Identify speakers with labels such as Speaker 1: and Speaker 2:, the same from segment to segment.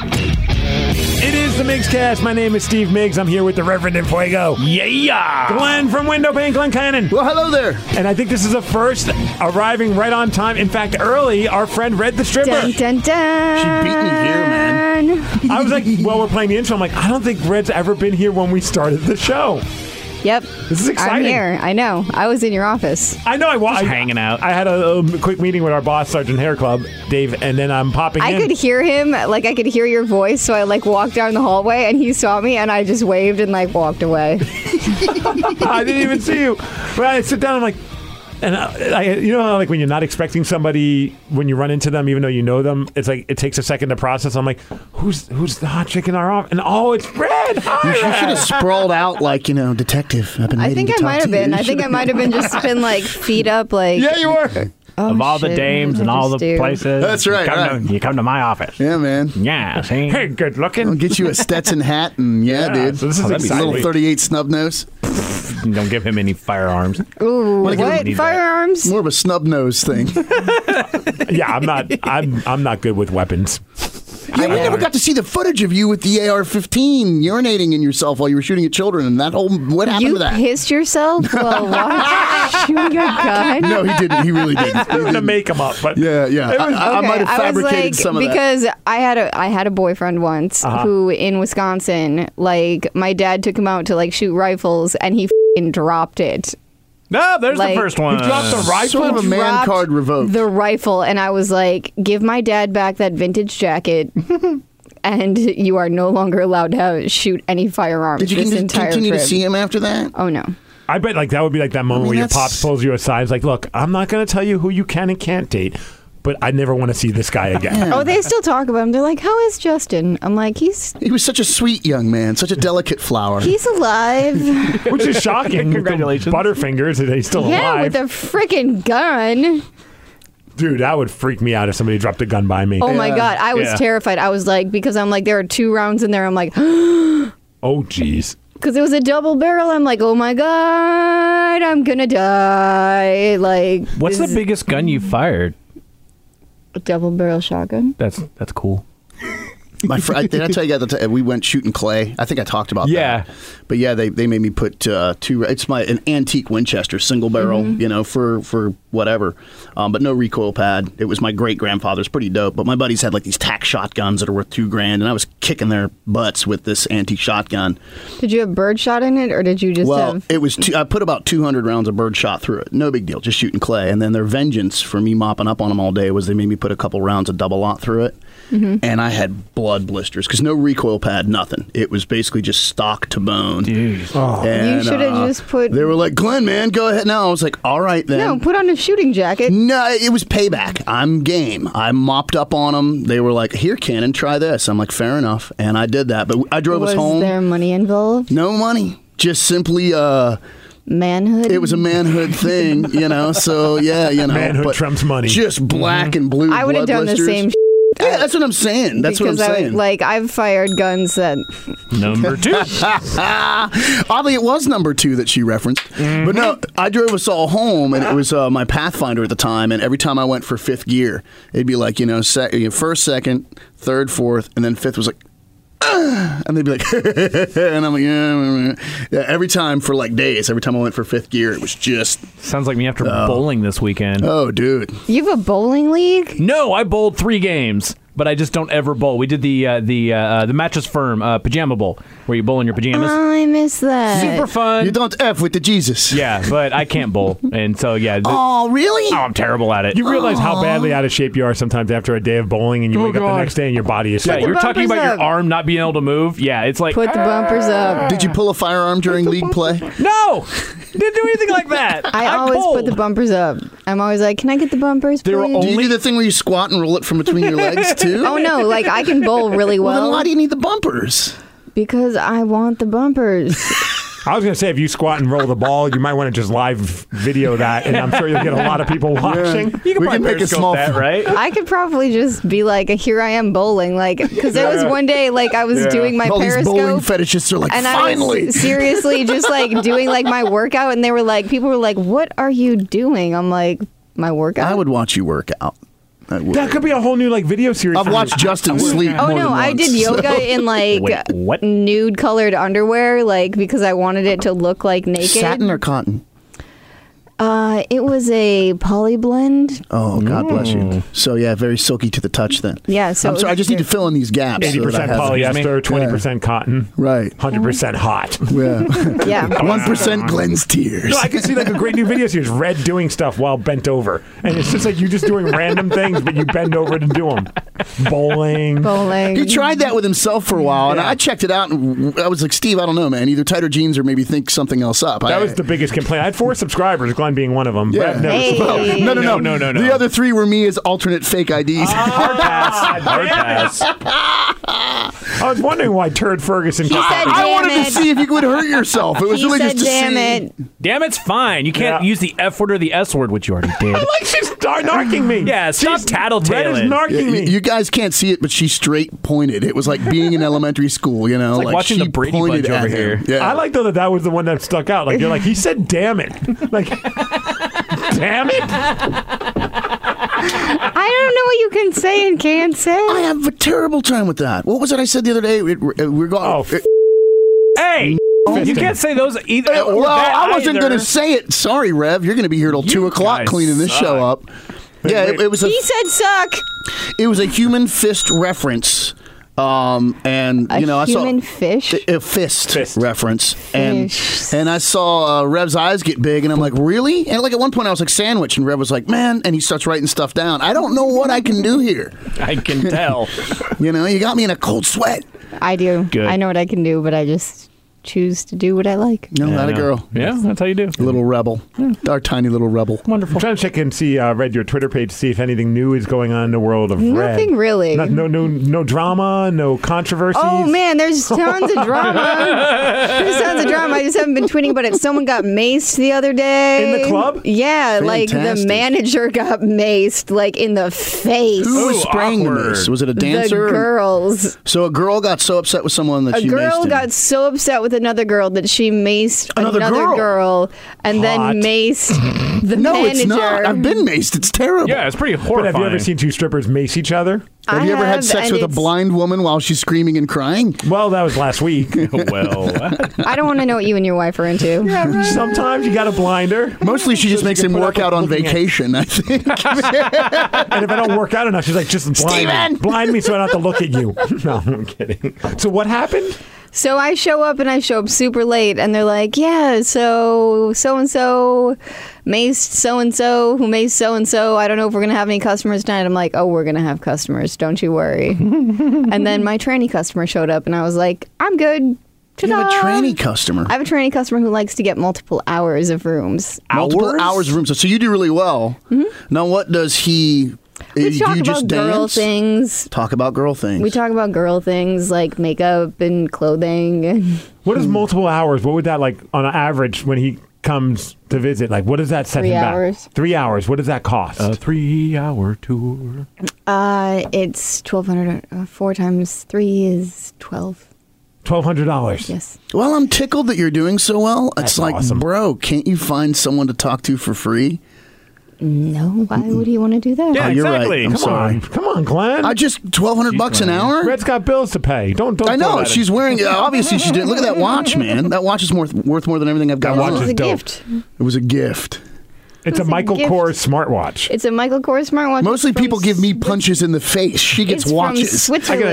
Speaker 1: It is the Migs Cast. My name is Steve Miggs. I'm here with the Reverend in Fuego.
Speaker 2: Yeah.
Speaker 1: Glenn from Window Pane, Glenn Cannon.
Speaker 2: Well, hello there.
Speaker 1: And I think this is the first arriving right on time. In fact, early, our friend Red the Stripper.
Speaker 3: Dun dun dun.
Speaker 2: She beat me here, man.
Speaker 1: I was like, well, we're playing the intro. I'm like, I don't think Red's ever been here when we started the show.
Speaker 3: Yep.
Speaker 1: This is
Speaker 3: I'm
Speaker 1: exciting.
Speaker 3: here. I know. I was in your office.
Speaker 1: I know I was
Speaker 2: hanging out.
Speaker 1: I had a, um, quick meeting with our boss, Sergeant Hair Club, Dave, and then I'm popping
Speaker 3: I
Speaker 1: in.
Speaker 3: could hear him, like I could hear your voice, so I like walked down the hallway and he saw me and I just waved and like walked away.
Speaker 1: I didn't even see you. But I sit down. I'm like, and I, I, you know, how, like when you're not expecting somebody, when you run into them, even though you know them, it's like it takes a second to process. I'm like, who's who's the hot chick in our office? And oh, it's Red. Hi,
Speaker 2: You should
Speaker 1: Red.
Speaker 2: have sprawled out like, you know, detective. I've been
Speaker 3: I
Speaker 2: waiting
Speaker 3: think
Speaker 2: to
Speaker 3: I
Speaker 2: talk
Speaker 3: might
Speaker 2: to
Speaker 3: have
Speaker 2: you.
Speaker 3: been. I think I might have been just been like feet up, like
Speaker 1: Yeah, you were.
Speaker 3: oh,
Speaker 4: of all the
Speaker 3: shit,
Speaker 4: dames
Speaker 3: what
Speaker 4: and
Speaker 3: did I
Speaker 4: all the
Speaker 3: just do?
Speaker 4: places.
Speaker 2: That's right,
Speaker 4: You come,
Speaker 2: right.
Speaker 4: To, you come to my office.
Speaker 2: Yeah, man.
Speaker 4: Yeah, see?
Speaker 1: Hey, good
Speaker 2: I'll
Speaker 1: looking.
Speaker 2: get you a Stetson hat and yeah, dude.
Speaker 1: so this is
Speaker 2: a
Speaker 1: exciting.
Speaker 2: little 38 snub nose.
Speaker 4: Don't give him any firearms.
Speaker 3: Ooh,
Speaker 2: Wanna give him-
Speaker 3: what
Speaker 4: need that.
Speaker 3: firearms?
Speaker 2: More of a snub nose thing. yeah,
Speaker 1: yeah, I'm not. I'm I'm not good with weapons.
Speaker 2: we never got to see the footage of you with the AR-15 urinating in yourself while you were shooting at children and that whole. What happened
Speaker 3: You
Speaker 2: to that?
Speaker 3: pissed yourself while watching- shooting your gun?
Speaker 2: No, he didn't. He really didn't. He
Speaker 1: I'm gonna
Speaker 2: didn't.
Speaker 1: make them up, but
Speaker 2: Yeah, yeah.
Speaker 1: It was-
Speaker 2: I, I- I
Speaker 3: Okay,
Speaker 2: might have
Speaker 3: was
Speaker 2: fabricated
Speaker 3: like-
Speaker 2: some of that. Uh-huh.
Speaker 3: because I had a I had a boyfriend once who in Wisconsin, like my dad took him out to like shoot rifles and he fing dropped it.
Speaker 4: No, there's
Speaker 3: Like-
Speaker 4: the first one.
Speaker 1: You dropped
Speaker 2: Uh,
Speaker 1: the rifle.
Speaker 2: Sort of a man
Speaker 3: Dropped
Speaker 2: card revoked.
Speaker 3: The rifle, and I was like, "Give my dad back that vintage jacket." And you are no longer allowed to have, shoot any firearms
Speaker 2: Did you
Speaker 3: this
Speaker 2: con-
Speaker 3: entire
Speaker 2: continue
Speaker 3: trip.
Speaker 2: to see him after that?
Speaker 3: Oh no!
Speaker 1: I bet like that would be like that moment
Speaker 2: mean,
Speaker 1: where your
Speaker 2: that's-
Speaker 1: pops pulls you aside. It's like, look, I'm not gonna tell you who you can and can't date, but I never want to see this guy again.
Speaker 3: Oh, they still talk about him. They're like, "How is Justin?" I'm like, "He's
Speaker 2: He was such a sweet young man, such a delicate flower.
Speaker 3: he's alive."
Speaker 1: which is shocking. with the
Speaker 4: Congratulations.
Speaker 1: Butterfingers, that he's still
Speaker 3: yeah,
Speaker 1: alive.
Speaker 3: with a freaking gun.
Speaker 1: Dude, that would freak me out if somebody dropped a gun by me.
Speaker 3: Oh
Speaker 1: Oh,
Speaker 3: my
Speaker 2: Yeah.
Speaker 3: god, I was
Speaker 4: Yeah.
Speaker 3: terrified. I was like, because I'm like, there are two rounds in there. I'm like,
Speaker 1: Oh, jeez.
Speaker 3: because it was a double barrel. I'm like, oh my god, I'm gonna die. Like,
Speaker 4: What's the
Speaker 3: this is
Speaker 4: biggest gun you fired?
Speaker 3: a double barrel shotgun?
Speaker 4: That's that's cool.
Speaker 2: My fr- I- did I tell you that we went shooting clay? I think I talked about
Speaker 4: Yeah.
Speaker 2: that. But yeah, they, they made me put uh, two. It's my an antique Winchester single barrel, you know, for for whatever, um, but no recoil pad. It was my great grandfather's, pretty dope. But my buddies had like these tack shotguns that are worth two grand, and I was kicking their butts with this antique shotgun.
Speaker 3: Did you have bird shot in it, or did you just
Speaker 2: Well,
Speaker 3: have?
Speaker 2: it was. Two, I put about 200 rounds of bird shot through it. No big deal, just shooting clay. And then their vengeance for me mopping up on them all day was they made me put a couple rounds of double lot through it,
Speaker 3: Mm-hmm.
Speaker 2: and I had blood blisters because no recoil pad, nothing. It was basically just stock to bone.
Speaker 4: Dude.
Speaker 2: And, uh,
Speaker 3: You shoulda just put-
Speaker 2: They were like, "Glenn, man, go ahead." No, I was like, "All right then."
Speaker 3: no, put on a shooting jacket.
Speaker 2: No, it was payback. I'm game. I mopped up on them. They were like, "Here, Cannon, try this." I'm like, "Fair enough," and I did that. But I drove
Speaker 3: Was
Speaker 2: us home.
Speaker 3: there money involved?
Speaker 2: No money, just simply uh,
Speaker 3: Manhood.
Speaker 2: it was a manhood thing, you know. So yeah, you know,
Speaker 1: Manhood trumps money.
Speaker 2: Just black and blue.
Speaker 3: Mm-hmm. I would have
Speaker 2: blood
Speaker 3: done
Speaker 2: blisters.
Speaker 3: the same. Sh-
Speaker 2: Yeah, that's what I'm saying. That's
Speaker 3: because
Speaker 2: what I'm
Speaker 3: I-
Speaker 2: saying.
Speaker 3: like I've fired guns that
Speaker 4: Number two.
Speaker 2: ah, oddly, it was number two that she referenced.
Speaker 1: Mm-hmm.
Speaker 2: But no, I drove us all home, and it was uh, my Pathfinder at the time. And every time I went for fifth gear, it'd be like you know, sec- you know, first, second, third, fourth, and then fifth was like. "Ah," And they'd be like, and I'm like, yeah, yeah. Every time for like days, every time I went for fifth gear, it was just,
Speaker 4: Sounds like me after bowling this weekend.
Speaker 2: oh, dude.
Speaker 3: you have a bowling league.
Speaker 4: no, I bowled three games. but I just don't ever bowl. We did the uh, the uh, the mattress firm uh, pajama bowl where you bowl in your pajamas.
Speaker 3: I miss that.
Speaker 4: Super fun.
Speaker 2: You don't F with the Jesus.
Speaker 4: yeah, but I can't bowl, and so yeah. th-
Speaker 2: Oh, really?
Speaker 4: oh, I'm terrible at it.
Speaker 1: You realize how badly out of shape you are sometimes after a day of bowling, and you
Speaker 4: Oh,
Speaker 1: wake up the
Speaker 4: God.
Speaker 1: next day and your body is.
Speaker 4: yeah,
Speaker 1: sore.
Speaker 4: you're talking
Speaker 3: bumpers
Speaker 4: about
Speaker 3: up.
Speaker 4: your arm not being able to move. Yeah, it's like
Speaker 3: Put the bumpers up.
Speaker 2: Did you pull a firearm during league play?
Speaker 4: no, didn't do anything like that.
Speaker 3: I always put the bumpers up. I'm always like, can I get the bumpers,
Speaker 4: They were
Speaker 3: please?
Speaker 4: all-
Speaker 2: Do you do the thing where you squat and roll it from between your legs too?
Speaker 3: oh no, like I can bowl really
Speaker 2: Well,
Speaker 3: well
Speaker 2: then why do you need the bumpers?
Speaker 3: because I want the bumpers.
Speaker 1: I was gonna say if you squat and roll the ball, you might want to just live video that, and I'm sure you'll get a lot of people watching.
Speaker 4: You can
Speaker 2: We
Speaker 4: probably
Speaker 2: can make a
Speaker 4: Periscope
Speaker 2: small
Speaker 4: that,
Speaker 2: film.
Speaker 4: right?
Speaker 3: I could probably just be like, here I am bowling, like because there was one day like I was doing my
Speaker 2: All these bowling
Speaker 3: periscope.
Speaker 2: fetishists are like,
Speaker 3: And I
Speaker 2: finally.
Speaker 3: was seriously just like doing like my workout, and they were like, people were like, "What are you doing?" I'm like, "My workout."
Speaker 2: I would watch you work out. I would.
Speaker 1: That could be a whole new like video series.
Speaker 2: I've
Speaker 1: for
Speaker 2: watched
Speaker 1: you.
Speaker 2: Justin sleep. more
Speaker 3: Oh no,
Speaker 2: than
Speaker 3: I
Speaker 2: once.
Speaker 3: did yoga in like
Speaker 4: Wait, what?
Speaker 3: nude colored underwear, like because I wanted it to look like naked.
Speaker 2: Satin or cotton?
Speaker 3: Uh, it was a poly blend.
Speaker 2: Oh, God bless you. So yeah, very silky to the touch then.
Speaker 3: Yeah, so
Speaker 2: I'm
Speaker 3: it
Speaker 2: sorry. I
Speaker 3: was
Speaker 2: just need to fill in these gaps. so that I
Speaker 1: Eighty percent
Speaker 2: have-
Speaker 4: me?
Speaker 1: polyester, twenty percent cotton,
Speaker 2: Right.
Speaker 1: hundred percent hot.
Speaker 2: Yeah.
Speaker 3: Yeah.
Speaker 2: One percent Glenn's tears.
Speaker 1: No, I could see like a great new video series, Red doing stuff while bent over, and it's just like you just doing random things, but you bend over to do them. Bowling.
Speaker 3: Bowling.
Speaker 2: He tried that with himself for a while, and I checked it out, and I was like, Steve, I don't know, man. Either tighter jeans or maybe think something else up. I,
Speaker 1: That was the biggest complaint. I had four subscribers, Glenn being one of them.
Speaker 2: Yeah.
Speaker 1: Brad never
Speaker 3: Hey.
Speaker 1: subscribed.
Speaker 3: Hey.
Speaker 2: No, no, no,
Speaker 4: No, no, no,
Speaker 2: The
Speaker 4: no.
Speaker 2: other three were me as alternate fake IDs.
Speaker 3: Ah.
Speaker 4: Hard pass. Hard pass.
Speaker 1: I was wondering why Turd Ferguson.
Speaker 3: He said,
Speaker 2: I wanted
Speaker 3: "Damn
Speaker 2: to
Speaker 3: it."
Speaker 2: see if you could hurt yourself. It was
Speaker 3: He
Speaker 2: really
Speaker 3: said,
Speaker 2: just to
Speaker 3: "Damn
Speaker 2: see.
Speaker 3: it!"
Speaker 4: Damn, it's fine. You can't
Speaker 1: Yeah.
Speaker 4: use the F word or the S word, which you already did.
Speaker 1: like she's nar- narking me.
Speaker 4: Yeah, stop tattletailing.
Speaker 1: Red is narking
Speaker 2: You,
Speaker 1: me.
Speaker 2: you guys can't see it, but she straight pointed. It was like being in elementary school, you know,
Speaker 4: like watching
Speaker 2: she
Speaker 4: the Brady
Speaker 2: pointed
Speaker 4: Bunch
Speaker 2: at
Speaker 4: over
Speaker 2: him.
Speaker 4: here.
Speaker 2: Yeah,
Speaker 1: I like though that that was the one that stuck out. Like you're like he said, "Damn it!" Like, damn it.
Speaker 3: I don't know what you can say and can't
Speaker 2: I
Speaker 3: say.
Speaker 2: have a terrible time with that. What was it I said the other day? It, it, we're going.
Speaker 1: Oh, f-
Speaker 2: it-
Speaker 4: Hey, you can't say those either.
Speaker 2: it-
Speaker 4: or
Speaker 2: well,
Speaker 4: that
Speaker 2: I wasn't
Speaker 4: either.
Speaker 2: going to say it. Sorry, Rev. You're going to be here till two o'clock
Speaker 4: guys
Speaker 2: cleaning this show up. yeah, it,
Speaker 1: wait.
Speaker 2: it was a
Speaker 3: He said, "Suck."
Speaker 2: it was a human fist reference, um, and
Speaker 3: A
Speaker 2: you know
Speaker 3: human
Speaker 2: I saw
Speaker 3: fish.
Speaker 2: a- a fist,
Speaker 1: Fist.
Speaker 2: reference,
Speaker 3: Fish.
Speaker 2: and and I saw uh, Rev's eyes get big, and I'm like, really? And like at one point, I was like sandwich, and Rev was like, man, and he starts writing stuff down. I don't know what I can do here.
Speaker 4: I can tell.
Speaker 2: You know, you got me in a cold sweat.
Speaker 3: I do.
Speaker 4: Good.
Speaker 3: I know what I can do, but I just choose to do what I like.
Speaker 2: No, not a
Speaker 4: Yeah.
Speaker 2: girl.
Speaker 4: Yeah, that's how you do.
Speaker 2: Little rebel,
Speaker 3: Hmm.
Speaker 2: our tiny little rebel.
Speaker 1: I'm
Speaker 4: Wonderful.
Speaker 1: trying to check and see, uh, read your Twitter page to see if anything new is going on in the world of Red.
Speaker 3: Nothing really.
Speaker 1: Not- no, no, no drama, no controversies.
Speaker 3: Oh man, there's tons of drama. there's tons of drama. I just haven't been tweeting about it. Someone got maced the other day
Speaker 1: In the club?
Speaker 3: Yeah, like the
Speaker 2: Fantastic.
Speaker 3: manager got maced, like in the face.
Speaker 2: Who was
Speaker 4: Ooh,
Speaker 2: spraying the
Speaker 4: awkward.
Speaker 2: mace? Was it a
Speaker 3: The
Speaker 2: dancer?
Speaker 3: girls.
Speaker 2: So a girl got so upset with someone that
Speaker 3: A
Speaker 2: she maced
Speaker 3: girl
Speaker 2: him.
Speaker 3: got so upset with another girl that she maced
Speaker 2: Another
Speaker 3: another,
Speaker 2: girl.
Speaker 3: girl. and
Speaker 1: Hot.
Speaker 3: then maced the
Speaker 2: no,
Speaker 3: manager.
Speaker 2: it's not. I've been maced. It's terrible.
Speaker 4: Yeah, it's pretty
Speaker 1: But
Speaker 4: horrifying.
Speaker 1: have you ever seen two strippers mace each other?
Speaker 2: Have
Speaker 3: I
Speaker 2: you ever had
Speaker 3: have,
Speaker 2: sex
Speaker 3: and
Speaker 2: with a
Speaker 3: it's-
Speaker 2: blind woman while she's screaming and crying?
Speaker 1: Well, that was last week.
Speaker 4: well,
Speaker 3: I don't want to know what you and your wife are into.
Speaker 1: Sometimes you got to blind her,
Speaker 2: Mostly, she just makes
Speaker 1: can
Speaker 2: him
Speaker 1: put up
Speaker 2: work
Speaker 1: with
Speaker 2: out on
Speaker 1: looking at-
Speaker 2: vacation. I think.
Speaker 1: and if I don't work out enough, she's like, "Just blind
Speaker 2: Steven!
Speaker 1: me, blind me, so I don't have to look at you." no, I'm kidding. So what happened?
Speaker 3: So I show up and I show up super late, and they're like, "Yeah, so so and so, maced so and so, who maced so and so. I don't know if we're gonna have any customers tonight." I'm like, "Oh, we're gonna have customers. Don't you worry." and then my tranny customer showed up, and I was like, "I'm good."
Speaker 2: you have a
Speaker 3: Ta-da.
Speaker 2: tranny customer.
Speaker 3: I have a tranny customer who likes to get multiple hours of rooms.
Speaker 2: Multiple
Speaker 4: Hours?
Speaker 2: hours, of room. So, so you do really well. Now, what does he?
Speaker 3: Mm-hmm.
Speaker 2: eh,
Speaker 3: We
Speaker 2: do
Speaker 3: talk
Speaker 2: you
Speaker 3: about
Speaker 2: just
Speaker 3: girl
Speaker 2: dance?
Speaker 3: things.
Speaker 2: Talk about girl things.
Speaker 3: We talk about girl things like makeup and clothing. And
Speaker 1: What is multiple hours? What would that like on average when he comes to visit? Like, what does that set
Speaker 3: Three
Speaker 1: him back?
Speaker 3: hours.
Speaker 1: Three hours. What does that cost?
Speaker 2: Uh,
Speaker 4: a three-hour tour.
Speaker 3: uh, it's twelve hundred. Uh, four times three is twelve.
Speaker 1: Twelve hundred dollars.
Speaker 3: Yes.
Speaker 2: well, I'm tickled that you're doing so well. It's
Speaker 1: That's
Speaker 2: like,
Speaker 1: awesome.
Speaker 2: bro, can't you find someone to talk to for free?
Speaker 3: No, why would he want to do that?
Speaker 4: Yeah,
Speaker 2: oh, you're
Speaker 4: exactly.
Speaker 2: right. I'm
Speaker 4: Come
Speaker 2: sorry.
Speaker 1: on, come on, Glenn.
Speaker 2: I just twelve hundred bucks an hour.
Speaker 1: Red's got bills to pay. Don't don't.
Speaker 2: I
Speaker 1: throw
Speaker 2: know
Speaker 1: that in.
Speaker 2: she's wearing. uh, Obviously, she did. Look at that watch, man. That watch is more, worth more than everything I've got.
Speaker 1: That watch
Speaker 2: on.
Speaker 3: This is
Speaker 1: is
Speaker 3: a
Speaker 1: dope.
Speaker 3: gift.
Speaker 2: It was a gift.
Speaker 1: It's a
Speaker 3: It's a
Speaker 1: Michael
Speaker 3: gift.
Speaker 1: Kors smartwatch.
Speaker 3: It's a Michael Kors smartwatch.
Speaker 2: Mostly
Speaker 3: It's from
Speaker 2: people give me
Speaker 3: Swi-
Speaker 2: punches in the face. She gets
Speaker 3: It's from
Speaker 1: I
Speaker 2: watches.
Speaker 1: got a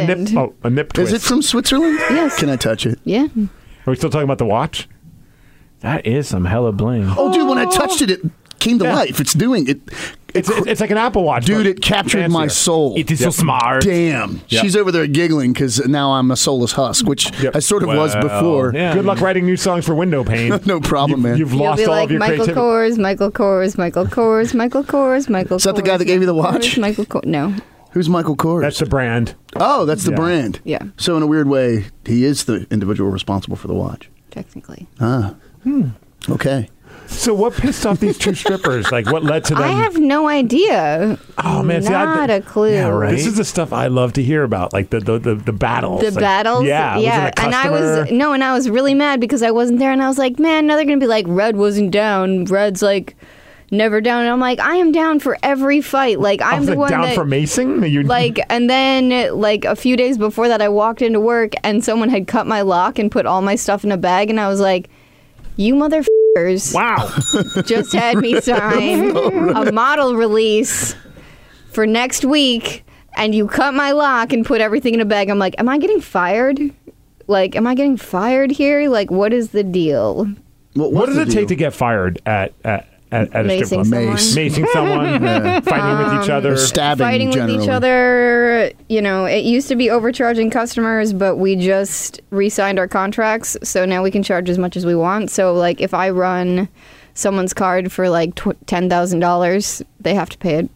Speaker 3: Switzerland.
Speaker 1: nip. Oh, a nip twist.
Speaker 2: Is it from Switzerland?
Speaker 3: Yes.
Speaker 2: Can I touch it?
Speaker 3: Yeah.
Speaker 1: Are we still talking about the watch?
Speaker 4: That is some hella bling.
Speaker 2: Oh, dude, when I touched it, it came to
Speaker 1: Yeah.
Speaker 2: life. It's doing it.
Speaker 1: It's, it's like an Apple Watch.
Speaker 2: dude,
Speaker 1: but
Speaker 2: it captured my
Speaker 1: fancier.
Speaker 2: soul.
Speaker 4: It is so smart.
Speaker 2: Damn. She's over there giggling because now I'm a soulless husk, which
Speaker 1: Yep.
Speaker 2: I sort of was
Speaker 4: Well,
Speaker 2: before.
Speaker 4: yeah.
Speaker 1: Good luck writing new songs for window pane.
Speaker 2: No problem,
Speaker 1: You've-
Speaker 2: man.
Speaker 1: You've
Speaker 3: You'll
Speaker 1: lost
Speaker 3: be
Speaker 1: all
Speaker 3: like
Speaker 1: of your
Speaker 3: Michael
Speaker 1: creativity.
Speaker 3: Kors, Michael Kors, Michael Kors, Michael Kors, Michael Kors. Is
Speaker 2: that the guy that gave you the watch?
Speaker 3: Michael Kors. No.
Speaker 2: Who's Michael Kors?
Speaker 1: That's the brand.
Speaker 2: oh, that's the
Speaker 1: Yeah.
Speaker 2: brand.
Speaker 3: Yeah.
Speaker 2: So in a weird way, he is the individual responsible for the watch.
Speaker 3: Technically.
Speaker 2: Ah. Okay.
Speaker 1: So what pissed off these two strippers? Like what led to them?
Speaker 3: I have no idea.
Speaker 1: oh man, see, I-
Speaker 3: not a clue.
Speaker 4: Yeah, right.
Speaker 1: This is the stuff I love to hear about, like the the the, the battles.
Speaker 3: The
Speaker 1: Like,
Speaker 3: battles,
Speaker 1: Yeah, was it a
Speaker 3: and I
Speaker 1: customer?
Speaker 3: was no, and I was really mad because I wasn't there, and I was like, man, now they're gonna be like, Red wasn't down, Red's like, never down, and I'm like, I am down for every fight, like I'm
Speaker 1: Oh,
Speaker 3: the
Speaker 1: the
Speaker 3: one
Speaker 1: down
Speaker 3: that,
Speaker 1: for macing. You
Speaker 3: like and then like a few days before that i walked into work and someone had cut my lock and put all my stuff in a bag and i was like you motherfuckers
Speaker 1: wow.
Speaker 3: just had me sign a model release for next week and you cut my lock and put everything in a bag i'm like am i getting fired like am i getting fired here like what is the deal
Speaker 2: What,
Speaker 1: what
Speaker 2: what's
Speaker 1: does
Speaker 2: the
Speaker 1: it take
Speaker 2: deal?
Speaker 1: to get fired at at at, at a strip
Speaker 3: Macing
Speaker 1: club?
Speaker 3: someone.
Speaker 2: Mace.
Speaker 3: Um,
Speaker 1: Macing someone, fighting with each other.
Speaker 2: stabbing
Speaker 3: fighting
Speaker 2: generally.
Speaker 3: with each other. You know, it used to be overcharging customers, but we just re-signed our contracts, so now we can charge as much as we want. So, like, if I run someone's card for like tw- ten thousand dollars, they have to pay it.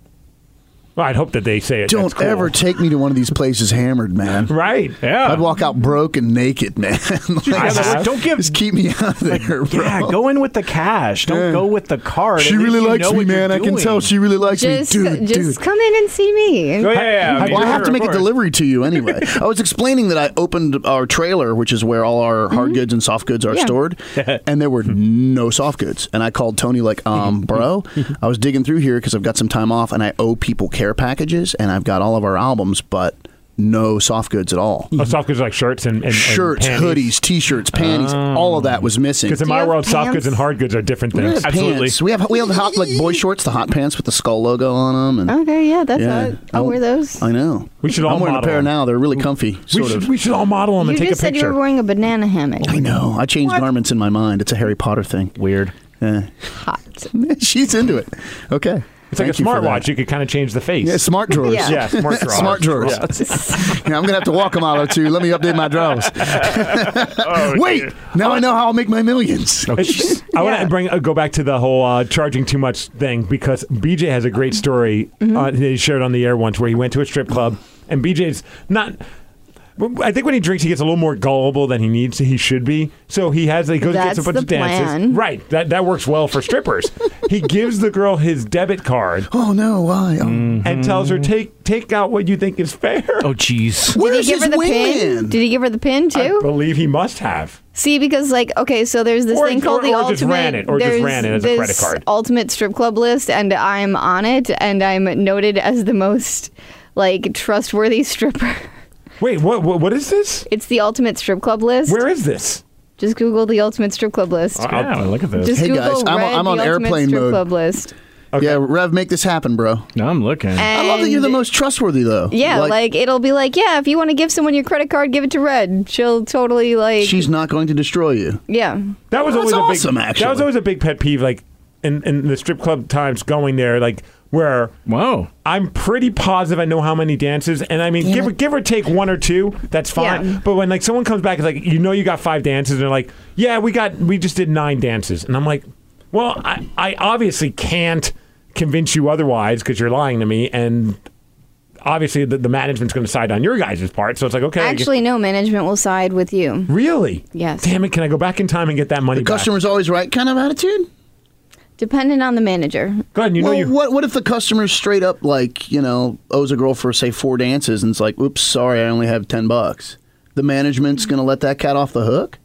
Speaker 1: Well, I'd hope that they say it.
Speaker 2: Don't
Speaker 1: That's cool.
Speaker 2: ever take me to one of these places hammered, man.
Speaker 1: Right.
Speaker 4: Yeah.
Speaker 2: I'd walk out broke and naked, man. Like,
Speaker 4: Yeah, but, like,
Speaker 1: have.
Speaker 4: don't give.
Speaker 2: Just keep me out of there, bro.
Speaker 4: Yeah, go in with the cash. Don't
Speaker 2: Yeah.
Speaker 4: go with the card.
Speaker 2: She
Speaker 4: At least
Speaker 2: really
Speaker 4: you
Speaker 2: likes
Speaker 4: know
Speaker 2: me,
Speaker 4: what you're
Speaker 2: man. I can
Speaker 4: doing.
Speaker 2: tell she really likes
Speaker 3: Just, uh,
Speaker 2: me, dude. dude.
Speaker 3: just come in and see me.
Speaker 4: Oh, yeah, yeah, yeah.
Speaker 2: Well, I have to
Speaker 4: sure, of
Speaker 2: make a
Speaker 4: course.
Speaker 2: delivery to you anyway. I was explaining that I opened our trailer, which is where all our
Speaker 1: Mm-hmm.
Speaker 2: hard goods and soft goods are
Speaker 3: Yeah.
Speaker 2: stored, and there were no soft goods. And I called Tony like,
Speaker 1: Mm-hmm.
Speaker 2: um, bro, I was digging through here because I've got some time off, and I owe people care packages, and I've got all of our albums, but no soft goods at all.
Speaker 1: Oh, soft goods are like shirts and, and- and Oh.
Speaker 2: Shirts, hoodies, t-shirts, panties, all of that was missing.
Speaker 1: Because in
Speaker 3: Do you
Speaker 1: my
Speaker 3: have
Speaker 1: world, soft
Speaker 3: pants?
Speaker 1: goods and hard goods are different
Speaker 2: We
Speaker 1: things.
Speaker 2: have pants. We have we have the hot like boy shorts, the hot pants with the skull logo on them, and
Speaker 3: Okay, yeah, that's
Speaker 2: Yeah.
Speaker 3: it. Oh, I'll
Speaker 2: Oh.
Speaker 3: wear those.
Speaker 2: I know
Speaker 1: We should all
Speaker 2: I'm wearing a
Speaker 1: model
Speaker 2: pair
Speaker 1: them.
Speaker 2: now. They're really comfy,
Speaker 1: We
Speaker 2: sort
Speaker 1: should,
Speaker 2: of.
Speaker 1: we should all model them
Speaker 3: you
Speaker 1: and take a
Speaker 3: just said you
Speaker 1: picture.
Speaker 3: were wearing a banana hammock.
Speaker 2: I know. I change garments in my mind. It's a Harry Potter thing.
Speaker 4: Weird.
Speaker 2: Yeah.
Speaker 3: Hot.
Speaker 2: She's into it. Okay.
Speaker 1: it's like a
Speaker 2: Thank you for
Speaker 1: smartwatch.
Speaker 2: that.
Speaker 1: You could kind of change the face.
Speaker 2: Yeah, smart drawers.
Speaker 3: Yeah.
Speaker 1: Yeah, smart drawers.
Speaker 2: Smart drawers. Yeah, I'm gonna have to walk a mile or two. Let me update my drawers.
Speaker 3: Oh,
Speaker 2: Wait, now I know how I'll make my millions.
Speaker 1: Oh, It's- I want
Speaker 3: Yeah.
Speaker 1: to bring uh, go back to the whole uh, charging too much thing because BJ has a great story
Speaker 3: Mm-hmm.
Speaker 1: uh, that he shared on the air once where he went to a strip club and BJ's not. I think when he drinks, he gets a little more gullible than he needs. He should be. So he has. He goes and gets a
Speaker 3: That's
Speaker 1: bunch
Speaker 3: the
Speaker 1: of dances.
Speaker 3: plan.
Speaker 1: Right. That that works well for strippers. he gives the girl his debit card
Speaker 2: Oh no, why? Oh.
Speaker 1: and tells her take take out what you think is fair.
Speaker 4: Oh, jeez.
Speaker 3: Did
Speaker 2: Where's
Speaker 3: he give her
Speaker 2: his
Speaker 3: the
Speaker 2: wingman?
Speaker 3: pin? Did he give her the pin too?
Speaker 1: I
Speaker 2: Oh.
Speaker 1: believe he must have.
Speaker 3: See, because like, okay, so there's this
Speaker 1: Or-
Speaker 3: thing
Speaker 1: or-
Speaker 3: called the
Speaker 1: or
Speaker 3: ultimate.
Speaker 1: just ran it, or just
Speaker 3: there's
Speaker 1: ran it as a
Speaker 3: this
Speaker 1: credit card.
Speaker 3: Ultimate strip club list, and I'm on it, and I'm noted as the most like trustworthy stripper.
Speaker 1: Wait, what what, what is this?
Speaker 3: It's the ultimate strip club list.
Speaker 1: Where is Uh, this?
Speaker 3: Just Google the ultimate strip club list.
Speaker 4: Yeah, look at this.
Speaker 3: Just
Speaker 2: Hey, guys,
Speaker 3: Google
Speaker 2: I'm on-
Speaker 3: Red,
Speaker 2: I'm on
Speaker 3: the ultimate
Speaker 2: airplane
Speaker 3: strip
Speaker 2: mode.
Speaker 3: club list.
Speaker 2: Yeah, Rev, make this happen, bro.
Speaker 4: I'm looking.
Speaker 2: I love that you're the
Speaker 3: And-
Speaker 2: most trustworthy though.
Speaker 3: Yeah, like, it'll be like, yeah, if you want to give someone your credit card, give it to Red. She'll totally like,
Speaker 2: she's not going to destroy you.
Speaker 3: yeah.
Speaker 1: That was
Speaker 2: That's
Speaker 1: always
Speaker 2: awesome,
Speaker 1: a big
Speaker 2: actually.
Speaker 1: that was always a big pet peeve like in, in the strip club times going there like where
Speaker 4: Whoa.
Speaker 1: I'm pretty positive I know how many dances and I mean give or, give or take one or two that's fine
Speaker 3: Yeah.
Speaker 1: but when like someone comes back and like you know you got five dances and they're like yeah we got we just did nine dances and I'm like well I, I obviously can't convince you otherwise because you're lying to me and obviously the, the management's going to side on your guys' part so it's like okay I guess-
Speaker 3: Actually, no, management will side with you.
Speaker 1: really
Speaker 3: Yes.
Speaker 1: damn it can I go back in time and get that money
Speaker 2: The
Speaker 1: back
Speaker 2: customer's always right kind of attitude.
Speaker 3: Dependent on the manager.
Speaker 1: go ahead you
Speaker 2: well,
Speaker 1: know you
Speaker 2: what what if the customer straight up like you know owes a girl for say four dances and it's like, oops, sorry, I only have ten bucks. The management's gonna let that cat off the hook.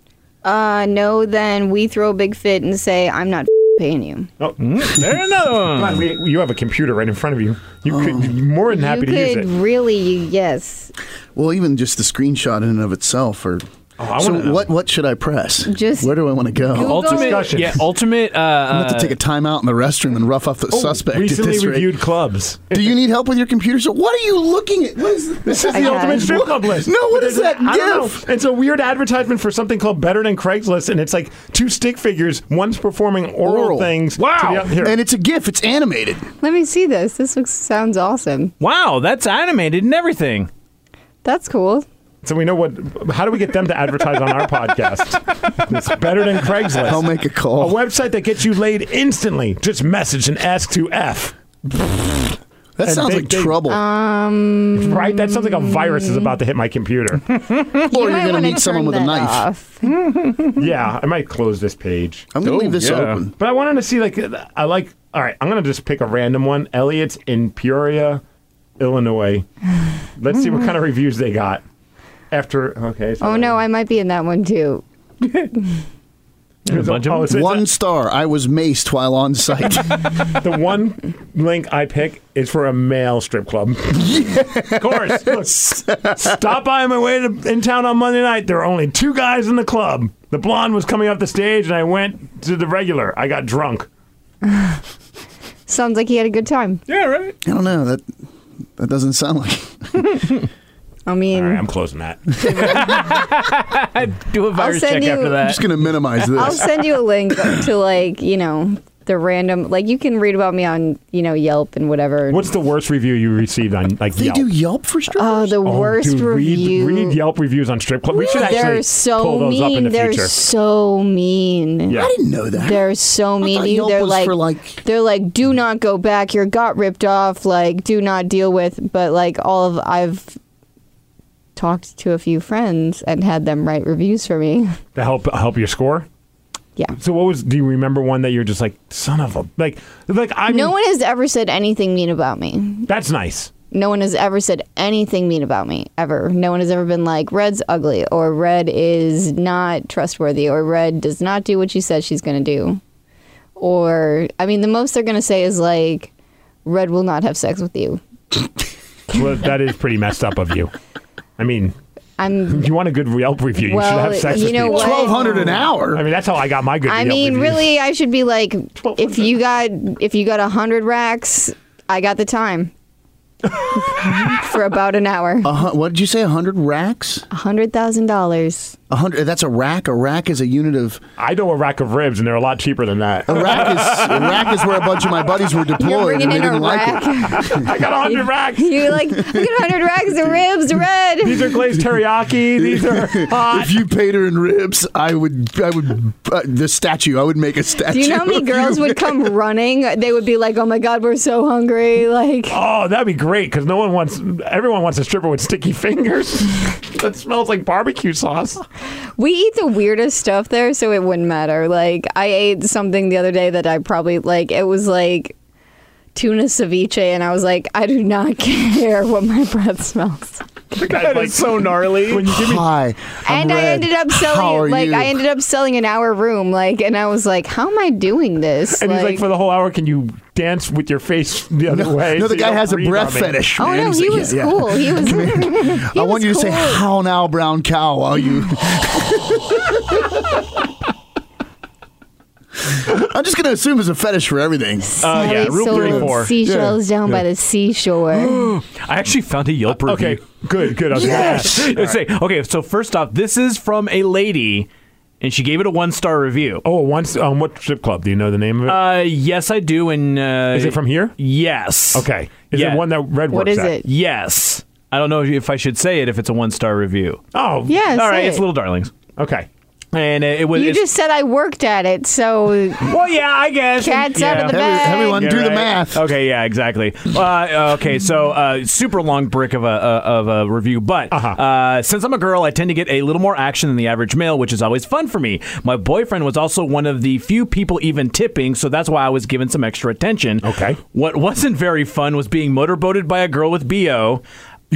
Speaker 3: Uh, no, then we throw a big fit and say, I'm not paying you.
Speaker 1: Oh.
Speaker 4: There's another
Speaker 1: Come
Speaker 4: one.
Speaker 1: on, we- you have a computer right in front of you. You
Speaker 2: Oh.
Speaker 1: could you're more than happy
Speaker 3: you
Speaker 1: to use
Speaker 3: could
Speaker 1: it.
Speaker 3: really, yes.
Speaker 2: Well, even just the screenshot in and of itself, or
Speaker 1: Oh, I
Speaker 2: so
Speaker 1: wanna know.
Speaker 2: what what should I press?
Speaker 3: Just
Speaker 2: where do I want to go?
Speaker 3: Google-
Speaker 4: ultimate,
Speaker 1: Discussion.
Speaker 4: yeah, ultimate.
Speaker 2: I'm
Speaker 4: Uh,
Speaker 2: gonna have to take a time out in the restroom and rough off the suspect at
Speaker 1: Oh, Recently
Speaker 2: this rate.
Speaker 1: reviewed clubs.
Speaker 2: Do you need help with your computer? So what are you looking at? What is this?
Speaker 1: This is
Speaker 3: Okay.
Speaker 1: the ultimate strip
Speaker 2: What-
Speaker 1: club list.
Speaker 2: No, what
Speaker 1: But
Speaker 2: is
Speaker 1: there's-
Speaker 2: that
Speaker 1: I don't
Speaker 2: gif?
Speaker 1: know. It's a weird advertisement for something called Better Than Craigslist, and it's like two stick figures, one's performing oral,
Speaker 2: Oral.
Speaker 1: things. to
Speaker 4: Wow.
Speaker 1: the oth- here.
Speaker 2: And it's a GIF. It's animated.
Speaker 3: Let me see this. This looks sounds awesome.
Speaker 4: wow, that's animated and everything.
Speaker 3: That's cool.
Speaker 1: so we know what. How do we get them to advertise on our podcast? It's Better Than Craigslist.
Speaker 2: I'll make a
Speaker 1: a
Speaker 2: call.
Speaker 1: website that gets you laid instantly. Just message and ask to F.
Speaker 2: that
Speaker 1: and
Speaker 2: sounds
Speaker 1: they-
Speaker 2: like
Speaker 1: they-
Speaker 2: trouble.
Speaker 3: Uh,
Speaker 1: Right? That sounds like a virus is about to hit my computer.
Speaker 2: or you're
Speaker 3: might
Speaker 2: gonna
Speaker 3: wanna
Speaker 2: need someone
Speaker 3: turn
Speaker 2: with a
Speaker 3: that
Speaker 2: knife.
Speaker 3: off.
Speaker 1: yeah, I might close this page.
Speaker 2: I'm gonna leave this
Speaker 4: yeah.
Speaker 2: open.
Speaker 1: But I wanted to see, like, I like, all right, I'm going to just pick a random one. Elliot's in Peoria, Illinois. Let's see what kind of reviews they got after, okay. so-
Speaker 3: Oh no, I might be in that one too.
Speaker 1: Here's
Speaker 4: A bunch of them?
Speaker 1: it's- it's
Speaker 2: One star. I was maced while on site.
Speaker 1: the one link I pick is for a male strip club. of course. Look, stop by on my way to, in town on Monday night. There were only two guys in the club. The blonde was coming off the stage, and I went to the regular. I got drunk.
Speaker 3: Sounds like he had a good time.
Speaker 4: Yeah, right.
Speaker 2: I don't know. That that doesn't sound like.
Speaker 3: I mean,
Speaker 1: All right, I'm closing that.
Speaker 4: Do a virus
Speaker 3: send
Speaker 4: check
Speaker 3: you-
Speaker 4: after
Speaker 2: I'm
Speaker 4: that.
Speaker 2: just gonna minimize
Speaker 3: I'll
Speaker 2: this.
Speaker 3: send you a link to like you know the random like you can read about me on you know Yelp and whatever.
Speaker 1: What's the worst review you received on like
Speaker 2: They
Speaker 1: Yelp?
Speaker 2: do Yelp for strippers.
Speaker 3: oh, the
Speaker 1: Oh,
Speaker 3: worst
Speaker 1: dude,
Speaker 3: review.
Speaker 1: Read, read Yelp reviews on strip club. We should actually
Speaker 3: They're so
Speaker 1: pull those
Speaker 3: mean.
Speaker 1: up in the
Speaker 3: They're
Speaker 1: future.
Speaker 3: so mean.
Speaker 1: Yeah.
Speaker 2: I didn't know that.
Speaker 3: They're so mean.
Speaker 2: thought
Speaker 3: to you.
Speaker 2: Yelp
Speaker 3: They're
Speaker 2: was
Speaker 3: like,
Speaker 2: for, like-
Speaker 3: they're like, do not go back. Your got ripped off. Like, do not deal with. But like all of I've talked to a few friends and had them write reviews for me.
Speaker 1: to help help your score.
Speaker 3: Yeah.
Speaker 1: So what was? Do you remember one that you're just like son of a like like I mean
Speaker 3: No one has ever said anything mean about me.
Speaker 1: that's nice.
Speaker 3: No one has ever said anything mean about me ever. No one has ever been like Red's ugly or Red is not trustworthy or Red does not do what she says she's going to do. Or I mean the most they're going to say is like Red will not have sex with you.
Speaker 1: well, that is pretty messed up of you. I mean,
Speaker 3: I'm
Speaker 1: if you want a good Yelp review, you should
Speaker 3: Well,
Speaker 1: have sex
Speaker 3: you
Speaker 1: with
Speaker 3: know
Speaker 1: people.
Speaker 3: what?
Speaker 2: Twelve hundred an hour.
Speaker 1: I mean, that's how I got my good.
Speaker 3: I
Speaker 1: Yelp
Speaker 3: mean,
Speaker 1: reviews.
Speaker 3: really, I should be like, if you got if you got a hundred racks, I got the time for about an hour.
Speaker 2: A hun- what did you say? A hundred racks?
Speaker 3: A hundred thousand dollars.
Speaker 2: A hundred. That's a rack. A rack is a unit of.
Speaker 1: I know a rack of ribs, and they're a lot cheaper than that.
Speaker 2: A rack is. a rack is where a bunch of my buddies were deployed.
Speaker 3: You're bringing
Speaker 2: and they
Speaker 3: in
Speaker 2: didn't
Speaker 3: a
Speaker 2: like it.
Speaker 3: rack.
Speaker 1: I got a hundred racks.
Speaker 3: You're like, I got a hundred racks of ribs, the
Speaker 1: These
Speaker 3: red.
Speaker 1: are glazed teriyaki. These are hot.
Speaker 2: If you paid her in ribs, I would, I would, uh, the statue. I would make a statue.
Speaker 3: Do you know how many
Speaker 2: of you.
Speaker 3: girls would come running? They would be like, "Oh my god, we're so hungry!" Like,
Speaker 1: Oh, that'd be great because no one wants. Everyone wants a stripper with sticky fingers. that smells like barbecue sauce.
Speaker 3: We eat the weirdest stuff there, so it wouldn't matter. Like I ate something the other day that I probably like. It was like tuna ceviche, and I was like, I do not care what my breath smells.
Speaker 1: That is so gnarly. When you give me,
Speaker 2: Hi, I'm
Speaker 3: and I
Speaker 2: Red.
Speaker 3: ended up
Speaker 2: How
Speaker 3: selling
Speaker 2: are
Speaker 3: it. Like
Speaker 2: you?
Speaker 3: I ended up selling an hour room. Like, and I was like, how am I doing this?
Speaker 1: and he's like, for the whole hour, can you dance with your face the other way?
Speaker 2: No,
Speaker 1: so
Speaker 2: the
Speaker 1: you
Speaker 2: guy
Speaker 1: don't
Speaker 2: has a
Speaker 1: breathe on
Speaker 2: breath
Speaker 1: me?"
Speaker 2: fetish.
Speaker 3: Oh
Speaker 2: man.
Speaker 3: no,
Speaker 2: He's
Speaker 3: he
Speaker 2: like,
Speaker 3: was
Speaker 2: yeah, yeah.
Speaker 3: cool. He was.
Speaker 2: I want you to say "How now, brown cow" while you. I'm just gonna assume it's a fetish for everything.
Speaker 1: Uh, yeah, Rule 34.
Speaker 3: Seashells down by the seashore.
Speaker 4: I actually found a Yelp review.
Speaker 1: Okay, good, good. I was
Speaker 2: Yes!
Speaker 1: gonna ask.
Speaker 4: Let's say, okay, so first off, this is from a lady, and she gave it a one star review.
Speaker 1: Oh, once um, what strip club? Do you know the name of it?
Speaker 4: Uh, yes, I do. And uh,
Speaker 1: Is it from here?
Speaker 4: Yes.
Speaker 1: Okay, is
Speaker 4: yeah.
Speaker 1: it one that Red
Speaker 3: What
Speaker 1: works
Speaker 3: is
Speaker 1: at?
Speaker 3: it?
Speaker 4: Yes. I don't know if I should say it if it's a one star review.
Speaker 1: Oh,
Speaker 3: Yeah,
Speaker 4: All
Speaker 3: say
Speaker 4: right, it's
Speaker 3: it.
Speaker 4: Little Darlings,
Speaker 1: Okay.
Speaker 4: and it, it was.
Speaker 3: You
Speaker 4: it's-
Speaker 3: just said I worked at it, so
Speaker 4: well, yeah, I guess.
Speaker 3: Cat's
Speaker 4: yeah.
Speaker 3: out of the
Speaker 2: Every-
Speaker 3: bag.
Speaker 2: everyone,
Speaker 4: Yeah,
Speaker 2: do the
Speaker 4: right.
Speaker 2: math.
Speaker 4: Okay, yeah, exactly. Uh, okay, so uh, super long brick of a uh, of a review, but uh
Speaker 1: Uh-huh.
Speaker 4: since I'm a girl, I tend to get a little more action than the average male, which is always fun for me. My boyfriend was also one of the few people even tipping, so that's why I was given some extra attention.
Speaker 1: Okay.
Speaker 4: What wasn't very fun was being motorboated by a girl with bo.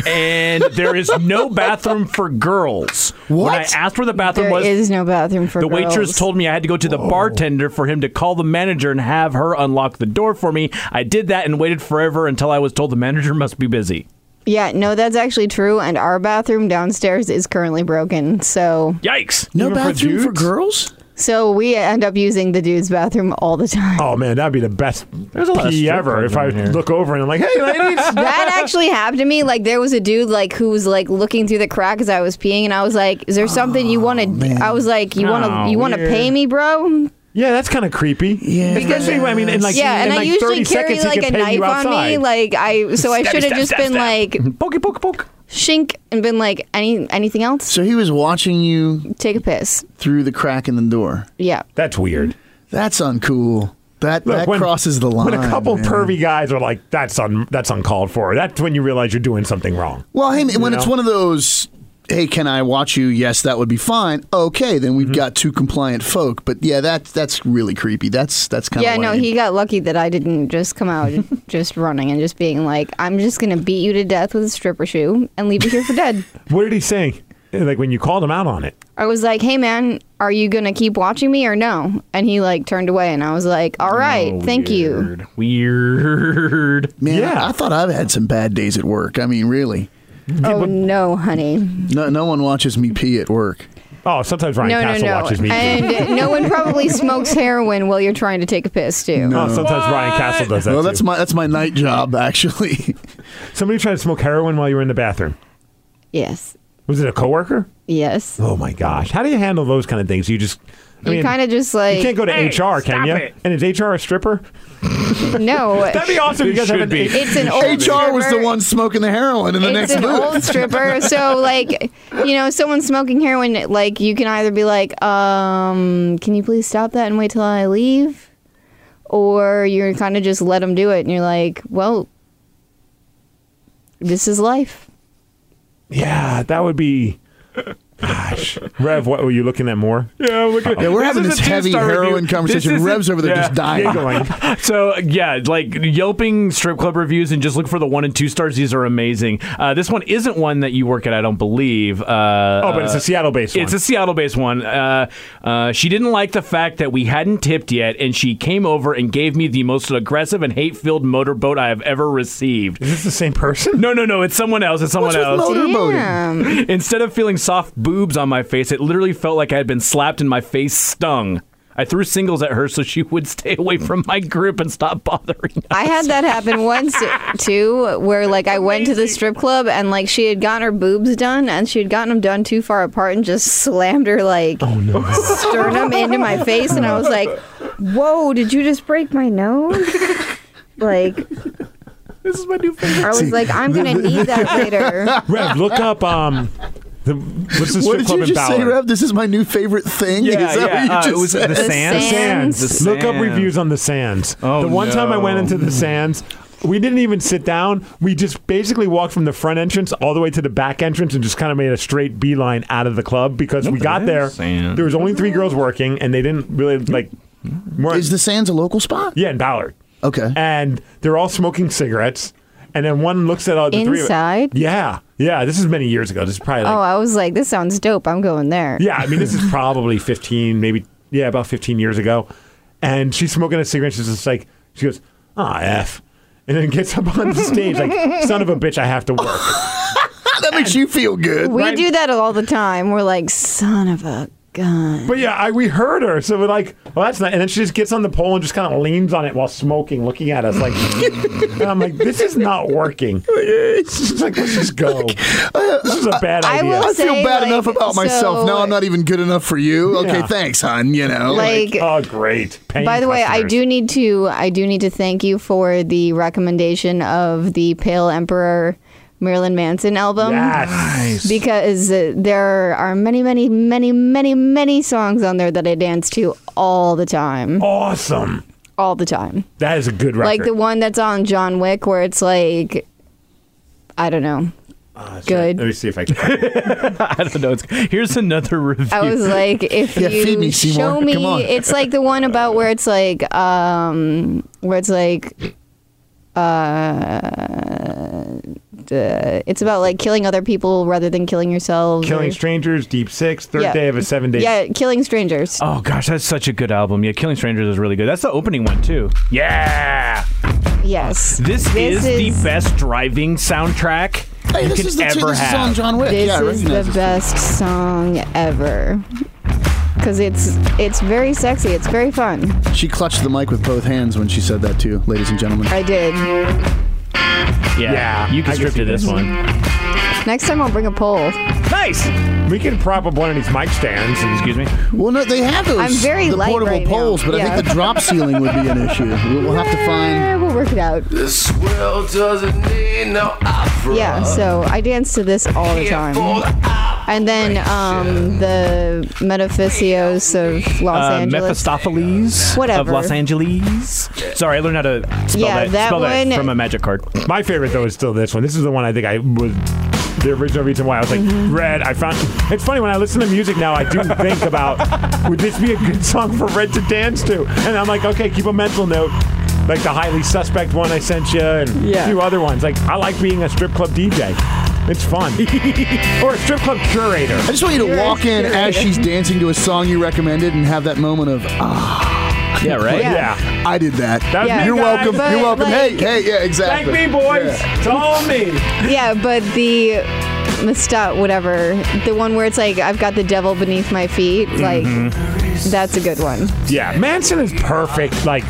Speaker 4: and there is no bathroom for girls. When I
Speaker 2: What?
Speaker 4: asked where the bathroom
Speaker 3: there
Speaker 4: was,
Speaker 3: is no bathroom for
Speaker 4: the
Speaker 3: girls.
Speaker 4: waitress told me I had to go to the bartender for him to call the manager and have her unlock the door for me. I did that and waited forever until I was told the manager must be busy.
Speaker 3: Yeah, no, that's actually true. And our bathroom downstairs is currently broken. So
Speaker 4: Yikes!
Speaker 2: No
Speaker 1: Even for
Speaker 2: bathroom for
Speaker 1: dudes?
Speaker 2: girls?
Speaker 3: so we end up using the dude's bathroom all the time.
Speaker 1: Oh man, that'd be the best
Speaker 4: a lot of
Speaker 1: pee
Speaker 4: strip
Speaker 1: ever
Speaker 4: clubs
Speaker 1: if I
Speaker 4: around here.
Speaker 1: look over and I'm like, hey ladies.
Speaker 3: That actually happened to me. Like there was a dude like who was like looking through the crack as I was peeing, and I was like, "Is there something
Speaker 1: Oh,
Speaker 3: you want to?" I was like, "You want
Speaker 4: Oh,
Speaker 3: to? You want to
Speaker 4: weird.
Speaker 3: pay me, bro?"
Speaker 1: yeah, that's kind of creepy.
Speaker 2: Yeah.
Speaker 1: Especially, I mean, in like,
Speaker 3: yeah,
Speaker 1: in
Speaker 3: and I
Speaker 1: like 30
Speaker 3: usually carry
Speaker 1: seconds, he
Speaker 3: like a
Speaker 1: could pay
Speaker 3: knife
Speaker 1: you
Speaker 3: on me,
Speaker 1: outside.
Speaker 3: like I. So I
Speaker 4: Stabby,
Speaker 3: should have
Speaker 4: stab,
Speaker 3: just
Speaker 4: stab,
Speaker 3: been
Speaker 4: stab.
Speaker 3: like
Speaker 4: Pokey, poke, poke.
Speaker 3: shink and been like, "Any anything else?
Speaker 2: So he was watching you
Speaker 3: Take a piss."
Speaker 2: through the crack in the door.
Speaker 3: Yeah.
Speaker 1: That's weird.
Speaker 2: That's uncool. That
Speaker 1: Look,
Speaker 2: that
Speaker 1: when-
Speaker 2: crosses the line.
Speaker 1: When a couple
Speaker 2: man.
Speaker 1: pervy guys are like, "That's un, that's uncalled for," that's when you realize you're doing something wrong.
Speaker 2: Well, hey, when it's
Speaker 1: know?
Speaker 2: one of those, hey, can I watch you? Yes, that would be fine. Okay, then we've got two compliant folk. But yeah, that that's really creepy. That's that's kind of
Speaker 3: Yeah, no, he got lucky that I didn't just come out just running and just being like, I'm just going to beat you to death with a stripper shoe and leave you here for dead.
Speaker 1: What did he say? Like when you called him out on it.
Speaker 3: I was like, hey, man, are you going to keep watching me or no? And he like turned away and I was like, all
Speaker 1: Oh,
Speaker 3: right, thank you.
Speaker 4: Weird.
Speaker 2: man.
Speaker 1: yeah.
Speaker 2: I, I thought I've had some bad days at work. I mean, really,
Speaker 3: Oh, no, honey.
Speaker 2: no no one watches me pee at work.
Speaker 1: Oh, sometimes Ryan
Speaker 3: No, no,
Speaker 1: Castle
Speaker 3: no.
Speaker 1: watches me. too.
Speaker 3: And no one probably smokes heroin while you're trying to take a piss, too.
Speaker 1: Oh, sometimes Ryan Castle does that.
Speaker 2: well,
Speaker 1: too.
Speaker 2: that's my that's my night job actually.
Speaker 1: Somebody tried to smoke heroin while you were in the bathroom.
Speaker 3: Yes.
Speaker 1: Was it a coworker?
Speaker 3: Yes.
Speaker 1: Oh my gosh! How do you handle those kind of things? You just, I
Speaker 3: you
Speaker 1: mean,
Speaker 3: kind of just
Speaker 1: you can't
Speaker 3: like,
Speaker 1: go to HR, can
Speaker 4: stop
Speaker 1: you?
Speaker 4: it.
Speaker 1: And is HR a stripper?
Speaker 3: no.
Speaker 1: That'd be awesome. if you guys have an
Speaker 4: be.
Speaker 3: It's an old
Speaker 2: HR was the
Speaker 3: stripper.
Speaker 2: one smoking the heroin in the
Speaker 3: it's
Speaker 2: next
Speaker 3: an
Speaker 2: booth.
Speaker 3: old stripper so like you know someone smoking heroin like you can either be like um can you please stop that and wait till i leave or you're kind of just let them do it and you're like well this is life
Speaker 1: Yeah, that would be. Gosh, Rev, what were you looking at more?
Speaker 4: Yeah, we're, good.
Speaker 2: Yeah, we're having
Speaker 4: is
Speaker 2: this
Speaker 4: a
Speaker 2: heavy
Speaker 4: two-star
Speaker 2: heroin
Speaker 4: review.
Speaker 2: conversation.
Speaker 4: This is a-
Speaker 2: Rev's over there
Speaker 4: yeah.
Speaker 2: just dying.
Speaker 1: Giggling.
Speaker 4: So yeah, like yelping strip club reviews and just look for the one and two stars. These are amazing. Uh, this one isn't one that you work at, I don't believe. Uh,
Speaker 1: Oh, but it's a Seattle-based one.
Speaker 4: It's a Seattle-based one. Uh, uh, she didn't like the fact that we hadn't tipped yet, and she came over and gave me the most aggressive and hate-filled motorboat I have ever received.
Speaker 1: Is this the same person?
Speaker 4: No, no, no. It's someone else. It's someone
Speaker 2: What's with
Speaker 4: else.
Speaker 2: motorboating?
Speaker 3: Damn.
Speaker 4: Instead of feeling soft boobs on my face, it literally felt like I had been slapped and my face stung. I threw singles at her so she would stay away from my grip and stop bothering.
Speaker 3: I had that happen once too, where like I went to the strip club and like she had gotten her boobs done and she had gotten them done too far apart and just slammed her like sternum into my face and I was like, "Whoa, did you just break my nose?" Like
Speaker 4: This is my new favorite.
Speaker 3: I was like, "I'm gonna need that later."
Speaker 1: Rev, look up um, the, what's the strip
Speaker 2: What did
Speaker 1: club
Speaker 2: you
Speaker 1: in
Speaker 2: just say,
Speaker 1: Ballard?
Speaker 2: Rev? This is my new favorite thing.
Speaker 4: Yeah,
Speaker 2: is that
Speaker 4: yeah.
Speaker 2: what you
Speaker 4: uh,
Speaker 2: just
Speaker 4: it was
Speaker 2: said?
Speaker 4: the
Speaker 3: Sands?
Speaker 4: sands.
Speaker 3: Sands.
Speaker 4: The
Speaker 1: Look up
Speaker 4: Sands.
Speaker 1: reviews on the Sands.
Speaker 4: Oh,
Speaker 1: the one time I
Speaker 4: no.
Speaker 1: went into the Sands, we didn't even sit down. We just basically walked from the front entrance all the way to the back entrance and just kind of made a straight beeline out of the club because we got there.
Speaker 4: Sands.
Speaker 1: There was only three girls working, and they didn't really like. weren't-
Speaker 2: Is the Sands a local spot?
Speaker 1: yeah, in Ballard,
Speaker 2: Okay.
Speaker 1: and they're all smoking cigarettes, and then one looks at all the three. of-
Speaker 3: Inside?
Speaker 1: Yeah, yeah. This is many years ago. This is probably like,
Speaker 3: Oh, I was like, "This sounds dope. I'm going there."
Speaker 1: yeah, I mean, this is probably 15, maybe, yeah, about 15 years ago. And she's smoking a cigarette. She's just like, she goes, ah, F. And then gets up on the stage, like, son of a bitch, I have to work.
Speaker 2: that makes you feel good.
Speaker 3: We do that all the time. We're like, "Son of a gun."
Speaker 1: But yeah, I, we heard her. So we're like, well, that's not. And then she just gets on the pole and just kind of leans on it while smoking, looking at us. Like, and I'm like, this is not working. She's like, let's just go. This is a bad
Speaker 3: I
Speaker 1: idea.
Speaker 3: will
Speaker 2: I feel
Speaker 3: say,
Speaker 2: bad
Speaker 3: like,
Speaker 2: enough about myself.
Speaker 3: so-
Speaker 2: Now I'm not even good enough for you. Okay,
Speaker 1: Yeah.
Speaker 2: thanks, hon. You know,
Speaker 3: Like,
Speaker 1: oh, great. Paying
Speaker 3: By the way, I
Speaker 1: customers.
Speaker 3: do need to I do need to thank you for the recommendation of the Pale Emperor Marilyn Manson album.
Speaker 1: Yes.
Speaker 3: Because uh, there are many, many, many, many, many songs on there that I dance to all the time.
Speaker 1: Awesome.
Speaker 3: All the time.
Speaker 1: That is a good record.
Speaker 3: Like the one that's on John Wick where it's like I don't know. good.
Speaker 1: Let me see if I can.
Speaker 4: I don't know. It's, here's another review.
Speaker 3: I was like, if
Speaker 2: Yeah,
Speaker 3: you
Speaker 2: feed me, Seymour.
Speaker 3: show
Speaker 2: Come on.
Speaker 3: me, it's like the one about where it's like, um, where it's like, uh, the- it's about like killing other people rather than killing yourself.
Speaker 1: Killing
Speaker 3: or-
Speaker 1: Strangers, Deep Six, Third
Speaker 3: Yeah.
Speaker 1: Day of a Seven Day.
Speaker 3: Yeah, killing strangers.
Speaker 4: oh gosh, that's such a good album. Yeah, Killing Strangers is really good. That's the opening one too. Yeah.
Speaker 3: Yes.
Speaker 4: This, is,
Speaker 3: is-
Speaker 4: the best driving soundtrack.
Speaker 2: Hey,
Speaker 4: you
Speaker 2: this
Speaker 4: can
Speaker 2: is the
Speaker 4: ever
Speaker 2: two, this
Speaker 4: have.
Speaker 2: is on John Wick.
Speaker 3: This
Speaker 2: yeah, I
Speaker 3: is
Speaker 2: recognize
Speaker 3: the best song ever. Cause it's it's very sexy. It's very fun.
Speaker 2: She clutched the mic with both hands when she said that too, ladies and gentlemen.
Speaker 3: I did.
Speaker 4: Yeah,
Speaker 1: Yeah,
Speaker 4: you
Speaker 1: I
Speaker 4: can strip
Speaker 1: can
Speaker 4: to
Speaker 1: see
Speaker 4: this
Speaker 1: this.
Speaker 4: one.
Speaker 3: Next time I'll bring a poll.
Speaker 4: Nice.
Speaker 1: We can prop up one of these mic stands. And
Speaker 4: Excuse me.
Speaker 2: Well, no, they have those
Speaker 3: I'm very
Speaker 2: the
Speaker 3: light
Speaker 2: portable
Speaker 3: right now.
Speaker 2: poles, but I
Speaker 3: Yeah.
Speaker 2: think the drop ceiling would be an issue. We'll, we'll have to find.
Speaker 3: Eh, we'll work it out.
Speaker 5: This world doesn't need no opera.
Speaker 3: Yeah. So um, I dance to this all the time. And then um, the Metaphysicios of Los
Speaker 4: Uh,
Speaker 3: Angeles.
Speaker 4: Mephistopheles of
Speaker 3: Whatever.
Speaker 4: Los Angeles. Sorry, I learned how to spell
Speaker 3: Yeah,
Speaker 4: that,
Speaker 3: that
Speaker 4: spell that
Speaker 3: one-
Speaker 4: from a magic card.
Speaker 1: My favorite though is still this one. This is the one I think I was the original reason why I was like
Speaker 3: Mm-hmm.
Speaker 1: Red. I found it's funny when I listen to music now. I do think about would this be a good song for Red to dance to? And I'm like, okay, keep a mental note. Like the highly suspect one I sent you, and
Speaker 3: Yeah.
Speaker 1: a few other ones. Like I like being a strip club DJ. It's fun, or a strip club curator.
Speaker 2: I just want you to walk in as she's dancing to a song you recommended and have that moment of, ah,
Speaker 4: Yeah, right?
Speaker 3: Yeah.
Speaker 1: Yeah,
Speaker 2: I did that.
Speaker 1: That was
Speaker 3: Yeah.
Speaker 1: me,
Speaker 2: You're
Speaker 1: guys.
Speaker 2: welcome.
Speaker 3: But,
Speaker 2: You're welcome. hey,
Speaker 3: like-
Speaker 2: hey, yeah,
Speaker 1: Thank
Speaker 2: exactly.
Speaker 1: me, boys.
Speaker 2: Yeah.
Speaker 1: It's all me.
Speaker 3: yeah, but the Mestat, whatever, the one where it's like I've got the devil beneath my feet.
Speaker 4: Mm-hmm.
Speaker 3: Like that's a good one.
Speaker 1: Yeah, Manson is perfect. Like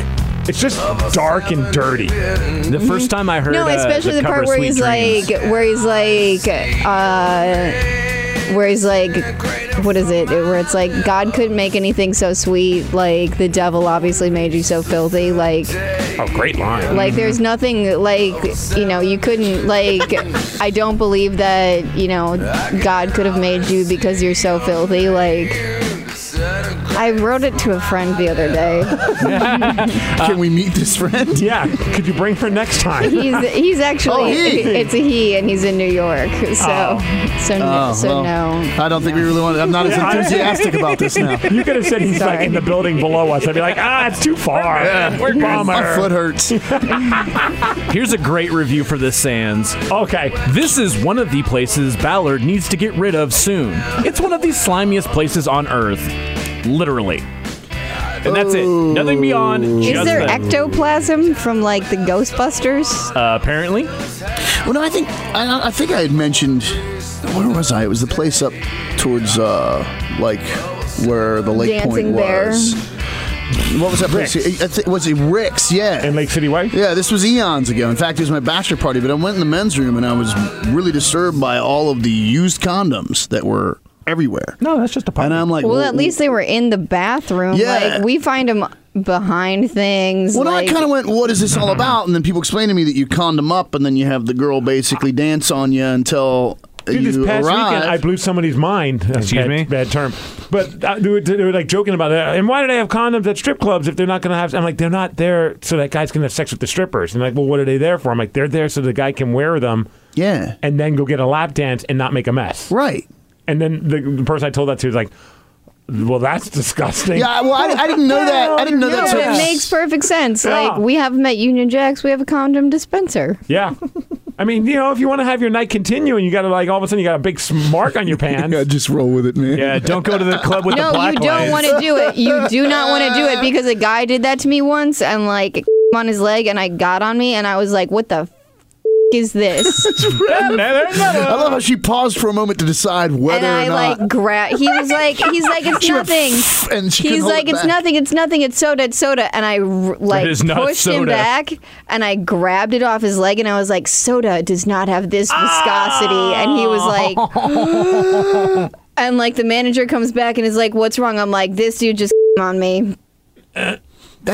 Speaker 1: it's just dark and dirty.
Speaker 4: The first time I heard
Speaker 3: No,
Speaker 4: uh,
Speaker 3: especially the,
Speaker 4: cover
Speaker 3: part
Speaker 4: of
Speaker 3: where
Speaker 4: Sweet
Speaker 3: he's
Speaker 4: Dreams.
Speaker 3: like, where he's like, uh, where he's like, what is it? Where it's like God couldn't make anything so sweet. Like the devil obviously made you so filthy. Like,
Speaker 1: Oh, great line.
Speaker 3: like there's nothing like you know you couldn't like. I don't believe that you know God could have made you because you're so filthy. Like. I wrote it to a friend the other day.
Speaker 2: Can we meet this friend?
Speaker 1: Yeah, could you bring for next time?
Speaker 3: He's he's actually
Speaker 2: Oh, he.
Speaker 3: it's a he and he's in New York. So so no,
Speaker 2: Oh,
Speaker 3: so
Speaker 2: well,
Speaker 3: no.
Speaker 2: I don't think we really want. I'm not as
Speaker 1: Yeah, I-
Speaker 2: enthusiastic about this now.
Speaker 1: You could have said he's like
Speaker 3: Sorry.
Speaker 1: in the building below us. I'd be like, ah, it's too far. We're
Speaker 2: My foot hurts.
Speaker 4: Here's a great review for this Sands.
Speaker 1: Okay.
Speaker 4: This is one of the places Ballard needs to get rid of soon. It's one of the slimiest places on Earth, literally. And that's it. Nothing beyond.
Speaker 3: Is
Speaker 4: just
Speaker 3: there
Speaker 4: that.
Speaker 3: ectoplasm from like the Ghostbusters?
Speaker 4: uh, apparently?
Speaker 2: Well, no, I think I, I think I had mentioned. Where was I? It was the place up towards uh, like where the Lake
Speaker 3: Dancing
Speaker 2: Point
Speaker 3: Bear.
Speaker 2: was. What was that place?
Speaker 1: Rick's.
Speaker 2: I thi- was it Rick's? Yeah.
Speaker 1: In Lake City Way?
Speaker 2: yeah, this was eons ago. In fact, it was my bachelor party, but I went in the men's room and I was really disturbed by all of the used condoms that were everywhere.
Speaker 4: No, that's just a part.
Speaker 2: And I'm like,
Speaker 3: Well, at least they were in the bathroom.
Speaker 2: Yeah.
Speaker 3: Like we find them behind things.
Speaker 2: Well, no,
Speaker 3: like,
Speaker 2: I kind of went, "What is this all about?" And then people explained to me that you condom up, and then you have the girl basically dance on you until
Speaker 1: Dude,
Speaker 2: you
Speaker 1: this past
Speaker 2: arrive.
Speaker 1: weekend, I blew somebody's mind. Excuse bad,
Speaker 4: me?
Speaker 1: Bad term. But uh, they, were, they were like joking about that. And why do they have condoms at strip clubs if they're not going to have? I'm like, they're not there so that guys can have sex with the strippers. And like, well, what are they there for? I'm like, they're there so the guy can wear them
Speaker 2: yeah,
Speaker 1: and then go get a lap dance and not make a mess.
Speaker 2: right.
Speaker 1: And then the, the person I told that to was like, well, that's disgusting.
Speaker 2: Yeah, well, I, I didn't know that. I didn't know
Speaker 3: No,
Speaker 2: that.
Speaker 3: it makes perfect sense.
Speaker 1: Yeah.
Speaker 3: Like we have them at Union Jacks. We have a condom dispenser.
Speaker 1: Yeah. I mean, you know, if you want to have your night continue and you got to, like, all of a sudden you got a big mark on your pants.
Speaker 2: just roll with it, man.
Speaker 4: yeah, don't go to the club with the
Speaker 3: No,
Speaker 4: black
Speaker 3: you don't
Speaker 4: lines.
Speaker 3: want to do it. You do not want to do it because a guy did that to me once and like on his leg, and I got on me, and I was like, "What the f- is this?"
Speaker 1: Yeah, there's another
Speaker 2: I
Speaker 1: one.
Speaker 2: love how she paused for a moment to decide
Speaker 3: and
Speaker 2: whether
Speaker 3: I
Speaker 2: or not.
Speaker 3: like grab. He was like, he's like, it's
Speaker 2: She went,
Speaker 3: nothing.
Speaker 2: and she couldn't
Speaker 3: he's
Speaker 2: hold
Speaker 3: like,
Speaker 2: it
Speaker 3: it's
Speaker 2: back.
Speaker 3: nothing. It's nothing. It's soda. It's soda. And I r- like
Speaker 4: is not
Speaker 3: pushed him
Speaker 4: soda.
Speaker 3: back, and I grabbed it off his leg, and I was like, soda does not have this viscosity. And he was like, and like the manager comes back and is like, what's wrong? I'm like, this dude just on me.
Speaker 2: that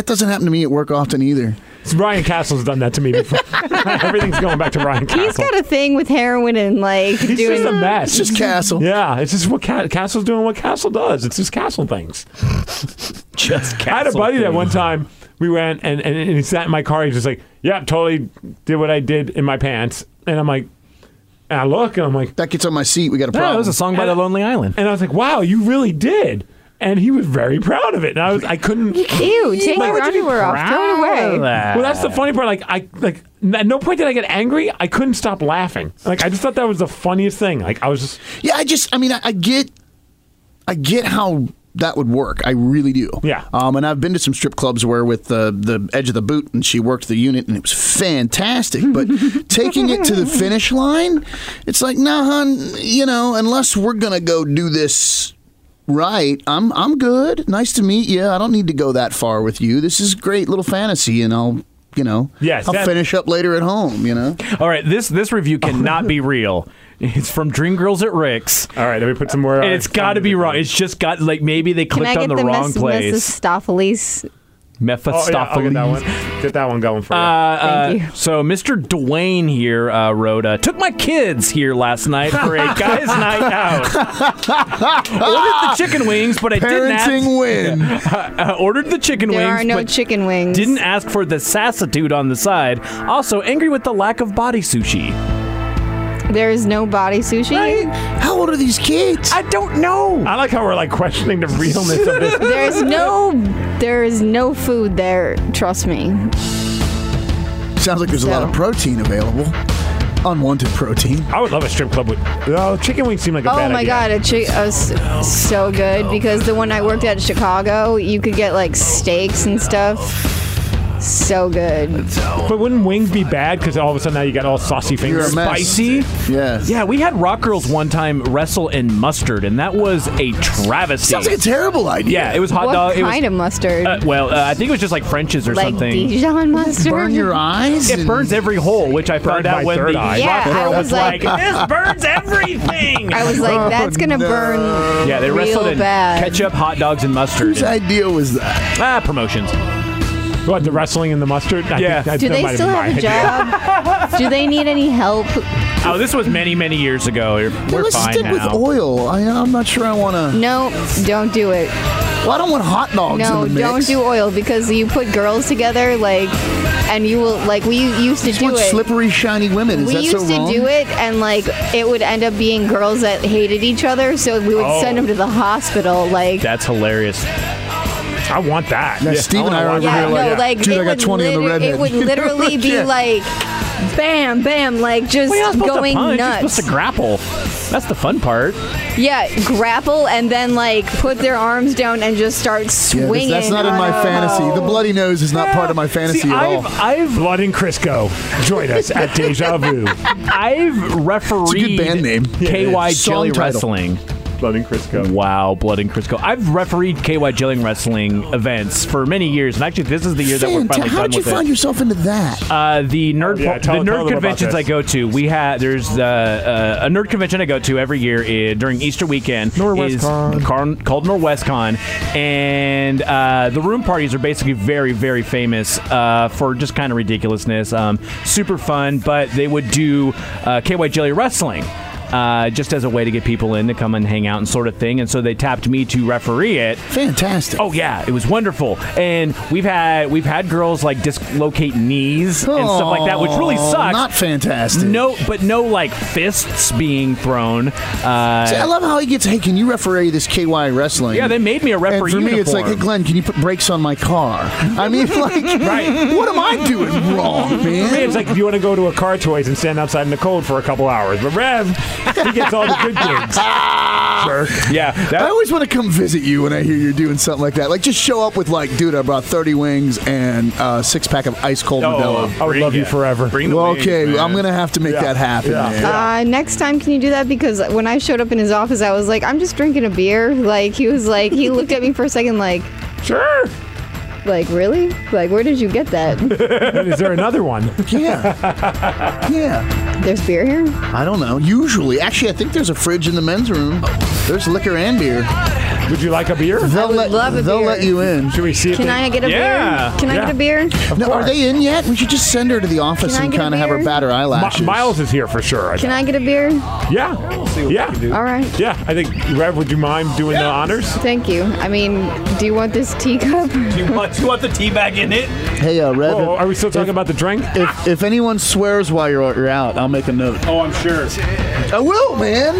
Speaker 2: doesn't happen to me at work often either.
Speaker 1: Ryan Castle's done that to me before. Everything's going back to Ryan Castle.
Speaker 3: He's got a thing with heroin and like
Speaker 1: He's
Speaker 3: doing.
Speaker 1: just a mess.
Speaker 2: It's just Castle.
Speaker 1: yeah, it's just what Ca- Castle's doing. What Castle does, it's just Castle things.
Speaker 4: Just
Speaker 1: I had a
Speaker 4: castle
Speaker 1: buddy that
Speaker 4: things.
Speaker 1: one time we went and, and, and he sat in my car. He's just like, "Yeah, totally did what I did in my pants," and I'm like, and I look and I'm like,
Speaker 2: That gets on my seat. We got a
Speaker 4: No,
Speaker 2: problem.
Speaker 4: it was a song by The Lonely Island.
Speaker 1: and I was like, "Wow, you really did," and he was very proud of it. And I was, I couldn't.
Speaker 3: Ew, take
Speaker 1: Why
Speaker 3: your
Speaker 1: would you be
Speaker 3: underwear off. Throw it away.
Speaker 1: Well, that's the funny part. Like, I like n- at no point did I get angry. I couldn't stop laughing. Like, I just thought that was the funniest thing. Like, I was just
Speaker 2: Yeah, I just, I mean, I, I get, I get how that would work. I really do.
Speaker 1: Yeah.
Speaker 2: Um, and I've been to some strip clubs where with the the edge of the boot, and she worked the unit, and it was fantastic. But taking it to the finish line, it's like, nah, hun, you know, unless we're gonna go do this. Right, I'm I'm good. Nice to meet you. I don't need to go that far with you. This is great little fantasy, and I'll you know
Speaker 1: Yes,
Speaker 2: I'll
Speaker 1: that-
Speaker 2: finish up later at home. You know,
Speaker 4: All right, this this review cannot be real. It's from Dream Girls at Rick's.
Speaker 1: All right, let me put some more.
Speaker 4: And it's got to be wrong. It's just got like maybe they
Speaker 3: Can I
Speaker 4: clicked
Speaker 3: get
Speaker 4: on the,
Speaker 3: the,
Speaker 4: wrong
Speaker 3: Mes-
Speaker 4: place.
Speaker 1: Oh,
Speaker 3: Mephistopheles?
Speaker 1: yeah, I'll get that
Speaker 4: Mephistopheles.
Speaker 1: one. Get that one going for you.
Speaker 3: Thank you.
Speaker 4: So Mr. Dwayne here uh, wrote, uh, took my kids here last night for a guys' night out. ordered the chicken wings, but I didn't ask.
Speaker 2: parenting win.
Speaker 4: I ordered the chicken
Speaker 3: There
Speaker 4: wings,
Speaker 3: are no
Speaker 4: but
Speaker 3: chicken wings.
Speaker 4: didn't ask for the sassitude on the side. Also angry with the lack of body sushi.
Speaker 3: There is no body sushi.
Speaker 2: How old are these kids?
Speaker 4: I don't know.
Speaker 1: I like how we're like questioning the realness of this.
Speaker 3: There is no. There is no food there. Trust me.
Speaker 2: Sounds like there's a lot of
Speaker 3: So-
Speaker 2: protein available. Unwanted protein.
Speaker 1: I would love a strip club with. Oh, chicken wings seem like a
Speaker 3: oh
Speaker 1: bad
Speaker 3: my
Speaker 1: idea.
Speaker 3: god, a chi- uh, s- so good because the one I worked at in Chicago, you could get like steaks and stuff. So good.
Speaker 1: But wouldn't wings be bad? Because all of a sudden now you got all saucy
Speaker 2: You're
Speaker 1: fingers.
Speaker 2: a mess.
Speaker 4: Spicy.
Speaker 2: Yeah.
Speaker 4: Yeah, we had rock girls one time wrestle in mustard, and that was a travesty.
Speaker 2: Sounds like a terrible idea.
Speaker 4: yeah, it was hot
Speaker 3: what
Speaker 4: dog.
Speaker 3: kind
Speaker 4: it
Speaker 3: of mustard?
Speaker 4: was, uh, well, uh, I think it was just like French's or
Speaker 3: like
Speaker 4: something.
Speaker 3: Dijon mustard.
Speaker 2: Burn your eyes.
Speaker 4: It
Speaker 2: and-
Speaker 4: burns every hole, which I found
Speaker 1: Burned
Speaker 4: out
Speaker 1: my
Speaker 4: when
Speaker 1: third
Speaker 4: the
Speaker 1: eye.
Speaker 3: Yeah,
Speaker 4: rock girl
Speaker 3: I
Speaker 4: was,
Speaker 3: was
Speaker 4: like,
Speaker 3: like-
Speaker 4: "This burns everything."
Speaker 3: I was like, that's gonna
Speaker 2: no.
Speaker 3: burn.
Speaker 4: yeah, they wrestled
Speaker 3: real
Speaker 4: in
Speaker 3: bad.
Speaker 4: ketchup, hot dogs, and mustard.
Speaker 2: Whose idea was that?
Speaker 4: Ah, promotions.
Speaker 1: What the wrestling and the mustard? I
Speaker 4: Yeah.
Speaker 1: that-
Speaker 3: Do
Speaker 1: that
Speaker 3: they
Speaker 1: might
Speaker 3: still
Speaker 1: been
Speaker 3: have
Speaker 1: my
Speaker 3: a
Speaker 1: idea.
Speaker 3: job? Do they need any help?
Speaker 4: Oh, this was many, many years ago. We're- We're
Speaker 2: Let's
Speaker 4: fine
Speaker 2: stick
Speaker 4: now.
Speaker 2: with oil. I, I'm not sure I want to.
Speaker 3: No, don't do it.
Speaker 2: Well, I don't want hot dogs
Speaker 3: No,
Speaker 2: in the mix.
Speaker 3: don't do oil because you put girls together like, and you will like we used to
Speaker 2: Just
Speaker 3: do
Speaker 2: want
Speaker 3: it.
Speaker 2: slippery, shiny women. Is
Speaker 3: we
Speaker 2: that
Speaker 3: used
Speaker 2: so
Speaker 3: to
Speaker 2: wrong?
Speaker 3: do it, and like it would end up being girls that hated each other, so we would
Speaker 2: Oh.
Speaker 3: send them to the hospital. Like,
Speaker 4: That's hilwanhilarious.
Speaker 1: I want that.
Speaker 2: Yeah, Steve and I
Speaker 1: want
Speaker 2: are over
Speaker 1: that.
Speaker 3: yeah,
Speaker 2: here,
Speaker 3: no,
Speaker 2: like,
Speaker 3: like,
Speaker 2: dude,
Speaker 3: it
Speaker 2: I got
Speaker 3: would
Speaker 2: 20 on the
Speaker 3: liter-
Speaker 2: red
Speaker 3: It would
Speaker 2: hand.
Speaker 3: literally be
Speaker 2: Yeah.
Speaker 3: like, bam, bam, like just
Speaker 4: Well, you're not supposed
Speaker 3: going
Speaker 4: to punch. You're
Speaker 3: nuts.
Speaker 4: supposed to grapple. That's the fun part.
Speaker 3: yeah, grapple and then like put their arms down and just start
Speaker 2: Yeah,
Speaker 3: swinging.
Speaker 2: that's not in my
Speaker 3: Oh.
Speaker 2: fantasy. The bloody nose is not part of my fantasy
Speaker 4: See,
Speaker 2: at
Speaker 4: I've,
Speaker 2: all.
Speaker 4: I've,
Speaker 1: Blood and Crisco. Join us at Deja Vu.
Speaker 4: I've refereed
Speaker 2: band name. Yeah,
Speaker 4: KY
Speaker 2: it is.
Speaker 4: Jelly
Speaker 2: Song title.
Speaker 4: Wrestling.
Speaker 1: Blood and Crisco.
Speaker 4: Wow, Blood and Crisco. I've refereed KY Jelling Wrestling events for many years, and actually, this is the year that we're
Speaker 2: Fanta-
Speaker 4: finally
Speaker 2: How
Speaker 4: done
Speaker 2: did you
Speaker 4: with
Speaker 2: find
Speaker 4: it.
Speaker 2: yourself into that?
Speaker 4: Uh, the nerd,
Speaker 1: yeah, tell-
Speaker 4: the
Speaker 1: tell them
Speaker 4: nerd
Speaker 1: about
Speaker 4: conventions
Speaker 1: this.
Speaker 4: I go to, we had there's uh, uh, a nerd convention I go to every year i- during Easter weekend.
Speaker 1: Norwest
Speaker 4: is
Speaker 1: Con.
Speaker 4: car- called NorwestCon, and uh, the room parties are basically very, very famous uh, for just kind of ridiculousness. Um, super fun, but they would do uh, KY Jelly Wrestling uh, just as a way to get people in to come and hang out and sort of thing. And so they tapped me to referee it.
Speaker 2: Fantastic.
Speaker 4: Oh yeah, it was wonderful, and we've had we've had girls like dislocate knees and stuff like that, which really
Speaker 2: Aw,
Speaker 4: sucks.
Speaker 2: Not fantastic.
Speaker 4: no, but no like fists being thrown. Uh,
Speaker 2: See, I love how he gets. Hey, can you referee this KY wrestling?
Speaker 4: yeah, they made me a referee
Speaker 2: And for
Speaker 4: uniform.
Speaker 2: me, it's like, hey, Glenn, can you put brakes on my car? I mean, like,
Speaker 4: Right.
Speaker 2: what am I doing wrong,
Speaker 1: Hey,
Speaker 2: man?
Speaker 1: It's like if you want to go to a car toys and stand outside in the cold for a couple hours. But Rev, he gets all the good gigs. Jerk.
Speaker 4: yeah,
Speaker 2: I
Speaker 4: that,
Speaker 2: always want to come visit you when I hear you're doing something like that. Like, just show up with, like, dude, I brought 30 wings and a six pack of ice cold Modelo.
Speaker 1: I would
Speaker 4: Bring
Speaker 1: love you
Speaker 4: it.
Speaker 1: forever. Oh, Bring
Speaker 2: Well, okay, I'm going to have to make
Speaker 1: Yeah.
Speaker 2: that happen,
Speaker 1: Yeah.
Speaker 2: man.
Speaker 3: Uh, next time, can you do that? Because when I showed up in his office, I was like, I'm just drinking a beer. Like he was like, he looked at me for a second, like,
Speaker 1: Sure.
Speaker 3: like really? Like where did you get that?
Speaker 1: Is there another one?
Speaker 2: Yeah. yeah.
Speaker 3: There's beer here.
Speaker 2: I don't know. Usually, actually, I think there's a fridge in the men's room. There's liquor and beer.
Speaker 1: Would you like a beer?
Speaker 2: They'll
Speaker 3: would
Speaker 2: let
Speaker 3: love a
Speaker 2: they'll
Speaker 3: beer.
Speaker 2: let you in.
Speaker 1: Should we see if
Speaker 3: Can
Speaker 1: they-
Speaker 3: I get a
Speaker 4: Yeah.
Speaker 3: beer? Can I
Speaker 1: Yeah.
Speaker 3: get a beer?
Speaker 2: No, are they in yet? We should just send her to the office
Speaker 3: Can I
Speaker 2: and
Speaker 3: get a
Speaker 2: kind of have her
Speaker 3: beer?
Speaker 2: bat her eyelashes.
Speaker 1: Mi- Miles is here for sure. I
Speaker 3: Can I get a beer?
Speaker 1: think. yeah. Yeah.
Speaker 3: All right.
Speaker 1: Yeah. I think Rev, would you mind doing the honors?
Speaker 3: Thank you. I mean, do you want this teacup?
Speaker 4: you want you want the tea bag in it?
Speaker 2: Hey, uh, Rev.
Speaker 1: Oh, are we still talking about the drink?
Speaker 2: If, if anyone swears while you're, you're out, I'll make a note.
Speaker 4: Oh, I'm sure.
Speaker 2: I will, man.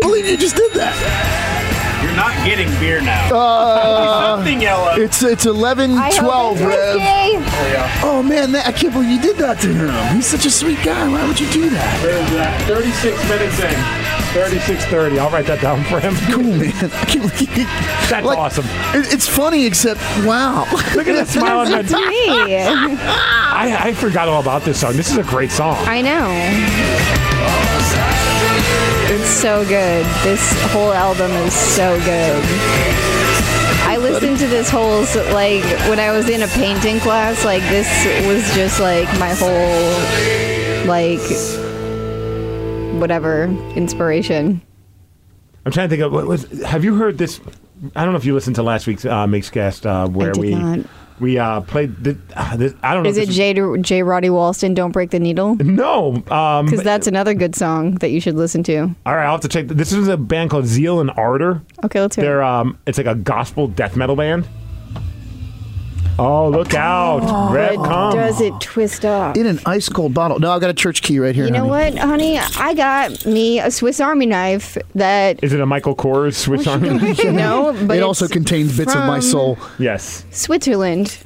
Speaker 2: believe you just did that.
Speaker 4: You're not
Speaker 6: getting beer now. Something yellow.
Speaker 2: Uh, It's it's 11,
Speaker 3: I hope
Speaker 2: 12,
Speaker 3: it's
Speaker 2: Rev.
Speaker 3: risky.
Speaker 2: Oh man, that, I can't believe you did that to him. He's such a sweet guy. Why would you do that?
Speaker 1: There's that. 36 minutes in. 36.30. I'll write that down for him.
Speaker 2: Cool man. I can't believe-
Speaker 1: That's
Speaker 2: Like,
Speaker 1: awesome.
Speaker 2: It, it's funny except wow.
Speaker 1: Look at that smile on
Speaker 3: It's
Speaker 1: that.
Speaker 3: me. Ah.
Speaker 1: I, I forgot all about this song. This is a great song.
Speaker 3: I know. It's so good. This whole album is so good. I listened to this whole s- like when I was in a painting class. Like this was just like my whole like whatever inspiration.
Speaker 1: I'm trying to think of what was. Have you heard this? I don't know if you listened to last week's uh, Mixcast uh, where
Speaker 3: did
Speaker 1: we
Speaker 3: not.
Speaker 1: we uh, played. The, uh, this, I don't know.
Speaker 3: Is
Speaker 1: if
Speaker 3: it
Speaker 1: this
Speaker 3: J. J. Roddy Walston? Don't break the needle.
Speaker 1: No. Um,
Speaker 3: Because that's another good song that you should listen to.
Speaker 1: all right, I'll have to check. This is a band called Zeal and Ardor.
Speaker 3: Okay, let's hear.
Speaker 1: They're um, it's like a gospel death metal band. Oh, look out! Red
Speaker 3: it.
Speaker 1: comes.
Speaker 3: Does it twist off?
Speaker 2: In an ice cold bottle. No, I've got a church key right here.
Speaker 3: You know
Speaker 2: honey.
Speaker 3: what, honey? I got me a Swiss Army knife that
Speaker 1: Is it a Michael Kors Swiss
Speaker 3: Oh,
Speaker 1: Army?
Speaker 3: you know, but
Speaker 2: it also
Speaker 3: it's
Speaker 2: contains bits of my
Speaker 3: from-
Speaker 2: soul.
Speaker 1: yes.
Speaker 3: Switzerland.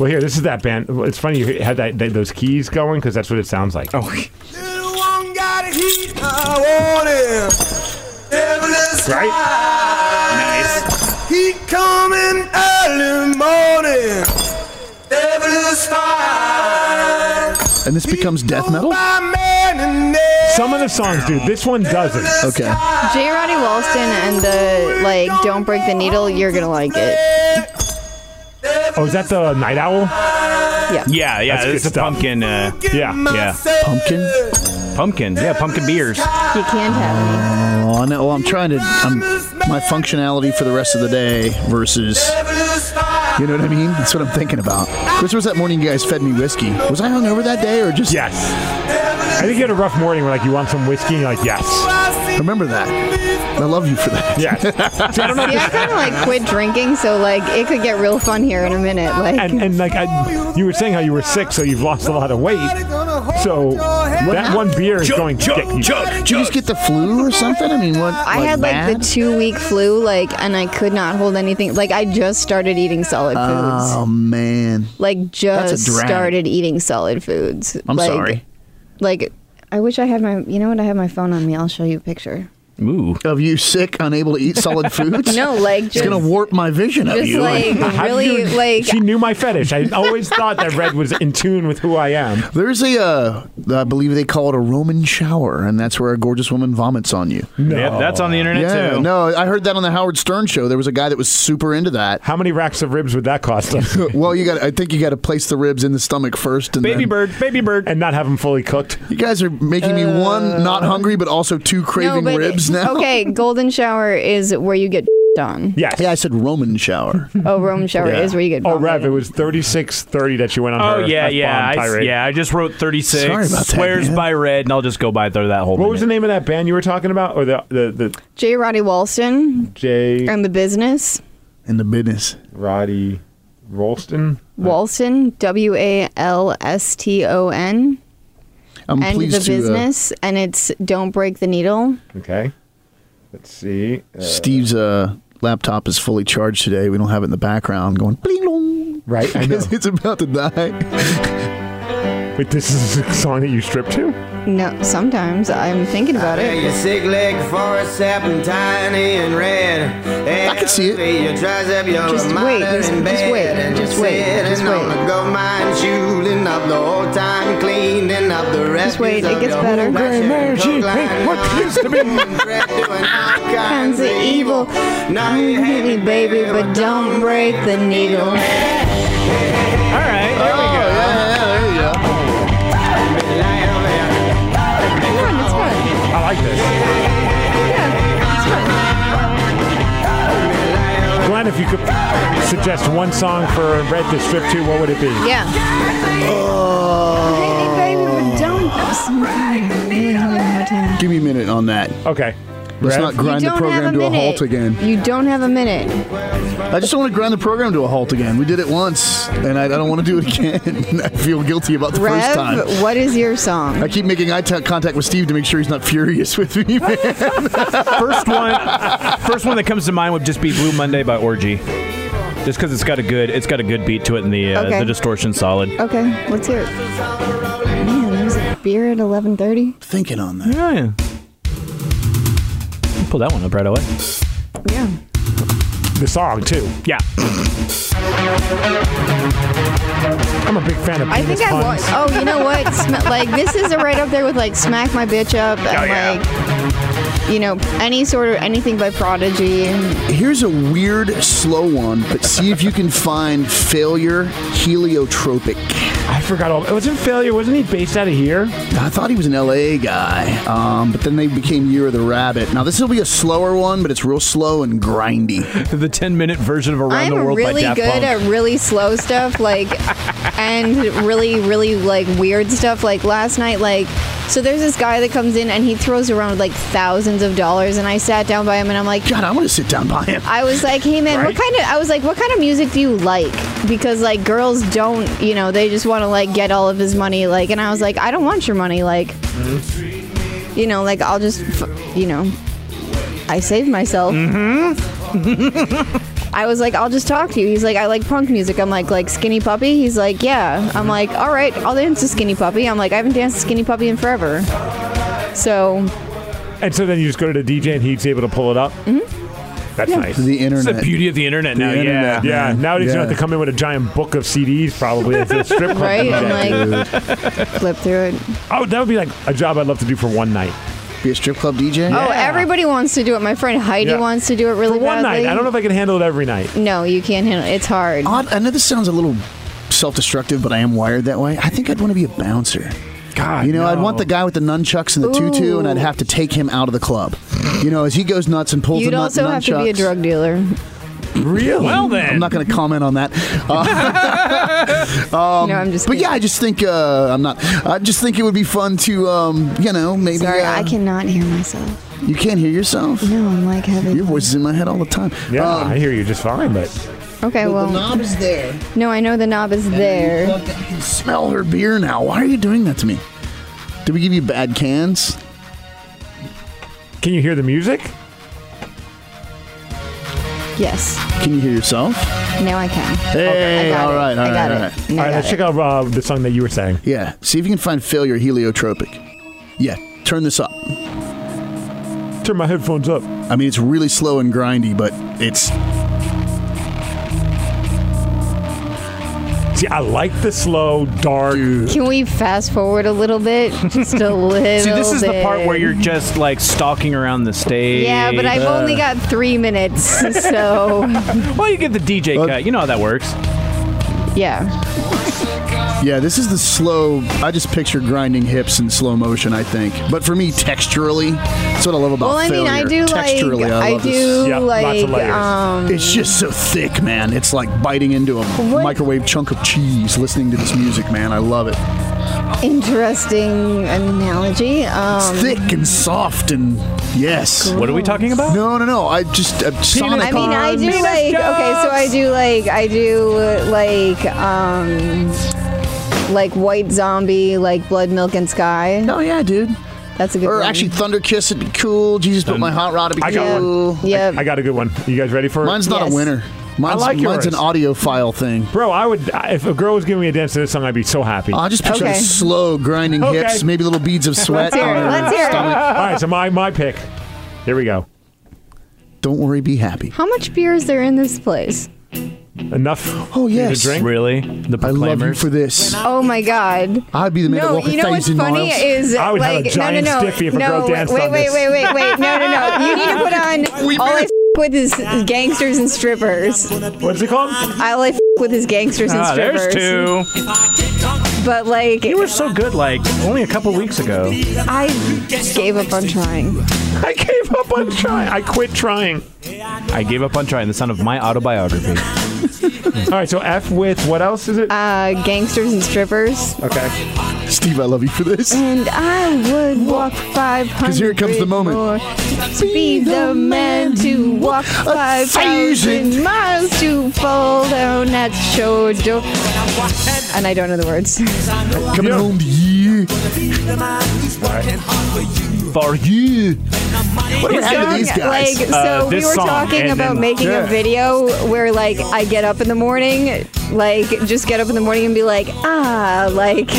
Speaker 1: Well, here, this is that band. It's funny you had that, that those keys going because that's what it sounds like. Oh,
Speaker 5: Little one got it, he- I want him. Devilish
Speaker 1: Right?
Speaker 5: night. He coming early morning. Devilish fire.
Speaker 2: And this becomes death metal?
Speaker 5: By man and name.
Speaker 1: some of the songs, dude. This one doesn't.
Speaker 2: Okay.
Speaker 3: J. Roddy Walston and the like, "Don't Break the Needle." You're gonna like it.
Speaker 1: Oh, is that the Night Owl?
Speaker 4: Yeah, yeah.
Speaker 1: That's good
Speaker 4: It's a
Speaker 1: stuff.
Speaker 4: pumpkin. Uh,
Speaker 1: Yeah.
Speaker 4: yeah,
Speaker 2: Pumpkin?
Speaker 4: pumpkin. Yeah, pumpkin beers.
Speaker 3: You can't have me.
Speaker 2: Oh, I know. Well, I'm trying to. I'm, my functionality for the rest of the day versus. You know what I mean? That's what I'm thinking about. This was that morning you guys fed me whiskey. Was I hungover that day or just.
Speaker 1: Yes. I think you had a rough morning. Where like you want some whiskey, and you're like, yes,
Speaker 2: Remember that. I love you for that.
Speaker 1: yes. See, I don't know.
Speaker 3: See, I
Speaker 1: If this,
Speaker 3: kind of like quit drinking, so like it could get real fun here in a minute. Like,
Speaker 1: and and like I, you were saying how you were sick, so you've lost a lot of weight. So that one beer is going to get you.
Speaker 2: Did you just get the flu or something? I mean, what?
Speaker 3: I had like
Speaker 2: bad?
Speaker 3: the two week flu, like, and I could not hold anything. Like, I just started eating solid foods.
Speaker 2: Oh, man.
Speaker 3: like, just
Speaker 2: drag.
Speaker 3: started eating solid foods.
Speaker 2: I'm
Speaker 3: like,
Speaker 2: sorry.
Speaker 3: Like, I wish I had my. You know what? I have my phone on me. I'll show you a picture.
Speaker 4: Ooh.
Speaker 2: Of you sick, unable to eat solid foods?
Speaker 3: No, like
Speaker 2: It's
Speaker 3: just,
Speaker 2: going to warp my vision of
Speaker 3: just
Speaker 2: you.
Speaker 3: like
Speaker 1: How do
Speaker 3: really
Speaker 1: you-
Speaker 3: like.
Speaker 1: she knew my fetish. I always thought that red was in tune with who I am.
Speaker 2: There's a, uh, I believe they call it a Roman shower, and that's where a gorgeous woman vomits on you.
Speaker 4: Yep, that's on the internet
Speaker 2: Yeah,
Speaker 4: too.
Speaker 2: no, I heard that on the Howard Stern show. There was a guy that was super into that.
Speaker 1: How many racks of ribs would that cost us?
Speaker 2: Well, you got. I think you got to place the ribs in the stomach first. And
Speaker 4: Baby
Speaker 2: then-
Speaker 4: bird, baby bird.
Speaker 1: and not have them fully cooked.
Speaker 2: You guys are making me
Speaker 4: Uh.
Speaker 2: one not hungry, but also two craving ribs now.
Speaker 3: Okay, golden shower is where you get on.
Speaker 1: Yes.
Speaker 2: Yeah, I said Roman shower.
Speaker 3: Oh, Roman shower
Speaker 1: Yeah.
Speaker 3: is where you get.
Speaker 1: Oh,
Speaker 3: vomited.
Speaker 1: Rev, it was thirty-six thirty that you went on.
Speaker 4: Oh
Speaker 1: her
Speaker 4: yeah,
Speaker 1: F-bomb
Speaker 4: yeah, I, s-
Speaker 1: tirade.
Speaker 4: yeah. I just wrote thirty six.
Speaker 2: Sorry about that,
Speaker 4: Swears
Speaker 2: man.
Speaker 4: by red, and I'll just go by through that whole.
Speaker 1: What was the name of that band you were talking about, or the the, the
Speaker 3: J. Roddy Walston
Speaker 1: J.
Speaker 3: and the business.
Speaker 2: In the business.
Speaker 1: Roddy Rolston?
Speaker 3: Walston, W A L S T O N,
Speaker 2: I'm
Speaker 3: and
Speaker 2: pleased to. uh,
Speaker 3: the business, and it's "Don't Break the Needle."
Speaker 1: Okay. Let's see. Uh,
Speaker 2: Steve's uh, laptop is fully charged today. We don't have it in the background going bling long.
Speaker 1: right, I know.
Speaker 2: Because it's about to die.
Speaker 1: Wait, this is a song that you stripped to?
Speaker 3: No, sometimes I'm thinking about
Speaker 7: Hey,
Speaker 3: it.
Speaker 7: your sick leg for a serpentine and red.
Speaker 2: I can see it.
Speaker 7: Your tricep, your
Speaker 3: Just
Speaker 7: reminder
Speaker 3: wait, just-
Speaker 7: in
Speaker 3: just
Speaker 7: bed,
Speaker 3: wait,
Speaker 7: and
Speaker 3: just
Speaker 7: you're
Speaker 3: wait,
Speaker 7: sitting
Speaker 3: just
Speaker 7: on
Speaker 3: wait.
Speaker 7: the gold mine, shooting up the whole time, cleaning up the rest.
Speaker 3: wait, it gets better. Kinds of evil.
Speaker 7: Now
Speaker 3: I'm
Speaker 7: you hate me, baby, but don't break
Speaker 3: the needle.
Speaker 4: All right, there we go.
Speaker 3: Come on, it's fun.
Speaker 1: I like this. Glenn, if you could suggest one song for Red to strip to, what would it be?
Speaker 3: Yeah. Hey, baby, but don't. I'm really having a hard time.
Speaker 2: Give me a minute on that.
Speaker 1: Okay.
Speaker 2: Let's
Speaker 1: Rev?
Speaker 2: not grind
Speaker 3: you
Speaker 2: the
Speaker 3: don't have
Speaker 2: program
Speaker 3: a
Speaker 2: to a
Speaker 3: minute.
Speaker 2: halt again.
Speaker 3: You don't have a minute.
Speaker 2: I just don't want to grind the program to a halt again. We did it once, and I, I don't want to do it again. I feel guilty about the first time.
Speaker 3: Rev, what is your song?
Speaker 2: I keep making eye t- contact with Steve to make sure he's not furious with me. man.
Speaker 4: First one, first one that comes to mind would just be Blue Monday by Orgy. Just because it's got a good, it's got a good beat to it, and the uh,
Speaker 3: Okay.
Speaker 4: the distortion's solid.
Speaker 3: Okay, let's hear it. Man, there's a beer at 11:30.
Speaker 2: Thinking on that.
Speaker 4: Yeah, yeah. Pull that one up right away.
Speaker 3: Yeah.
Speaker 1: The song too.
Speaker 4: Yeah,
Speaker 1: I'm a big fan of.
Speaker 3: I
Speaker 1: penis
Speaker 3: think I want.
Speaker 1: puns.
Speaker 3: Oh, you know what? Sm- like this is right up there with like "Smack My Bitch Up" and
Speaker 4: Oh,
Speaker 3: like you know any sort of anything by Prodigy.
Speaker 2: Here's a weird, slow one, but see if you can find failure heliotropic.
Speaker 1: I forgot all. It was in failure, wasn't he? Based out of here.
Speaker 2: I thought he was an LA guy, um, but then they became Year of the Rabbit. Now, this will be a slower one, but it's real slow and grindy.
Speaker 4: the ten minute version of Around
Speaker 3: I'm
Speaker 4: the World by
Speaker 3: really
Speaker 4: Daft
Speaker 3: good
Speaker 4: Punk.
Speaker 3: at really slow stuff, like and really really like weird stuff. Like last night, like so there's this guy that comes in and he throws around like thousands of dollars, and I sat down by him and I'm like.
Speaker 2: God, I want to sit down by him.
Speaker 3: I was like, hey man, what kind of? I was like, what kind of music do you like? Because like girls don't, you know, they just want to like get all of his money, like. And I was like, I don't want your money, like. You know, like I'll just, f- you know, I saved myself. Mm-hmm. I was like, I'll just talk to you. He's like, I like punk music. I'm like, like Skinny Puppy. He's like, yeah. I'm like, all right, I'll dance to Skinny Puppy. I'm like, I haven't danced to Skinny Puppy in forever. So
Speaker 1: And so then you just go to the DJ and he's able to pull it up. Mm-hmm. That's nice.
Speaker 2: The
Speaker 4: It's the
Speaker 2: internet.
Speaker 4: beauty of the internet now.
Speaker 2: internet.
Speaker 4: Yeah.
Speaker 1: yeah, nowadays you don't have to come in with a giant book of CDs probably at the strip club.
Speaker 3: right,
Speaker 1: Yeah.
Speaker 3: I'm like, flip through it.
Speaker 1: oh, that would be like a job I'd love to do for one night.
Speaker 2: Be a strip club DJ?
Speaker 3: Oh, everybody wants to do it. My friend Heidi
Speaker 1: Yeah.
Speaker 3: wants to do it really
Speaker 1: For one
Speaker 3: badly.
Speaker 1: night. I don't know if I can handle it every night.
Speaker 3: No, you can't handle it. It's hard.
Speaker 2: Odd. I know this sounds a little self-destructive, but I am wired that way. I think I'd want to be a bouncer.
Speaker 1: God,
Speaker 2: You know, I'd want the guy with the nunchucks and the tutu, and I'd have to take him out of the club. You know, as he goes nuts and pulls
Speaker 3: You'd
Speaker 2: the nut-
Speaker 3: also have to be a
Speaker 2: nunchucks.
Speaker 3: drug dealer.
Speaker 1: Really?
Speaker 4: Well then,
Speaker 2: I'm not going to comment on that. Uh,
Speaker 3: no, I'm just.
Speaker 2: but
Speaker 3: kidding.
Speaker 2: yeah, I just think uh, I'm not. I just think it would be fun to, um, you know, maybe.
Speaker 3: Sorry,
Speaker 2: uh,
Speaker 3: I cannot hear myself.
Speaker 2: You can't hear yourself.
Speaker 3: No, I'm like heavy.
Speaker 2: Your voice is in my head all the time.
Speaker 1: Yeah,
Speaker 2: Um,
Speaker 1: I hear you just fine, but
Speaker 3: Okay,
Speaker 2: the
Speaker 3: well,
Speaker 2: knob is there.
Speaker 3: no, I know the knob is there.
Speaker 2: Look, I can smell her beer now. Why are you doing that to me? Did we give you bad cans?
Speaker 1: can you hear the music?
Speaker 3: Yes,
Speaker 2: Can you hear yourself?
Speaker 3: now I can.
Speaker 2: Hey,
Speaker 3: I got
Speaker 2: all
Speaker 3: it.
Speaker 2: right, all
Speaker 3: I
Speaker 2: right,
Speaker 3: got it.
Speaker 2: all right.
Speaker 3: No,
Speaker 1: All
Speaker 3: I
Speaker 1: right,
Speaker 3: got
Speaker 1: let's
Speaker 3: it.
Speaker 1: check out uh, the song that you were saying.
Speaker 2: Yeah. See if you can find failure heliotropic. Yeah. Turn this up.
Speaker 1: Turn my headphones up.
Speaker 2: I mean, it's really slow and grindy, but it's
Speaker 1: See, I like the slow, dark.
Speaker 3: Can we fast forward a little bit? Just a little.
Speaker 4: see, this is the part where
Speaker 3: bit.
Speaker 4: you're just like stalking around the stage.
Speaker 3: Yeah, but I've only got three minutes, so
Speaker 4: Well, you get the DJ
Speaker 2: Uh,
Speaker 4: cut. You know how that works.
Speaker 3: yeah.
Speaker 2: yeah. This is the slow. I just picture grinding hips in slow motion. I think, but for me, texturally, that's what I love about
Speaker 3: Well, I mean,
Speaker 2: failure.
Speaker 3: I do
Speaker 2: texturally,
Speaker 3: like
Speaker 2: I,
Speaker 3: I
Speaker 2: love this.
Speaker 3: do
Speaker 1: Yeah, lots
Speaker 3: like
Speaker 1: of layers.
Speaker 3: um
Speaker 2: It's just so thick, man. It's like biting into a
Speaker 3: What-
Speaker 2: microwave chunk of cheese listening to this music, man. I love it.
Speaker 3: Interesting analogy. Um,
Speaker 2: Thick and soft and yes.
Speaker 4: What are we talking about?
Speaker 2: No, no, no. I just uh, Sonic.
Speaker 3: I mean, I do
Speaker 4: Penis
Speaker 3: like okay, so I do like I do uh, like um, like White Zombie, like Blood, Milk, and Sky.
Speaker 2: oh yeah, dude.
Speaker 3: That's a good.
Speaker 2: Or
Speaker 3: one.
Speaker 2: actually, Thunder Kiss would be cool. Jesus, put my hot rod would be
Speaker 1: I got
Speaker 2: cool.
Speaker 3: yeah,
Speaker 1: I got a good one. You guys ready for it?
Speaker 2: Mine's not
Speaker 3: Yes.
Speaker 2: a winner. Mine's,
Speaker 1: like
Speaker 2: mine's an
Speaker 1: yours.
Speaker 2: audiophile thing.
Speaker 1: Bro, I would. If a girl was giving me a dance to this song, I'd be so happy.
Speaker 2: I just picture
Speaker 3: Okay.
Speaker 2: those slow grinding
Speaker 1: Okay.
Speaker 2: hips, maybe little beads of sweat
Speaker 3: Let's hear
Speaker 2: on
Speaker 3: it.
Speaker 2: her
Speaker 3: Let's hear it.
Speaker 2: stomach.
Speaker 1: All right, so my my pick. Here we go.
Speaker 2: Don't worry, be happy.
Speaker 3: how much beer is there in this place?
Speaker 1: Enough.
Speaker 2: Oh
Speaker 1: you to
Speaker 2: yes,
Speaker 1: drink?
Speaker 4: Really?
Speaker 2: I
Speaker 4: The
Speaker 2: love you
Speaker 4: Proclaimers?
Speaker 2: for this.
Speaker 3: Oh my God!
Speaker 2: I'd be the man that
Speaker 3: No,
Speaker 2: walk a
Speaker 3: you know what's
Speaker 2: thousand
Speaker 3: funny
Speaker 2: miles.
Speaker 3: is
Speaker 1: I would have a
Speaker 3: like
Speaker 1: giant
Speaker 3: no, no, no,
Speaker 1: stiffy if a
Speaker 3: no,
Speaker 1: girl
Speaker 3: wait,
Speaker 1: danced
Speaker 3: wait,
Speaker 1: on
Speaker 3: wait,
Speaker 1: this.
Speaker 3: wait, wait, wait, no, no, no! You need to put on all I f- with is gangsters and strippers.
Speaker 1: What's it called?
Speaker 3: All I f- with is gangsters and
Speaker 4: Ah,
Speaker 3: strippers.
Speaker 4: there's two.
Speaker 3: But like,
Speaker 4: You were so good, like only a couple weeks ago.
Speaker 3: I gave up on trying.
Speaker 1: I gave up on trying. I quit trying.
Speaker 4: I gave up on trying the sound of my autobiography.
Speaker 1: All right, so F with what else is it?
Speaker 3: Uh, gangsters and strippers.
Speaker 1: okay.
Speaker 2: Steve, I love you for this.
Speaker 3: And I would walk 500. Because
Speaker 2: here comes the moment.
Speaker 3: More, to be the man to walk
Speaker 2: thousand.
Speaker 3: 5,000 miles to fall down at your door. And I don't know the words.
Speaker 2: Coming home to you.
Speaker 4: For you.
Speaker 2: What
Speaker 3: It's
Speaker 2: happened to these
Speaker 3: song,
Speaker 2: guys?
Speaker 3: Like, so
Speaker 4: Uh,
Speaker 3: we
Speaker 4: this
Speaker 3: were
Speaker 4: song,
Speaker 3: talking
Speaker 4: and
Speaker 3: about
Speaker 4: then-
Speaker 3: making
Speaker 2: Yeah.
Speaker 3: a video where, like, I get up in the morning, like, just get up in the morning and be like, ah, like.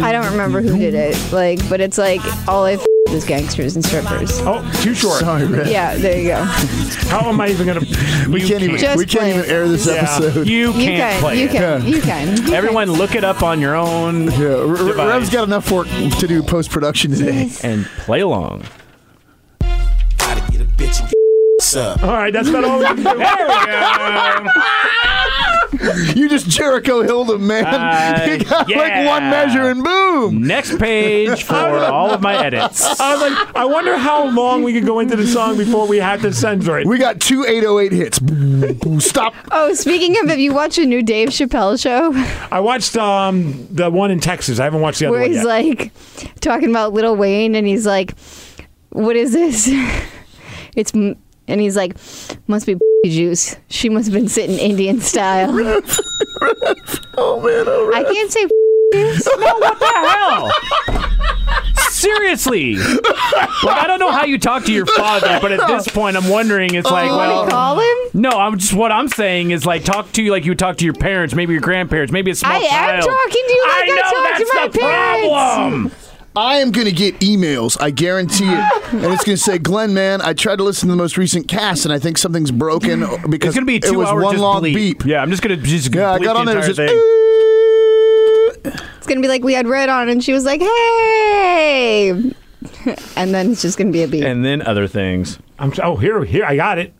Speaker 3: I don't remember who did it, like, but it's like all I f- is gangsters and strippers.
Speaker 1: Oh, too short.
Speaker 2: Sorry, Red.
Speaker 3: Yeah, there you go.
Speaker 1: How am I even gonna?
Speaker 2: We can't even.
Speaker 3: Just
Speaker 2: we can't
Speaker 3: play
Speaker 2: even
Speaker 3: it.
Speaker 2: air this episode.
Speaker 4: You can't
Speaker 3: You can,
Speaker 4: play
Speaker 3: you
Speaker 4: it.
Speaker 3: can, you can.
Speaker 4: Everyone, look it up on your own
Speaker 2: Yeah, R- R-
Speaker 4: Device.
Speaker 2: Rev's got enough work to do post production today.
Speaker 4: and play along.
Speaker 5: Gotta get a bitch and get up.
Speaker 1: All right, that's about all we can do.
Speaker 2: You just Jericho hilled him, man.
Speaker 4: Uh,
Speaker 2: you got
Speaker 4: yeah.
Speaker 2: like one measure and boom.
Speaker 4: Next page for all of my edits.
Speaker 1: I was like, I wonder how long we could go into the song before we have to censor it.
Speaker 2: We got two 808 hits. Boom, boom, Stop.
Speaker 3: Oh, speaking of, have you watched a new Dave Chappelle show
Speaker 1: I watched um the one in Texas. I haven't watched the other
Speaker 3: where
Speaker 1: one
Speaker 3: he's
Speaker 1: yet.
Speaker 3: like talking about Little Wayne and he's like, "What is this?" It's m- and he's like, "Must be juice. She must have been sitting Indian style."
Speaker 2: Oh man. Oh,
Speaker 3: I can't say.
Speaker 4: hell? Seriously. Like, I don't know how you talk to your father, but at this point, I'm wondering, it's like,
Speaker 3: What do
Speaker 4: well,
Speaker 3: you call him?
Speaker 4: no, I'm just, what I'm saying is like, talk to you like you would talk to your parents, maybe your grandparents, maybe a small
Speaker 3: I am
Speaker 4: child.
Speaker 3: talking to you like I,
Speaker 4: know,
Speaker 3: talk to
Speaker 4: that's
Speaker 3: my
Speaker 4: the
Speaker 3: parents.
Speaker 4: problem.
Speaker 2: I am going to get emails. I guarantee it. And it's going to say, Glenn, man, I tried to listen to the most recent cast and I think something's broken because
Speaker 4: It's gonna be a
Speaker 2: it
Speaker 4: two
Speaker 2: was
Speaker 4: hour
Speaker 2: one
Speaker 4: just
Speaker 2: long
Speaker 4: bleep.
Speaker 2: beep.
Speaker 4: Yeah, I'm just gonna just
Speaker 2: Yeah, I
Speaker 4: bleep
Speaker 2: got
Speaker 4: the
Speaker 2: on there. It was
Speaker 4: entire
Speaker 2: just,
Speaker 4: thing.
Speaker 3: It's gonna be like we had red on and she was like, "Hey," and then it's just gonna be a beat.
Speaker 4: and then other things.
Speaker 1: I'm, oh, here, here, I got it.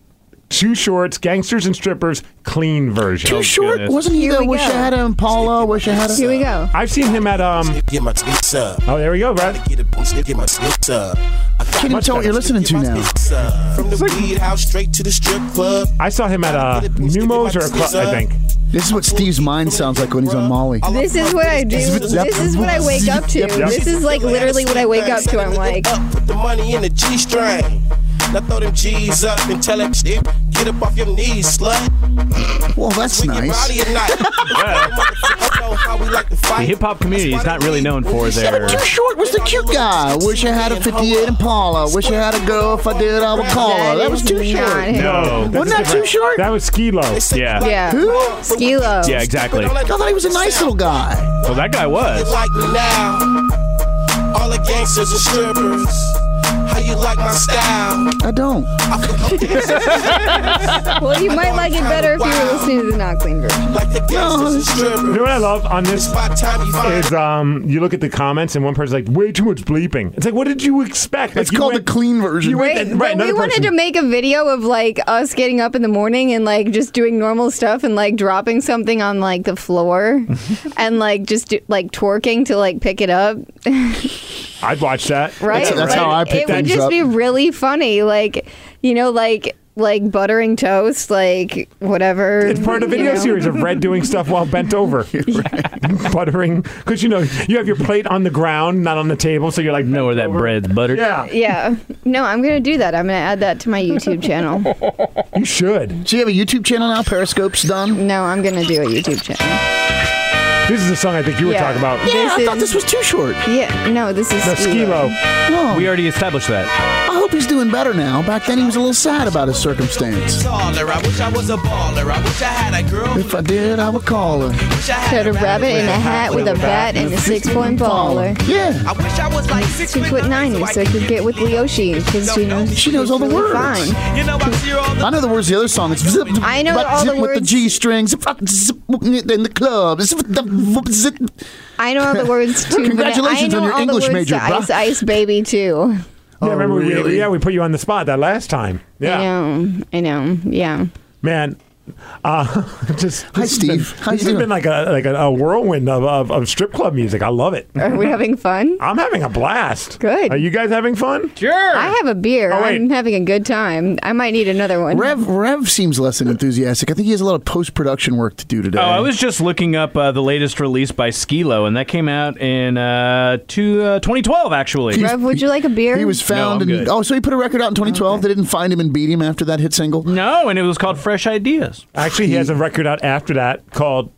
Speaker 1: Two shorts, gangsters and strippers, clean version.
Speaker 2: too short.
Speaker 4: Oh, goodness.
Speaker 2: Wasn't he
Speaker 3: Here
Speaker 2: the
Speaker 3: we
Speaker 2: Wish I
Speaker 3: go.
Speaker 2: Had Him, Paula, Wish I Had
Speaker 3: Here
Speaker 2: Him?
Speaker 3: we go.
Speaker 1: I've seen him at um.
Speaker 5: Get my tits up.
Speaker 1: Oh, there we go, Brad.
Speaker 5: Get a bitch, get my tits up. I got
Speaker 2: Can't even
Speaker 5: my
Speaker 2: tell what you're listening to now.
Speaker 5: tits up. From the weed house straight to the strip club.
Speaker 1: I saw him at uh Numos or a club, I think.
Speaker 2: This is what Steve's mind sounds like when he's on Molly.
Speaker 3: This is what I do. This is what I wake up to. This is like literally what I wake up to. I'm like,
Speaker 5: Up, put the money in the G string. Now throw them G's up and tell that shit, get up off your knees, slut.
Speaker 2: Well, that's
Speaker 5: Swing your body
Speaker 2: nice.
Speaker 5: or not. Motherfucker, know how we like
Speaker 4: The
Speaker 5: to fight.
Speaker 4: hip hop community is not really known for their.
Speaker 2: Too short was the cute guy. Wish I had a 58 Impala. Wish I had a girl. If I did, I would call her. That was too
Speaker 3: is not
Speaker 2: short.
Speaker 3: him.
Speaker 4: No.
Speaker 1: that's
Speaker 2: Wasn't that
Speaker 1: different.
Speaker 2: too short?
Speaker 1: That was Ski Low.
Speaker 4: Yeah.
Speaker 3: Yeah.
Speaker 2: Who?
Speaker 3: Skilo.
Speaker 4: Yeah, exactly.
Speaker 2: I
Speaker 4: Well,
Speaker 2: thought he was a nice little guy.
Speaker 4: that guy
Speaker 5: You
Speaker 4: was.
Speaker 5: like me now. All the gangsters and strippers. How you like my style?
Speaker 2: I don't.
Speaker 5: I feel comfortable
Speaker 3: Well, you might like it better if you were listening to the not clean version.
Speaker 5: like the gangsters and
Speaker 1: You know
Speaker 5: strippers.
Speaker 1: what I love on
Speaker 5: It's
Speaker 1: this
Speaker 5: about time you find
Speaker 4: uh,
Speaker 1: is um you look at the comments and one person's like way too much bleeping. It's like what did you expect? Like,
Speaker 2: It's
Speaker 1: you
Speaker 2: called
Speaker 1: went-
Speaker 2: the clean version.
Speaker 1: you went-
Speaker 3: Right,
Speaker 1: right,
Speaker 3: but we
Speaker 1: another
Speaker 3: wanted
Speaker 1: person.
Speaker 3: to make a video of like us getting up in the morning and like just doing normal stuff and like dropping something on like the floor and like just do, like twerking to like pick it up,
Speaker 1: I'd watch that.
Speaker 3: right?
Speaker 2: That's- that's
Speaker 3: Like,
Speaker 2: how I pick
Speaker 3: It would
Speaker 2: things
Speaker 3: just
Speaker 2: up.
Speaker 3: be really funny, like you know, like like buttering toast, like whatever.
Speaker 1: It's part of a
Speaker 3: you
Speaker 1: video
Speaker 3: know?
Speaker 1: series of Red doing stuff while bent over, buttering. Because you know you have your plate on the ground, not on the table, so you're like
Speaker 4: Know where that bread's buttered.
Speaker 1: Yeah,
Speaker 3: Yeah. No, I'm gonna do that. I'm gonna add that to my YouTube channel.
Speaker 1: you should.
Speaker 2: Do you have a YouTube channel now? Periscope's done.
Speaker 3: No, I'm gonna do a YouTube channel.
Speaker 1: This is the song I think you were
Speaker 3: Yeah.
Speaker 1: talking about.
Speaker 3: Yeah.
Speaker 2: Yeah, I
Speaker 3: This
Speaker 2: thought
Speaker 3: is-
Speaker 2: this was too short.
Speaker 3: Yeah. No, this is
Speaker 1: The ski low.
Speaker 2: No,
Speaker 4: We already established that.
Speaker 2: I hope he's doing better now. Back then, he was a little sad about his circumstance.
Speaker 5: baller. I wish I was a baller. I wish I had a girl.
Speaker 2: If I did, I would call her.
Speaker 5: Wish
Speaker 3: Cut
Speaker 5: I had
Speaker 3: a
Speaker 5: a rabbit.
Speaker 3: rabbit in a hat with a bat and a six-point baller.
Speaker 2: Yeah,
Speaker 5: I wish I was like six
Speaker 3: Two foot nine, so I could get with Leoshi because you know
Speaker 2: she knows all the
Speaker 3: she's really
Speaker 2: words.
Speaker 3: Fine.
Speaker 5: You know I see her all the
Speaker 2: I know the words. of The other song. It's zip,
Speaker 3: I know
Speaker 2: zip,
Speaker 3: all
Speaker 2: zip
Speaker 3: the
Speaker 2: with the
Speaker 3: words.
Speaker 2: G strings. Zip, zip, In the club. Zip, zip, zip.
Speaker 3: I know all the words too. but
Speaker 2: Congratulations
Speaker 3: I
Speaker 2: on
Speaker 3: know
Speaker 2: your
Speaker 3: all the
Speaker 2: English
Speaker 3: words
Speaker 2: major,
Speaker 3: to
Speaker 2: bruh.
Speaker 3: Ice Ice Baby too.
Speaker 1: Yeah, remember
Speaker 2: Oh, really?
Speaker 1: we yeah we put you on the spot that last time.
Speaker 3: I
Speaker 1: Yeah,
Speaker 3: know. I know. Yeah.
Speaker 1: man. Uh, just
Speaker 2: Hi,
Speaker 1: this has
Speaker 2: Steve.
Speaker 1: been-
Speaker 2: How you
Speaker 1: this has
Speaker 2: doing?
Speaker 1: been like a like a, a whirlwind of, of, of strip club music. I love it.
Speaker 3: Are we having fun?
Speaker 1: I'm having a blast.
Speaker 3: Good.
Speaker 1: Are you guys having fun?
Speaker 6: Sure.
Speaker 3: I have a beer.
Speaker 1: Oh, wait.
Speaker 3: I'm having a good time. I might need another one.
Speaker 2: Rev Rev seems less than enthusiastic. I think he has a lot of post production work to do today.
Speaker 4: Oh, I was just looking up uh, the latest release by Skilo, and that came out in uh, two, uh, 2012, actually.
Speaker 2: He's-
Speaker 3: Rev, would you like a beer?
Speaker 2: He was found
Speaker 4: I'm
Speaker 2: in
Speaker 4: good.
Speaker 2: oh, so he put a record out in 2012. They didn't find him and beat him after that hit single.
Speaker 4: No, and it was called Fresh Ideas.
Speaker 1: Actually, he has a record out after that called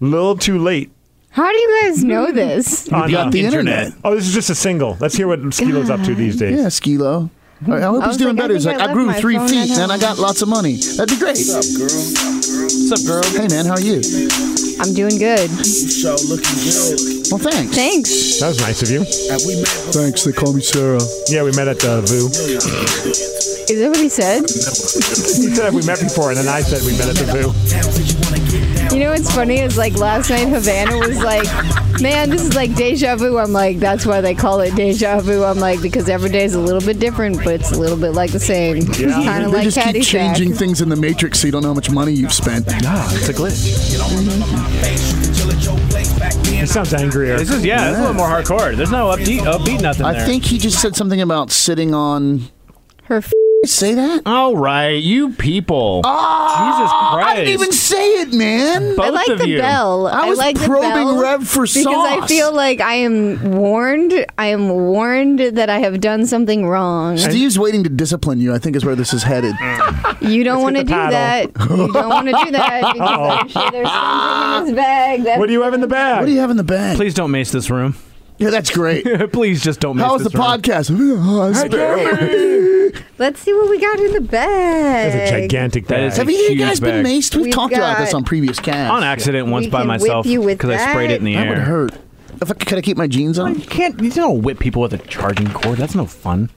Speaker 1: "Little Too Late."
Speaker 3: How do you guys know this?
Speaker 1: On, uh,
Speaker 2: the internet.
Speaker 1: oh, this is just a single. Let's hear what Skilo's up to these days.
Speaker 2: Yeah, Skilo. I I hope
Speaker 3: I
Speaker 2: he's
Speaker 3: was
Speaker 2: doing
Speaker 3: like, I
Speaker 2: better. He's
Speaker 3: think
Speaker 2: like,
Speaker 3: I
Speaker 2: I
Speaker 3: left
Speaker 2: grew
Speaker 3: my
Speaker 2: three
Speaker 3: phone
Speaker 2: feet
Speaker 3: at
Speaker 2: and I
Speaker 3: home.
Speaker 2: got lots of money. That'd be great. What's up, girl? Hey, man, how are you?
Speaker 3: I'm doing good.
Speaker 2: Well, thanks.
Speaker 3: Thanks.
Speaker 1: That was nice of you.
Speaker 2: Thanks. They call me Sarah.
Speaker 1: Yeah, we met at the VU.
Speaker 3: Is that what he said?
Speaker 1: He said we met before, and then I said we met at the VU.
Speaker 3: You know what's funny is like last night Havana was like, man, this is like deja vu. I'm like, that's why they call it deja vu. I'm like, because every day is a little bit different, but it's a little bit like the same. kind
Speaker 2: They
Speaker 3: of like
Speaker 2: just keep changing
Speaker 3: Caddyshack.
Speaker 2: things in the matrix so you don't know how much money you've spent.
Speaker 4: It's a glitch.
Speaker 1: He sounds angrier.
Speaker 4: This is, yeah, it's a little more hardcore. There's no upbeat, upbeat nothing
Speaker 2: I
Speaker 4: there.
Speaker 2: think he just said something about sitting on.
Speaker 3: Her f-
Speaker 2: Say that?
Speaker 4: All right, you people. Jesus Christ.
Speaker 2: I didn't even say it, man.
Speaker 4: Both
Speaker 3: I like
Speaker 4: of
Speaker 3: the
Speaker 4: you.
Speaker 3: bell.
Speaker 2: I was
Speaker 3: like the
Speaker 2: probing
Speaker 3: bell
Speaker 2: Rev for
Speaker 3: because I
Speaker 2: sauce.
Speaker 3: feel like I am warned. I am warned that I have done something wrong.
Speaker 2: Steve's waiting to discipline you. I think is where this is headed.
Speaker 3: You don't want to
Speaker 1: get
Speaker 3: do
Speaker 1: the
Speaker 3: that. You don't want to do that because I'm sure there's something in this bag. That's
Speaker 1: What do you have in the bag?
Speaker 2: What do you have in the bag?
Speaker 4: Please don't mace this room.
Speaker 2: Yeah, that's great.
Speaker 4: Please just don't mace
Speaker 2: How was the
Speaker 4: this room.
Speaker 2: podcast?
Speaker 3: Let's see what we got in the bag.
Speaker 1: That's a gigantic
Speaker 4: That
Speaker 1: bag.
Speaker 4: is
Speaker 2: Have
Speaker 4: a
Speaker 2: you
Speaker 4: huge
Speaker 2: guys been
Speaker 4: bag.
Speaker 2: maced? We've,
Speaker 3: We've
Speaker 2: talked about this
Speaker 3: got-
Speaker 2: on previous casts.
Speaker 4: On accident once
Speaker 3: We
Speaker 4: by
Speaker 3: can whip
Speaker 4: myself
Speaker 3: you with
Speaker 4: I sprayed it in the
Speaker 2: That
Speaker 4: air.
Speaker 2: would hurt. If I, could I keep my jeans on?
Speaker 4: You can't. You don't whip people with a charging cord. That's no fun.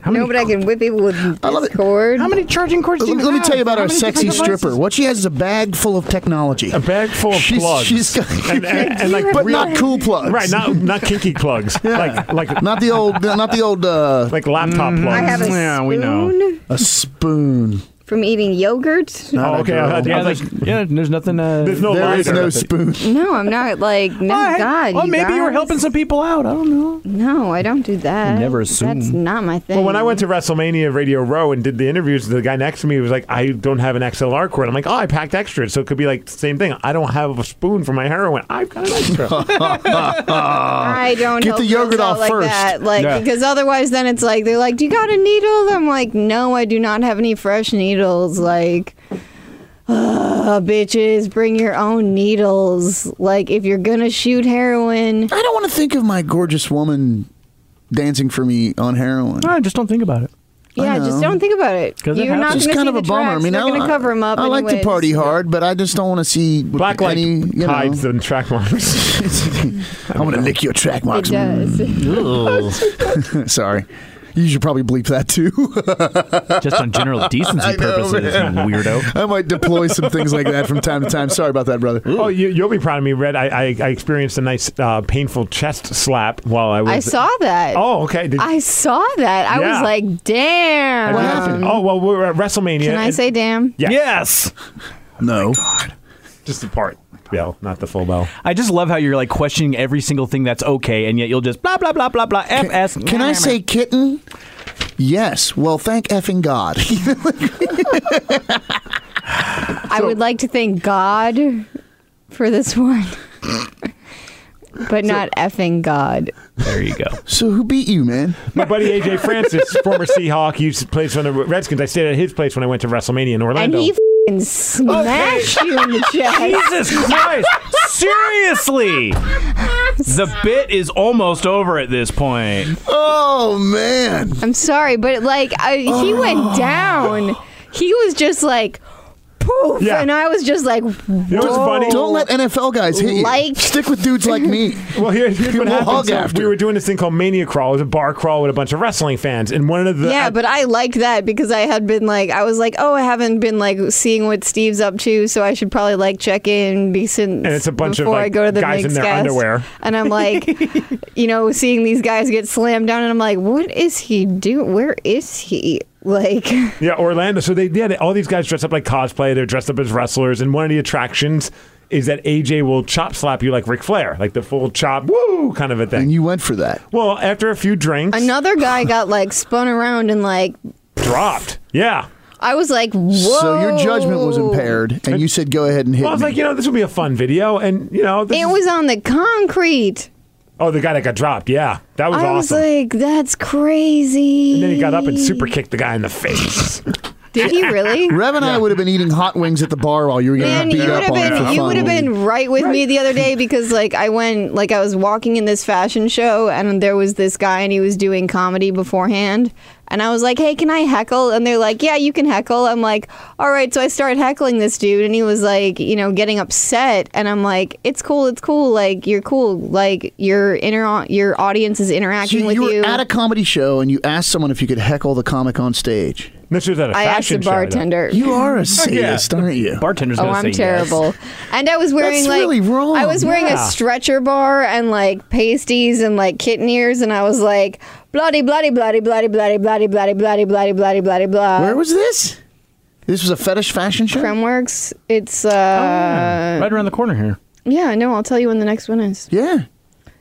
Speaker 4: How
Speaker 3: No, but I can whip people with
Speaker 2: I love it.
Speaker 3: Discord.
Speaker 4: How many charging cords do
Speaker 2: Let
Speaker 4: you
Speaker 2: me, let me tell you about our sexy stripper. What she has is a bag full of technology.
Speaker 1: a bag full of
Speaker 2: she's,
Speaker 1: plugs.
Speaker 2: She's got,
Speaker 1: and, and, and like
Speaker 2: but
Speaker 1: real-
Speaker 2: not cool plugs.
Speaker 1: Right, not not kinky plugs. Like like
Speaker 2: Not the old, not the old uh,
Speaker 1: like laptop plugs.
Speaker 3: Mm-hmm. I have a
Speaker 4: Yeah,
Speaker 3: spoon
Speaker 4: we know.
Speaker 2: a spoon.
Speaker 3: from eating yogurt.
Speaker 1: oh, okay. I, I
Speaker 4: Yeah,
Speaker 1: was
Speaker 4: there's,
Speaker 1: like,
Speaker 4: yeah, there's nothing. Uh,
Speaker 1: there's no
Speaker 2: There is
Speaker 1: lighter.
Speaker 2: no spoon.
Speaker 3: No, I'm not like no
Speaker 4: Oh, hey,
Speaker 3: God.
Speaker 4: well,
Speaker 3: you
Speaker 4: maybe you were
Speaker 3: guys.
Speaker 4: helping some people out. I don't know.
Speaker 3: No, I don't do that.
Speaker 4: You never assume.
Speaker 3: That's not my thing.
Speaker 1: Well, when I went to WrestleMania Radio Row and did the interviews, the guy next to me was like, "I don't have an XLR cord." I'm like, "Oh, I packed extra, so it could be like the same thing." I don't have a spoon for my heroin. I've got an extra.
Speaker 3: I don't
Speaker 2: Ah, Get
Speaker 3: help
Speaker 2: the yogurt
Speaker 3: girls out
Speaker 2: off
Speaker 3: like
Speaker 2: first.
Speaker 3: That. Like
Speaker 4: Yeah.
Speaker 3: because otherwise, then it's like they're like, "Do you got a needle?" I'm like, "No, I do not have any fresh needles." Like. Uh, bitches, bring your own needles. Like, if you're gonna shoot heroin,
Speaker 2: I don't want to think of my gorgeous woman dancing for me on heroin.
Speaker 4: I just don't think about it.
Speaker 3: Yeah, just
Speaker 2: know.
Speaker 3: don't think about it.
Speaker 4: 'Cause it
Speaker 3: You're not going to
Speaker 4: happens.
Speaker 3: see
Speaker 2: It's kind of
Speaker 3: the
Speaker 2: a bummer.
Speaker 3: Tracks.
Speaker 2: I mean,
Speaker 3: they're
Speaker 2: I,
Speaker 3: going to cover them up.
Speaker 2: I like
Speaker 3: anyways.
Speaker 2: to party hard, but I just don't want to see
Speaker 1: Blacklight
Speaker 2: any. You
Speaker 1: hides
Speaker 2: know.
Speaker 1: the track marks.
Speaker 2: I'm gonna lick your track
Speaker 3: It
Speaker 2: marks. Mm,
Speaker 3: does.
Speaker 2: Sorry, you should probably bleep that too.
Speaker 4: just on general decency purposes, you weirdo.
Speaker 2: I might deploy some things like that from time to time. Sorry about that, brother.
Speaker 1: oh, you, you'll be proud of me, Red. I, I, I experienced a nice uh, painful chest slap while I was.
Speaker 3: I saw that.
Speaker 1: Oh, okay. Did,
Speaker 3: I saw that. I
Speaker 1: Yeah.
Speaker 3: was like,
Speaker 1: I
Speaker 3: damn.
Speaker 1: did that too. Oh well, we were at WrestleMania.
Speaker 3: Can I
Speaker 1: and-
Speaker 3: say damn?
Speaker 1: Yeah.
Speaker 4: Yes.
Speaker 2: No,
Speaker 1: just the part? Bell, not the full bell.
Speaker 4: I just love how you're like questioning every single thing that's okay, and yet you'll just blah blah blah blah blah. F S.
Speaker 2: can I say kitten? Yes. Well, thank effing God.
Speaker 3: I would like to thank God for this one. But not effing God.
Speaker 4: There you go.
Speaker 2: so who beat you, man?
Speaker 1: My buddy AJ Francis, former Seahawk, used to play for the Redskins. I stayed at his place when I went to WrestleMania in
Speaker 3: And
Speaker 1: Orlando.
Speaker 3: he fing smashed you in the chest.
Speaker 4: Jesus Christ! Seriously, the bit is almost over at this point.
Speaker 2: Oh man.
Speaker 3: I'm sorry, but like, I, he
Speaker 1: Oh.
Speaker 3: went down. He was just like, poof.
Speaker 1: Yeah.
Speaker 3: And I was just like,
Speaker 1: you know what's funny?
Speaker 2: Don't let NFL guys hit you.
Speaker 3: Like-
Speaker 2: Stick with dudes like me.
Speaker 1: well, here, here's what
Speaker 2: We'll
Speaker 1: happened.
Speaker 2: hug
Speaker 1: So
Speaker 2: after.
Speaker 1: we were doing this thing called Mania Crawl. It was a bar crawl with a bunch of wrestling fans, and one of the uh,
Speaker 3: yeah,
Speaker 1: I-
Speaker 3: but I liked that because I had been like, I was like, oh, I haven't been like seeing what Steve's up to, so I should probably like check in be since
Speaker 1: And it's a bunch of,
Speaker 3: before I
Speaker 1: like,
Speaker 3: go to the
Speaker 1: guys in
Speaker 3: mixed
Speaker 1: their
Speaker 3: cast.
Speaker 1: underwear.
Speaker 3: and I'm like, you know, seeing these guys get slammed down, and I'm like, what is he do? Where is he? Like,
Speaker 1: Yeah, Orlando. So they did all these guys dress up like cosplay. They're dressed up as wrestlers, and one of the attractions is that AJ will chop slap you like Ric Flair, like the full chop, woo kind of a thing.
Speaker 2: And you went for that.
Speaker 1: well, after a few drinks,
Speaker 3: another guy got like spun around and like,
Speaker 1: dropped. Yeah.
Speaker 3: I was like, whoa.
Speaker 2: So your judgment was impaired, and you said, "Go ahead and hit
Speaker 1: Well, I was
Speaker 2: me."
Speaker 1: like, you know, this would be a fun video, and you know, this
Speaker 3: It
Speaker 1: is-
Speaker 3: was on the concrete.
Speaker 1: oh, the guy that got dropped. Yeah, that was
Speaker 3: I was
Speaker 1: awesome.
Speaker 3: like, that's crazy.
Speaker 1: and then he got up and super kicked the guy in the face.
Speaker 3: Did he really?
Speaker 2: Rev and I would have been eating hot wings at the bar while you were
Speaker 3: Man,
Speaker 2: getting
Speaker 3: you
Speaker 2: beat up
Speaker 3: would have
Speaker 2: on for
Speaker 3: been you
Speaker 2: fun.
Speaker 3: would have been right with me the other day because like I went like I was walking in this fashion show and there was this guy and he was doing comedy beforehand and I was like, "Hey, can I heckle?" And they're like, "Yeah, you can heckle." I'm like, "All right." So I started heckling this dude and he was like, you know, getting upset and I'm like, "It's cool, it's cool. Like you're cool. Like your inner your audience is
Speaker 2: So
Speaker 3: interacting with
Speaker 2: you were
Speaker 3: you."
Speaker 2: at a comedy show, and you asked someone if you could heckle the comic on stage.
Speaker 1: this was at a
Speaker 3: I asked the
Speaker 1: fashion show, though.
Speaker 3: bartender.
Speaker 2: You are a sadist, aren't you?
Speaker 4: Bartender's
Speaker 3: Oh,
Speaker 4: gonna say
Speaker 3: I'm
Speaker 4: yes.
Speaker 3: terrible. And I was wearing
Speaker 2: That's
Speaker 3: like
Speaker 2: really wrong.
Speaker 3: I was wearing
Speaker 1: Yeah.
Speaker 3: a stretcher bar and like pasties and like kitten ears, and I was like bloody bloody bloody bloody bloody bloody bloody bloody bloody bloody bloody blah.
Speaker 2: Where was this? This was a fetish fashion show.
Speaker 3: Cremworks? It's uh
Speaker 4: Right around the corner here.
Speaker 2: Oh.
Speaker 3: yeah, I know. I'll tell you when the next one is.
Speaker 2: Yeah.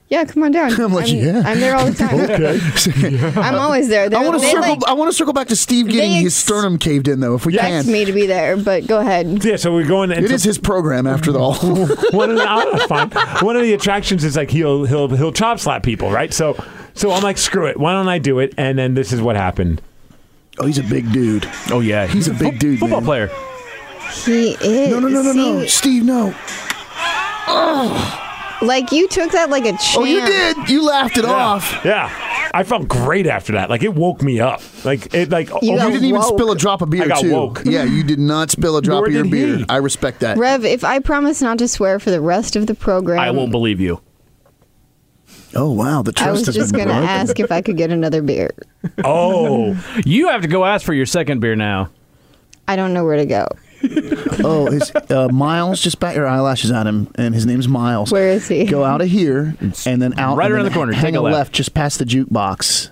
Speaker 3: Yeah, come on down.
Speaker 2: I'm like, yeah.
Speaker 3: I'm there all the time.
Speaker 2: Okay.
Speaker 3: I'm always there. They're,
Speaker 2: I want to
Speaker 3: they,
Speaker 2: circle.
Speaker 3: like,
Speaker 2: I want to circle back to Steve getting
Speaker 3: they
Speaker 2: his
Speaker 3: ex-
Speaker 2: sternum caved in, though, if we
Speaker 3: asked
Speaker 2: can.
Speaker 3: me to be there, but go ahead.
Speaker 1: Yeah, so we're going into
Speaker 2: It is his program, after all.
Speaker 1: one of the oh, that's fine. One of the attractions is like he'll he'll he'll chop slap people, right? So so I'm like, screw it, why don't I do it? And then this is what happened.
Speaker 2: oh, he's a big dude.
Speaker 4: Oh yeah,
Speaker 2: He's a big dude.
Speaker 4: football
Speaker 2: man.
Speaker 4: player.
Speaker 3: He is.
Speaker 2: No, no, no, no, no,
Speaker 3: See,
Speaker 2: Steve, no.
Speaker 3: Like you took that like a champ.
Speaker 2: Oh, you did. You laughed it off.
Speaker 1: Yeah, I felt great after that. Like it woke me up. Like it like
Speaker 3: You
Speaker 1: oh,
Speaker 3: got
Speaker 2: You didn't even
Speaker 3: woke.
Speaker 2: spill a drop of beer,
Speaker 1: I got
Speaker 2: too.
Speaker 1: woke.
Speaker 2: Yeah, you did not spill a drop
Speaker 1: Nor
Speaker 2: of your
Speaker 1: did
Speaker 2: beer.
Speaker 1: he.
Speaker 2: I respect that.
Speaker 3: Rev, if I promise not to swear for the rest of the program,
Speaker 2: Um,
Speaker 4: I won't believe you.
Speaker 2: oh wow, the
Speaker 3: I
Speaker 2: trust has
Speaker 3: was just
Speaker 2: been
Speaker 3: going to
Speaker 2: broken.
Speaker 3: ask if I could get another beer.
Speaker 1: oh.
Speaker 4: You have to go ask for your second beer now.
Speaker 3: I don't know where to go.
Speaker 2: Oh, is uh, Miles just bat your eyelashes at him, and his name's Miles.
Speaker 3: Where is he?
Speaker 2: Go out of here, and then out
Speaker 4: right
Speaker 2: and
Speaker 4: around
Speaker 2: then
Speaker 4: the corner.
Speaker 2: Hang
Speaker 4: Take a
Speaker 2: a
Speaker 4: left.
Speaker 2: just past the jukebox.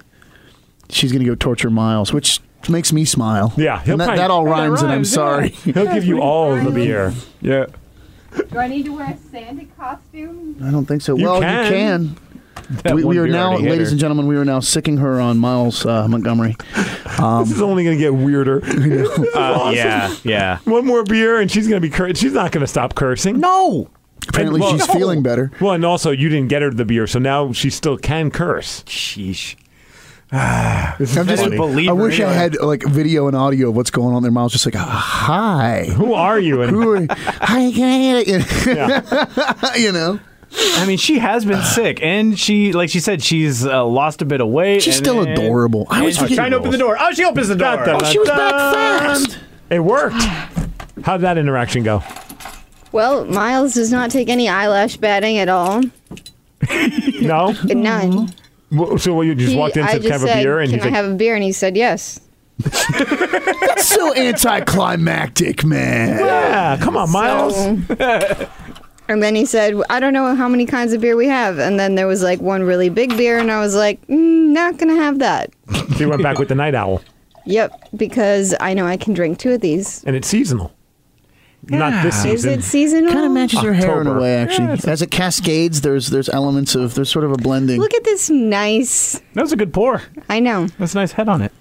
Speaker 2: She's gonna go torture Miles, which makes me smile.
Speaker 1: Yeah, he'll
Speaker 2: and that,
Speaker 1: probably-
Speaker 2: that all
Speaker 4: That
Speaker 2: rhymes, and I'm
Speaker 4: rhymes, yeah.
Speaker 2: sorry.
Speaker 1: He'll give you all of the beer.
Speaker 4: Yeah.
Speaker 8: Do I need to wear a Santa costume?
Speaker 2: I don't think so.
Speaker 1: You
Speaker 2: well,
Speaker 1: can.
Speaker 2: you can. We, we are now, ladies and gentlemen, we are now sicking her on Miles uh, Montgomery.
Speaker 1: This is only going to get weirder.
Speaker 4: Uh, yeah, yeah.
Speaker 1: One more beer, and she's going to be cur- she's not going to stop cursing.
Speaker 4: No.
Speaker 2: Apparently,
Speaker 1: well,
Speaker 2: she's
Speaker 1: no.
Speaker 2: feeling better.
Speaker 1: Well, and also you didn't get her the beer, so now she still can curse.
Speaker 4: Sheesh.
Speaker 2: I'm just,
Speaker 4: Funny. Believe
Speaker 2: I
Speaker 4: her
Speaker 2: wish I
Speaker 4: anyway.
Speaker 2: had like video and audio of what's going on there. Miles just like, hi.
Speaker 1: Who are you? And
Speaker 2: Who are you? Hi, can I get it? you know,
Speaker 4: I mean, she has been sick, and she, like she said, she's uh, lost a bit of weight.
Speaker 2: she's
Speaker 4: and-
Speaker 2: still adorable. I was
Speaker 4: and
Speaker 2: thinking,
Speaker 4: she's trying to open the door. Oh, she opens the door.
Speaker 1: Da- da-
Speaker 2: oh, she was back
Speaker 1: da-
Speaker 2: fast.
Speaker 1: it worked. How'd that interaction go?
Speaker 3: Well, Miles does not take any eyelash batting at all.
Speaker 1: No.
Speaker 3: None.
Speaker 1: Well, So what, you just
Speaker 3: He-
Speaker 1: walked in,
Speaker 3: I
Speaker 1: said, "Can
Speaker 3: just
Speaker 1: I have a
Speaker 3: said,
Speaker 1: beer?" And
Speaker 3: Can
Speaker 1: you
Speaker 3: I have a beer? And he said yes.
Speaker 2: That's so anticlimactic, man.
Speaker 1: "Yeah, come on, Miles."
Speaker 3: So- and then he said, I don't know how many kinds of beer we have. And then there was like one really big beer, and I was like, mm, not going to have that.
Speaker 1: So you went back with the night owl,
Speaker 3: Yep, because I know I can drink two of these.
Speaker 1: and it's seasonal. Not this
Speaker 3: Is
Speaker 1: season.
Speaker 3: it seasonal?
Speaker 2: Kind of matches her hair in a
Speaker 1: October.
Speaker 2: way, actually. As it cascades, there's there's elements of there's sort of a blending.
Speaker 3: Look at this nice.
Speaker 4: That was a good pour.
Speaker 3: I know.
Speaker 4: That's a nice head on it.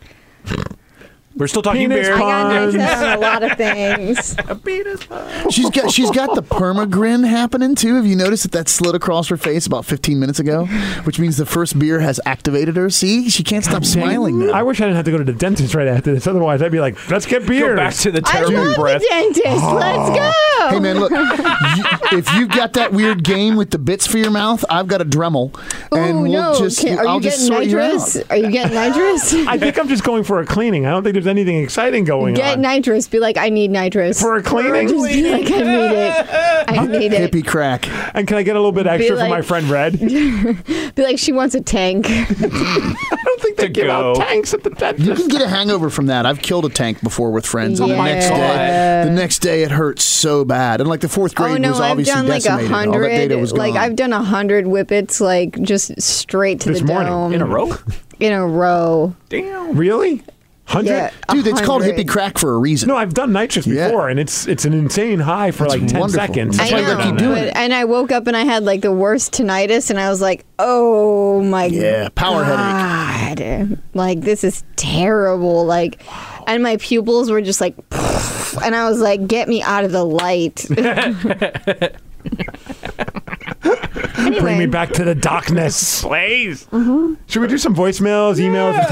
Speaker 4: We're still talking
Speaker 1: Penis
Speaker 4: beer.
Speaker 3: I got
Speaker 1: Puns.
Speaker 3: knocked out on a lot of things.
Speaker 2: she's got she's got the permagrin happening too. Have you noticed that that slid across her face about 15 minutes ago, which means the first beer has activated her. See, she can't stop smiling now.
Speaker 1: I wish I didn't have to go to the dentist right after this. Otherwise, I'd be like, "Let's get beer."
Speaker 4: Go back to the
Speaker 3: I
Speaker 4: terrible
Speaker 3: love
Speaker 4: breath.
Speaker 3: the dentist.
Speaker 1: Oh.
Speaker 3: Let's go.
Speaker 2: Hey man, look. you, if you've got that weird game with the bits for your mouth, I've got a Dremel, and
Speaker 3: Ooh,
Speaker 2: we'll
Speaker 3: Oh, no.
Speaker 2: just
Speaker 3: Can- are
Speaker 2: I'll
Speaker 3: you
Speaker 2: just
Speaker 3: getting
Speaker 2: sort
Speaker 3: nitrous?
Speaker 2: you out.
Speaker 3: Are you getting nitrous?
Speaker 1: I think I'm just going for a cleaning. I don't think there's anything exciting going
Speaker 3: Get
Speaker 1: on.
Speaker 3: nitrous. Be like, I need nitrous.
Speaker 1: For a cleaning?
Speaker 3: Just be like, I need it. I need it.
Speaker 2: Hippie crack.
Speaker 1: and can I get a little bit extra for
Speaker 3: like-
Speaker 1: my friend Red? I
Speaker 3: Be like, she wants a tank.
Speaker 1: don't think they
Speaker 4: To
Speaker 1: give out
Speaker 4: go.
Speaker 1: tanks at the dentist.
Speaker 2: You can get a hangover from that. I've killed a tank before with friends, and the
Speaker 3: Yeah.
Speaker 2: next day, the next day it hurts so bad. And like the fourth grade
Speaker 3: oh no,
Speaker 2: was
Speaker 3: I've
Speaker 2: obviously
Speaker 3: done like a
Speaker 2: decimated. All that
Speaker 3: hundred.
Speaker 2: data was
Speaker 3: Like
Speaker 2: gone.
Speaker 3: I've done a hundred whippets, like just straight to
Speaker 1: This
Speaker 3: the
Speaker 1: morning,
Speaker 3: dome
Speaker 4: In a row?
Speaker 3: in a row.
Speaker 4: Damn.
Speaker 1: Really? Hundred.
Speaker 3: Yeah.
Speaker 2: Dude, it's called
Speaker 3: 100.
Speaker 2: hippie crack for a reason.
Speaker 1: No, I've done nitrous
Speaker 2: Yeah.
Speaker 1: before, and it's it's an insane high for
Speaker 2: It's
Speaker 1: like ten
Speaker 2: wonderful.
Speaker 1: seconds.
Speaker 2: That's
Speaker 3: I
Speaker 2: why
Speaker 3: know,
Speaker 2: we keep doing
Speaker 3: but-
Speaker 2: it.
Speaker 3: and I woke up and I had like the worst tinnitus, and I was like, "Oh my
Speaker 2: yeah, power headache.
Speaker 3: god, like this is terrible!" Like, and my pupils were just like, and I was like, "Get me out of the light!" anyway,
Speaker 1: Bring me back to the darkness.
Speaker 4: Please.
Speaker 1: Should we do some voicemails, emails, and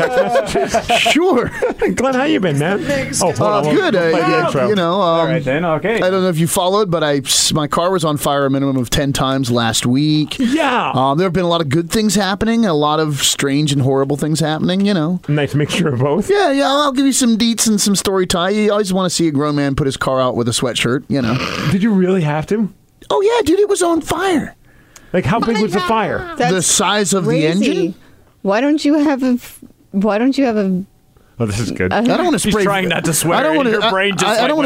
Speaker 1: text messages?
Speaker 2: Sure.
Speaker 1: Glenn, how you been, man? Oh, hold
Speaker 2: Uh,
Speaker 1: on, we'll-
Speaker 2: good.
Speaker 1: we'll play the
Speaker 2: Uh,
Speaker 1: intro.
Speaker 2: you know,
Speaker 4: All
Speaker 2: um,
Speaker 4: right then. Okay.
Speaker 2: I don't know if you followed, but I my car was on fire a minimum of ten times last week.
Speaker 1: Yeah.
Speaker 2: Um, there have been a lot of good things happening, a lot of strange and horrible things happening. You know.
Speaker 1: nice mixture of both.
Speaker 2: Yeah, yeah. I'll give you some deets and some story time. You always want to see a grown man put his car out with a sweatshirt. You know.
Speaker 1: Did you really have to?
Speaker 2: oh yeah, dude, it was on fire.
Speaker 1: Like, how big was the fire?
Speaker 3: that's
Speaker 2: the size of
Speaker 3: crazy.
Speaker 2: the engine.
Speaker 3: Why don't you have a? f- Why don't you have a?
Speaker 1: Oh, this is good.
Speaker 2: I don't want to
Speaker 4: She's
Speaker 2: spray.
Speaker 4: trying not to swear,
Speaker 2: I don't
Speaker 4: and
Speaker 2: wanna,
Speaker 4: your
Speaker 2: I-
Speaker 4: brain just
Speaker 2: I, I
Speaker 4: like
Speaker 2: don't want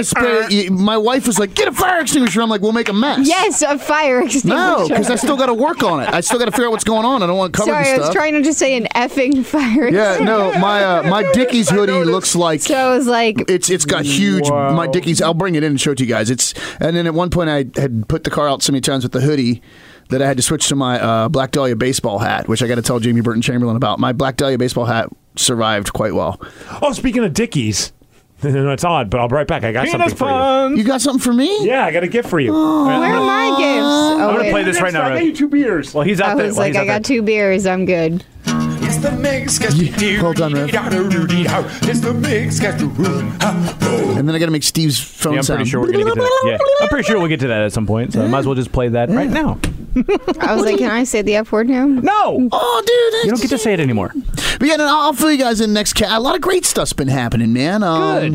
Speaker 2: to
Speaker 4: went,
Speaker 2: spray. y- My wife was like, "Get a fire extinguisher." I'm like, "We'll make a mess."
Speaker 3: Yes, a fire extinguisher.
Speaker 2: No, because I still got to work on it. I still got to figure out what's going on. I don't want it covered in
Speaker 3: Sorry, I
Speaker 2: stuff.
Speaker 3: was trying to just say an effing fire.
Speaker 2: Yeah,
Speaker 3: extinguisher.
Speaker 2: no, my uh, my Dickies hoodie looks like
Speaker 3: So I was like,
Speaker 2: it's it's got huge my Dickies. I'll bring it in and show it to you guys. It's and then at one point I had put the car out so many times with the hoodie that I had to switch to my uh, Black Dahlia baseball hat, which I got to tell Jamie Burton Chamberlain about. My Black Dahlia baseball hat survived quite well.
Speaker 1: Oh, speaking of Dickies, it's odd, but I'll be right back. I got
Speaker 4: Penis
Speaker 1: something for
Speaker 4: puns.
Speaker 2: You got something for me?
Speaker 1: you. Yeah, I got a gift for you.
Speaker 3: where are my gifts? Oh,
Speaker 4: I'm gonna
Speaker 3: wait.
Speaker 4: play this right now.
Speaker 1: I got Oh, you
Speaker 4: Right?
Speaker 1: two beers.
Speaker 4: Well, he's
Speaker 3: I
Speaker 4: out there.
Speaker 3: was
Speaker 4: well,
Speaker 3: like,
Speaker 4: he's out
Speaker 3: I got
Speaker 4: there.
Speaker 3: two beers. I'm good.
Speaker 5: It's the mix, got the
Speaker 2: well done, Rev.
Speaker 5: It's the mix, got the room.
Speaker 2: And then I got to make Steve's phone
Speaker 4: Yeah, I'm
Speaker 2: sound.
Speaker 4: pretty sure we're gonna get to that. Yeah, I'm pretty sure we'll get to that at some point. So I might as well just play that right now.
Speaker 3: I was like, can I say the F word now?
Speaker 4: No,
Speaker 2: Oh, dude!
Speaker 4: you don't get to say it anymore.
Speaker 2: But yeah, no, I'll fill you guys in next. Ca- a lot of great stuff's been happening, man. Um,
Speaker 4: Good.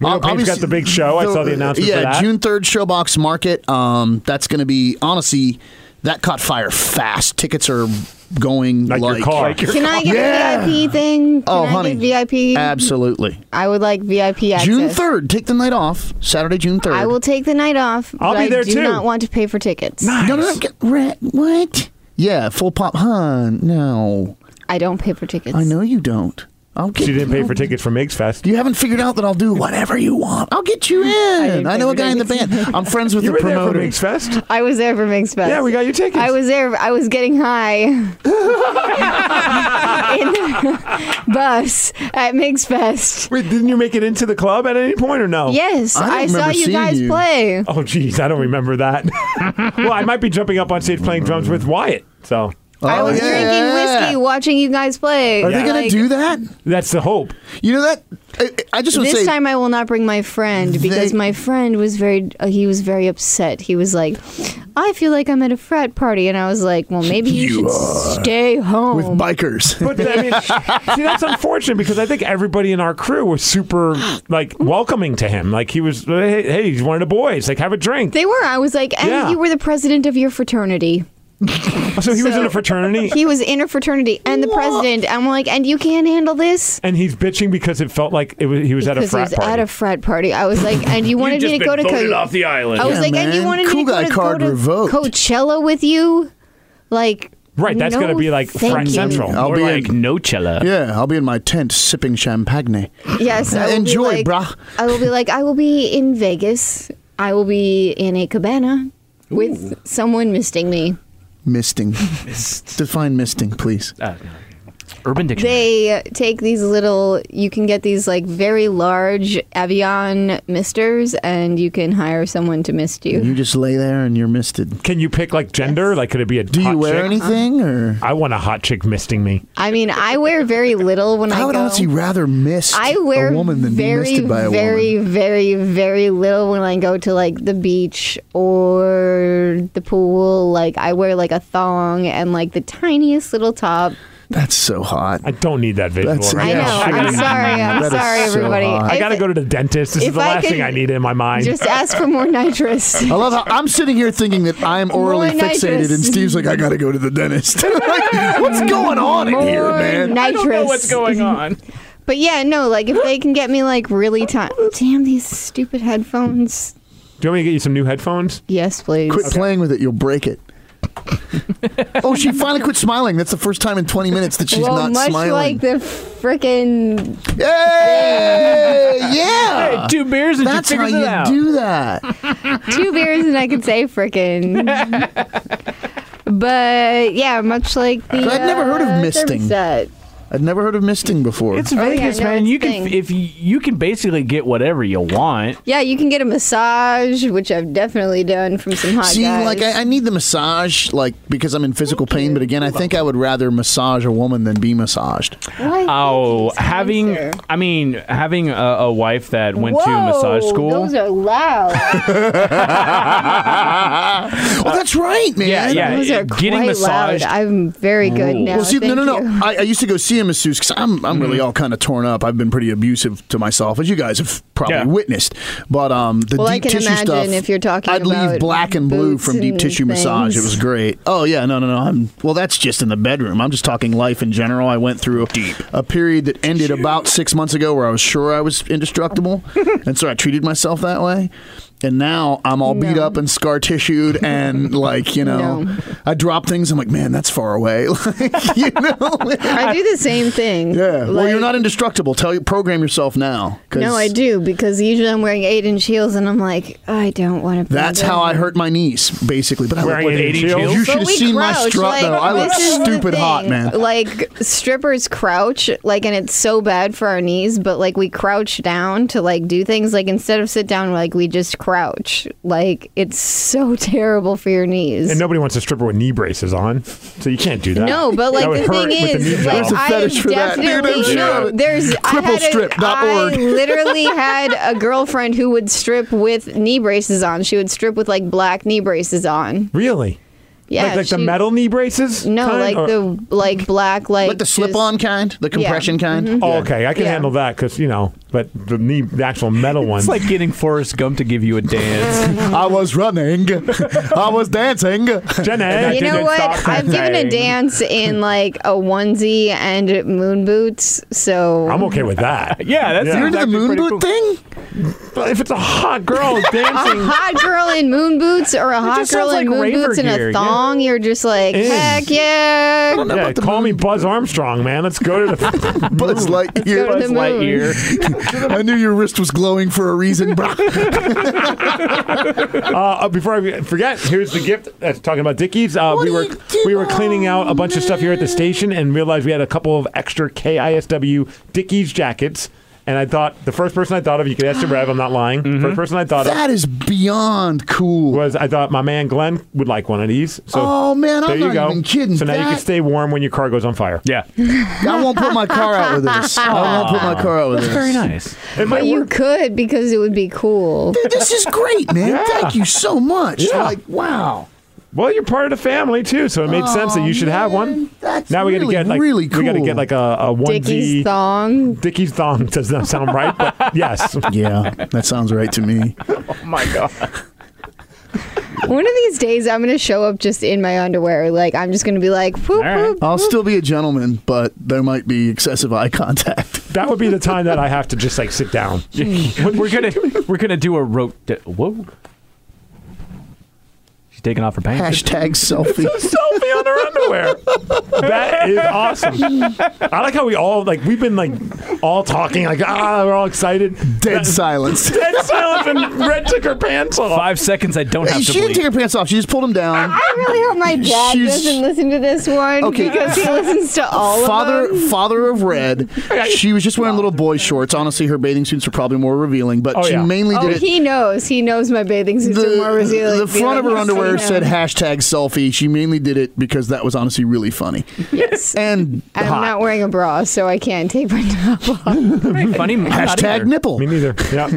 Speaker 1: know Paine's
Speaker 2: obviously-
Speaker 1: got the big show. I saw the announcement for
Speaker 2: Yeah,
Speaker 1: that.
Speaker 2: June third, Showbox Market. Um, that's going to be honestly that caught fire fast. Tickets are going
Speaker 1: Like
Speaker 2: like,
Speaker 1: your car. Like your-
Speaker 3: Can I get
Speaker 2: Yeah.
Speaker 3: a VIP thing? Can
Speaker 2: Oh,
Speaker 3: I get
Speaker 2: honey.
Speaker 3: VIP.
Speaker 2: Absolutely.
Speaker 3: I would like VIP access.
Speaker 2: June third. Take the night off. Saturday, June third.
Speaker 3: I will take the night off.
Speaker 1: I'll
Speaker 3: but
Speaker 1: be
Speaker 3: I
Speaker 1: there
Speaker 3: do
Speaker 1: too.
Speaker 3: not want to pay for tickets.
Speaker 2: No, no, no. get- re- What? Yeah, full pop. Huh? No,
Speaker 3: I don't pay for tickets.
Speaker 2: I know you don't. I'll get
Speaker 1: She didn't pay for tickets for Migs Fest.
Speaker 2: You haven't figured out that I'll do whatever you want. I'll get you in.
Speaker 3: didn't
Speaker 2: I, know a
Speaker 3: figure
Speaker 2: guy in the band. I'm friends with
Speaker 1: You
Speaker 2: the
Speaker 1: were there for
Speaker 2: promoter.
Speaker 1: Migs Fest?
Speaker 3: I was there for Mixed Fest.
Speaker 1: Yeah, we got your tickets.
Speaker 3: I was there. I was getting high in the bus at Mixed Fest.
Speaker 1: Wait, didn't you make it into the club at any point or no?
Speaker 3: Yes,
Speaker 2: I don't
Speaker 3: I, saw
Speaker 2: remember
Speaker 3: you
Speaker 2: seeing
Speaker 3: guys
Speaker 2: you.
Speaker 3: play.
Speaker 1: Oh, geez, I don't remember that. well, I might be jumping up on stage playing drums with Wyatt. So
Speaker 3: I
Speaker 2: Oh,
Speaker 3: was
Speaker 2: yeah.
Speaker 3: drinking whiskey, watching you guys play.
Speaker 2: Are they gonna
Speaker 3: Like,
Speaker 2: do that?
Speaker 1: that's the hope.
Speaker 2: You know that? I, I just want to
Speaker 3: This
Speaker 2: say.
Speaker 3: time I will not bring my friend because
Speaker 2: They-
Speaker 3: my friend was very uh, he was very upset. He was like, "I feel like I'm at a frat party," and I was like, "Well, maybe you, should stay
Speaker 2: with
Speaker 3: home."
Speaker 2: bikers.
Speaker 1: But I mean, see, that's unfortunate because I think everybody in our crew was super like welcoming to him. Like he was, hey, hey he's one of the boys. Like have a drink.
Speaker 3: they were. I was like, "And
Speaker 1: Yeah.
Speaker 3: you were the president of your fraternity."
Speaker 1: so he was in a fraternity.
Speaker 3: He was in a fraternity and the president. I'm like, "And you can't handle this."
Speaker 1: and he's bitching because it felt like it was, he was at a
Speaker 3: Because he
Speaker 1: frat
Speaker 3: was
Speaker 1: party.
Speaker 3: at a frat party. I was like, "And you wanted me to go to Oh,
Speaker 4: voted
Speaker 3: Co-
Speaker 4: off the island.
Speaker 3: I was
Speaker 2: Yeah,
Speaker 3: like, "And you
Speaker 2: man.
Speaker 3: wanted
Speaker 2: Cool
Speaker 3: me to go
Speaker 2: guy
Speaker 3: to, go
Speaker 2: card
Speaker 3: to
Speaker 2: revoked.
Speaker 3: Coachella with you?" Like,
Speaker 1: Right, that's
Speaker 3: no,
Speaker 1: gonna be like
Speaker 3: thank
Speaker 1: frat
Speaker 3: you.
Speaker 1: central.
Speaker 2: I'll
Speaker 4: Or
Speaker 2: be
Speaker 4: like
Speaker 2: in.
Speaker 4: no cello.
Speaker 2: Yeah, I'll be in my tent sipping champagne.
Speaker 3: Yes, I will
Speaker 2: Enjoy,
Speaker 3: be like,
Speaker 2: brah.
Speaker 3: I will be like, I will be in Vegas. I will be in a cabana with someone misting me.
Speaker 2: Misting. Define misting, please.
Speaker 1: Ah.
Speaker 4: Urban Dictionary.
Speaker 3: They take these little. You can get these like very large Avion misters, and you can hire someone to mist you.
Speaker 2: You just lay there and you're misted.
Speaker 1: Can you pick like gender? Like could it be a
Speaker 2: Do
Speaker 1: hot
Speaker 2: you wear
Speaker 1: chick?
Speaker 2: anything or?
Speaker 1: I want a hot chick misting me.
Speaker 3: I mean, I wear very little when I,
Speaker 2: I would
Speaker 3: go.
Speaker 2: honestly rather miss
Speaker 3: I wear
Speaker 2: a woman than
Speaker 3: very,
Speaker 2: be misted by a
Speaker 3: very,
Speaker 2: woman.
Speaker 3: very, very little when I go to like the beach or the pool. Like I wear like a thong and like the tiniest little top.
Speaker 2: That's so hot.
Speaker 1: I don't need that visual.
Speaker 2: That's-
Speaker 1: right
Speaker 3: I
Speaker 2: Yeah,
Speaker 3: know.
Speaker 1: now.
Speaker 2: sure.
Speaker 3: I'm sorry. I'm
Speaker 2: That is
Speaker 3: sorry,
Speaker 2: so
Speaker 3: everybody.
Speaker 2: hot.
Speaker 1: I gotta go to the dentist. This is
Speaker 3: if
Speaker 1: the
Speaker 3: I
Speaker 1: last thing
Speaker 3: could
Speaker 1: I need in my mind.
Speaker 3: Just ask for more nitrous.
Speaker 2: I love how I'm sitting here thinking that I'm orally
Speaker 3: More nitrous.
Speaker 2: fixated, and Steve's like, I gotta go to the dentist. like, what's going on in here,
Speaker 3: More
Speaker 2: man?
Speaker 3: nitrous.
Speaker 4: on.
Speaker 3: But yeah, no. Like if they can get me like really time. Damn these stupid headphones.
Speaker 1: Do you want me to get you some new headphones?
Speaker 3: Yes, please.
Speaker 2: Quit playing with it, you'll break it. oh, she finally quit smiling. That's the first time in 20 minutes that she's
Speaker 3: well,
Speaker 2: not
Speaker 3: much
Speaker 2: smiling.
Speaker 3: like the frickin'
Speaker 2: Hey, yeah.
Speaker 4: Two beers and
Speaker 2: That's
Speaker 4: she
Speaker 2: how
Speaker 4: figures
Speaker 2: you
Speaker 4: it out.
Speaker 2: do that.
Speaker 3: two beers and I could say frickin'. but yeah, much like the.
Speaker 2: I'd never heard of
Speaker 3: uh,
Speaker 2: misting.
Speaker 3: service set.
Speaker 2: I'd never heard of misting before.
Speaker 4: It's
Speaker 3: yeah,
Speaker 4: Vegas,
Speaker 3: no,
Speaker 4: man.
Speaker 3: it's
Speaker 4: You can
Speaker 3: thing.
Speaker 4: if you, you can basically get whatever you want.
Speaker 3: Yeah, you can get a massage, which I've definitely done from some hot
Speaker 2: See,
Speaker 3: guys.
Speaker 2: like I, I need the massage, like because I'm in physical pain. But again, I think I would rather massage a woman than be massaged.
Speaker 3: Why
Speaker 4: Oh,
Speaker 3: thank you,
Speaker 4: having
Speaker 3: Spencer.
Speaker 4: I mean having a, a wife that went to
Speaker 3: Whoa,
Speaker 4: massage school.
Speaker 3: Those are loud.
Speaker 2: oh, that's right, man.
Speaker 4: yeah, yeah.
Speaker 3: those are
Speaker 4: Getting
Speaker 3: quite
Speaker 4: massaged-
Speaker 3: loud. I'm very good now.
Speaker 2: Well, see, no,
Speaker 3: thank
Speaker 2: no, no.
Speaker 3: you.
Speaker 2: I, I used to go see a masseuse because I'm, I'm really all kind of torn up. I've been pretty abusive to myself, as you guys have probably
Speaker 4: Yeah.
Speaker 2: witnessed. But um, the
Speaker 3: Well, I
Speaker 2: deep
Speaker 3: can
Speaker 2: tissue
Speaker 3: imagine
Speaker 2: stuff.
Speaker 3: if you're talking
Speaker 2: I'd leave
Speaker 3: about
Speaker 2: black and blue
Speaker 3: boots
Speaker 2: from deep
Speaker 3: and
Speaker 2: tissue massage. It
Speaker 3: things.
Speaker 2: was great. Oh yeah, no, no, no. I'm well. That's just in the bedroom. I'm just talking life in general. I went through deep. a period that ended about six months ago where I was sure I was indestructible, and so I treated myself that way. And now I'm all beat
Speaker 3: No.
Speaker 2: up and scar tissued, and like you know,
Speaker 3: No.
Speaker 2: I drop things. I'm like, man, that's far away. Like, you know,
Speaker 3: I do the same thing.
Speaker 2: yeah. well, you're
Speaker 3: Like-
Speaker 2: not indestructible. Tell program yourself now. 'cause
Speaker 3: No, I do because usually I'm wearing eight inch heels and I'm like, I don't want to.
Speaker 2: That's how I hurt my knees, basically. But I
Speaker 1: Wearing
Speaker 2: look with
Speaker 1: 80
Speaker 2: 80
Speaker 1: chills?
Speaker 2: You should
Speaker 3: But
Speaker 2: have
Speaker 3: we
Speaker 2: seen my
Speaker 3: crouch,
Speaker 2: strut
Speaker 3: like,
Speaker 2: though. I look
Speaker 3: this is the
Speaker 2: stupid hot,
Speaker 3: thing.
Speaker 2: man.
Speaker 3: Like strippers crouch, like, and it's so bad for our knees. But like we crouch down to like do things. Like instead of sit down, like we just crouch. Like it's so terrible for your knees.
Speaker 1: And nobody wants a stripper with knee braces on, so you can't do that.
Speaker 3: No, but
Speaker 1: That
Speaker 3: like
Speaker 1: would
Speaker 3: the
Speaker 1: hurt
Speaker 3: thing
Speaker 1: with the knee job.
Speaker 3: is, like,
Speaker 2: There's a
Speaker 3: I
Speaker 2: fetish for that, dude.
Speaker 3: definitely
Speaker 2: I'm sure of
Speaker 3: no.
Speaker 2: it.
Speaker 3: There's I had a-
Speaker 2: Cripplestrip.org.
Speaker 3: I literally had a girlfriend who would strip with knee braces on. She would strip with like black knee braces on.
Speaker 1: really?
Speaker 3: Yeah,
Speaker 1: like, like the
Speaker 3: she-
Speaker 1: metal knee braces?
Speaker 3: No,
Speaker 1: kind,
Speaker 3: like
Speaker 1: or-
Speaker 3: the like black like
Speaker 2: Like the slip-on kind, the compression kind.
Speaker 3: Mm-hmm.
Speaker 1: Oh, okay, I can
Speaker 3: Yeah.
Speaker 1: handle that because you know, but the knee, the actual metal ones.
Speaker 4: It's like getting Forrest Gump to give you a dance.
Speaker 2: I was running. I was dancing.
Speaker 1: Jenna,
Speaker 3: You know what? I've given a dance in like a onesie and moon boots, so
Speaker 1: I'm okay with that.
Speaker 4: yeah, that's
Speaker 1: Yeah.
Speaker 2: You're into the
Speaker 4: exactly
Speaker 2: moon
Speaker 4: pretty
Speaker 2: boot
Speaker 4: cool.
Speaker 2: thing?
Speaker 1: But if it's a hot girl
Speaker 3: a
Speaker 1: dancing,
Speaker 3: hot girl in moon boots or a hot
Speaker 4: just
Speaker 3: girl
Speaker 4: sounds
Speaker 3: in
Speaker 4: like
Speaker 3: moon
Speaker 4: raver
Speaker 3: boots and
Speaker 4: gear,
Speaker 3: a
Speaker 4: yeah.
Speaker 3: thong, you're just like,
Speaker 1: It is.
Speaker 3: heck yeah.
Speaker 1: yeah, call me Buzz Armstrong, man. Let's go to
Speaker 3: Mm-hmm.
Speaker 1: the.
Speaker 2: Buzz
Speaker 3: go to
Speaker 2: Lightyear.
Speaker 3: the moon.
Speaker 4: Lightyear.
Speaker 2: I knew your wrist was glowing for a reason, bro.
Speaker 1: Uh, uh, before I forget, here's the gift. Uh, talking about Dickies, uh, we were we were cleaning out a bunch of stuff here at the station and realized we had a couple of extra KISW Dickies jackets. And I thought the first person I thought of, you could ask your Rev, I'm not lying. First person I thought of
Speaker 2: That is beyond cool.
Speaker 1: was I thought my man Glenn would like one of these. So
Speaker 2: Oh man,
Speaker 1: there
Speaker 2: I'm
Speaker 1: you
Speaker 2: not
Speaker 1: go.
Speaker 2: even kidding.
Speaker 1: So now you can
Speaker 2: That-
Speaker 1: stay warm when your car goes on fire.
Speaker 4: Yeah,
Speaker 2: I won't put my car out with this. I won't put my car out with this.
Speaker 4: very nice.
Speaker 1: It might
Speaker 3: But you
Speaker 1: work.
Speaker 3: could because it would be cool.
Speaker 2: Dude, this is great, man. Thank you so much.
Speaker 1: Yeah.
Speaker 2: Like, wow.
Speaker 1: Well, you're part of the family too, so it made sense that you should have one.
Speaker 2: That's
Speaker 1: Now we
Speaker 2: really,
Speaker 1: gotta get like
Speaker 2: really cool.
Speaker 1: we gotta get like a, a onesie.
Speaker 3: Dickie's thong.
Speaker 1: Dickie's thong does not sound right, but yes.
Speaker 2: Yeah, that sounds right to me.
Speaker 4: Oh
Speaker 3: One of these days, I'm going to show up just in my underwear. Like, I'm just going to be like, whoop,
Speaker 4: right.
Speaker 3: whoop.
Speaker 2: I'll still be a gentleman, but there might be excessive eye contact.
Speaker 1: That would be the time that I have to just like sit down.
Speaker 4: We're- we're gonna we're gonna do a rope. De- Whoa. She's taking off her pants.
Speaker 2: Hashtag selfie.
Speaker 1: Selfie on her underwear. That is awesome. I like how we all like we've been like all talking like ah we're all excited.
Speaker 2: Dead silence.
Speaker 1: Dead silence and Red took her pants off.
Speaker 4: Five seconds. I don't have
Speaker 2: she
Speaker 4: to
Speaker 2: didn't take
Speaker 4: bleed.
Speaker 2: her pants off. She just pulled them down.
Speaker 3: I really hope my dad
Speaker 2: She's-
Speaker 3: doesn't listen to this one
Speaker 2: Okay.
Speaker 3: because he listens to all of
Speaker 2: Father,
Speaker 3: them.
Speaker 2: father of red. She was just wearing little boy shorts. Honestly, her bathing suits are probably more revealing, but
Speaker 1: Oh,
Speaker 2: she
Speaker 1: yeah.
Speaker 2: mainly
Speaker 3: Oh,
Speaker 2: did it.
Speaker 3: he knows. He knows my bathing suits are more resilient.
Speaker 2: the front of her underwear said hashtag selfie. She mainly did it because that was honestly really funny.
Speaker 3: yes.
Speaker 2: And
Speaker 3: I'm
Speaker 2: hot.
Speaker 3: not wearing a bra, so I can't take my top off.
Speaker 4: Funny. I'm not either.
Speaker 2: hashtag nipple.
Speaker 1: Me neither. Yeah.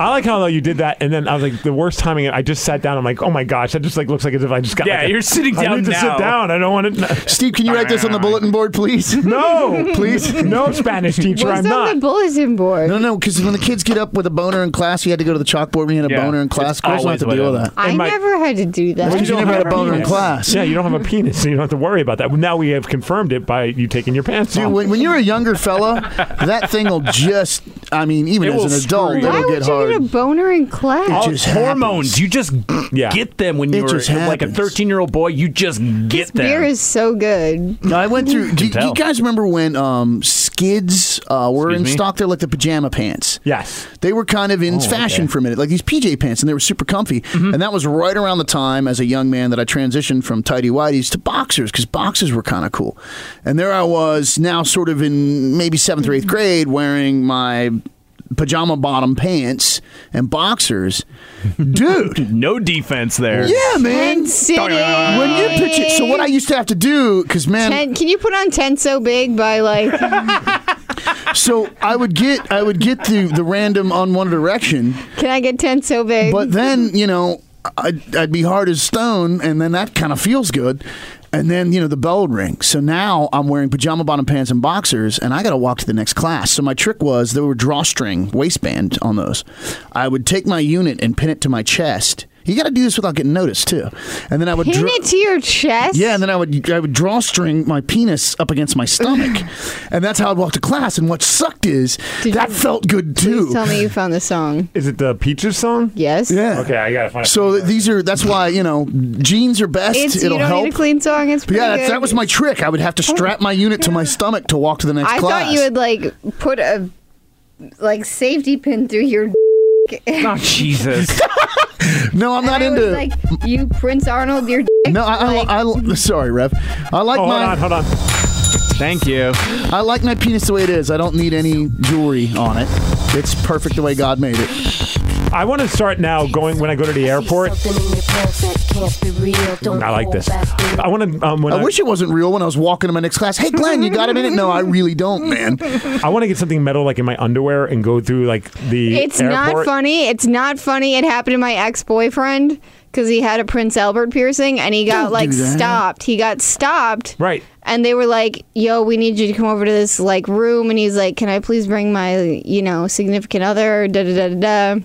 Speaker 1: I like how though you did that, and then I was like the worst timing. I just sat down. I'm like, oh my gosh, that just like looks like as if I just got.
Speaker 4: Yeah,
Speaker 1: like, a-
Speaker 4: you're sitting
Speaker 1: I
Speaker 4: down
Speaker 1: need to
Speaker 4: now.
Speaker 1: sit down. I don't want to.
Speaker 2: Steve, can you write this on the bulletin board, please?
Speaker 1: No, please, no Spanish teacher.
Speaker 3: What's
Speaker 1: I'm
Speaker 3: on
Speaker 1: not.
Speaker 3: the bulletin board?
Speaker 2: No, no, because when the kids get up with a boner in class, you had to go to the chalkboard. We had a
Speaker 4: Yeah.
Speaker 2: boner in
Speaker 4: It's
Speaker 2: class. Of course, I have
Speaker 4: always
Speaker 2: to deal with that.
Speaker 4: whatever.
Speaker 3: I
Speaker 1: in my-
Speaker 3: never had to do that.
Speaker 2: Because you
Speaker 1: don't
Speaker 2: never
Speaker 1: have
Speaker 2: had a
Speaker 1: a
Speaker 2: boner in
Speaker 1: penis.
Speaker 2: class.
Speaker 1: Yeah, you don't have a penis, so you don't have to worry about that. Now we have confirmed it by you taking your pants
Speaker 2: Dude,
Speaker 1: off.
Speaker 2: when, when you're a younger fella, that thing will just I mean, even
Speaker 4: It
Speaker 2: as
Speaker 4: will
Speaker 2: an adult,
Speaker 4: screw you.
Speaker 2: it'll
Speaker 3: Why would
Speaker 2: get
Speaker 3: you
Speaker 2: hard.
Speaker 3: get a boner in class?
Speaker 2: It
Speaker 4: All
Speaker 2: just
Speaker 4: hormones.
Speaker 2: happens.
Speaker 4: You just
Speaker 1: Yeah.
Speaker 4: get them when you're
Speaker 2: just
Speaker 4: like a
Speaker 2: happens.
Speaker 4: 13 year old boy. You just get
Speaker 3: This
Speaker 4: them.
Speaker 3: beer is so good.
Speaker 2: No, I went through. Do, do
Speaker 4: tell.
Speaker 2: you guys remember when um, skids uh, were in
Speaker 4: Excuse me?
Speaker 2: stock? They're like the pajama pants.
Speaker 1: Yes.
Speaker 2: They were kind of in fashion for a minute, like these PJ pants, and they were super comfy. And that was right around the time as a young man that I transitioned from tidy whities to boxers because boxers were kind of cool. And there I was now, sort of in maybe seventh or eighth grade, wearing my pajama bottom pants and boxers. Dude,
Speaker 4: no defense there.
Speaker 2: yeah, man.
Speaker 3: Tent City.
Speaker 2: When you picture, so what I used to have to do, because man,
Speaker 3: Tent- can you put on tent so big by like? can
Speaker 2: So I would get I would get the the random on one direction,
Speaker 3: I get tent so big?
Speaker 2: but then you know I'd, I'd be hard as stone, and then that kind of feels good. And then you know the bell would ring. So now I'm wearing pajama bottom pants and boxers, and I got to walk to the next class. So my trick was there were drawstring waistband on those. I would take my unit and pin it to my chest. You got to do this without getting noticed too. And then I would
Speaker 3: Pin
Speaker 2: draw-
Speaker 3: it to your chest.
Speaker 2: yeah, and then I would I would drawstring my penis up against my stomach, and that's how I'd walk to class. And what sucked is that felt good too.
Speaker 3: Please tell me you found the song.
Speaker 1: Is it the Peaches song?
Speaker 3: Yes.
Speaker 2: Yeah.
Speaker 1: Okay, I gotta find.
Speaker 2: So these are that's why you know jeans are best.
Speaker 3: It's
Speaker 2: It'll
Speaker 3: you don't
Speaker 2: help.
Speaker 3: need a clean song. It's pretty
Speaker 2: yeah, that's,
Speaker 3: good.
Speaker 2: that was my trick. I would have to strap my unit to my stomach to walk to the next
Speaker 3: I
Speaker 2: class.
Speaker 3: thought you would like put a like safety pin through your.
Speaker 4: Oh, Jesus.
Speaker 2: no, I'm not
Speaker 3: I
Speaker 2: into.
Speaker 3: was like you, Prince Arnold, your.
Speaker 2: no, I, I, I, sorry, Rev. I like
Speaker 1: Oh, hold
Speaker 2: my
Speaker 1: on, hold on.
Speaker 4: Thank you.
Speaker 2: I like my penis the way it is. I don't need any jewelry on it. It's perfect the way God made it.
Speaker 1: I want to start now. Going when I go to the airport. I like this. I want to. Um, when
Speaker 2: I wish it wasn't real when I was walking to my next class. Hey, Glenn, you got a minute? No, I really don't, man.
Speaker 1: I want to get something metal like in my underwear and go through like the.
Speaker 3: It's
Speaker 1: airport.
Speaker 3: not funny. It's not funny. It happened to my ex boyfriend because he had a Prince Albert piercing and he got
Speaker 2: Don't do
Speaker 3: like
Speaker 2: that.
Speaker 3: stopped. He got stopped.
Speaker 1: Right.
Speaker 3: And they were like, "Yo, we need you to come over to this like room." And he's like, "Can I please bring my you know significant other?" Da da da da. da."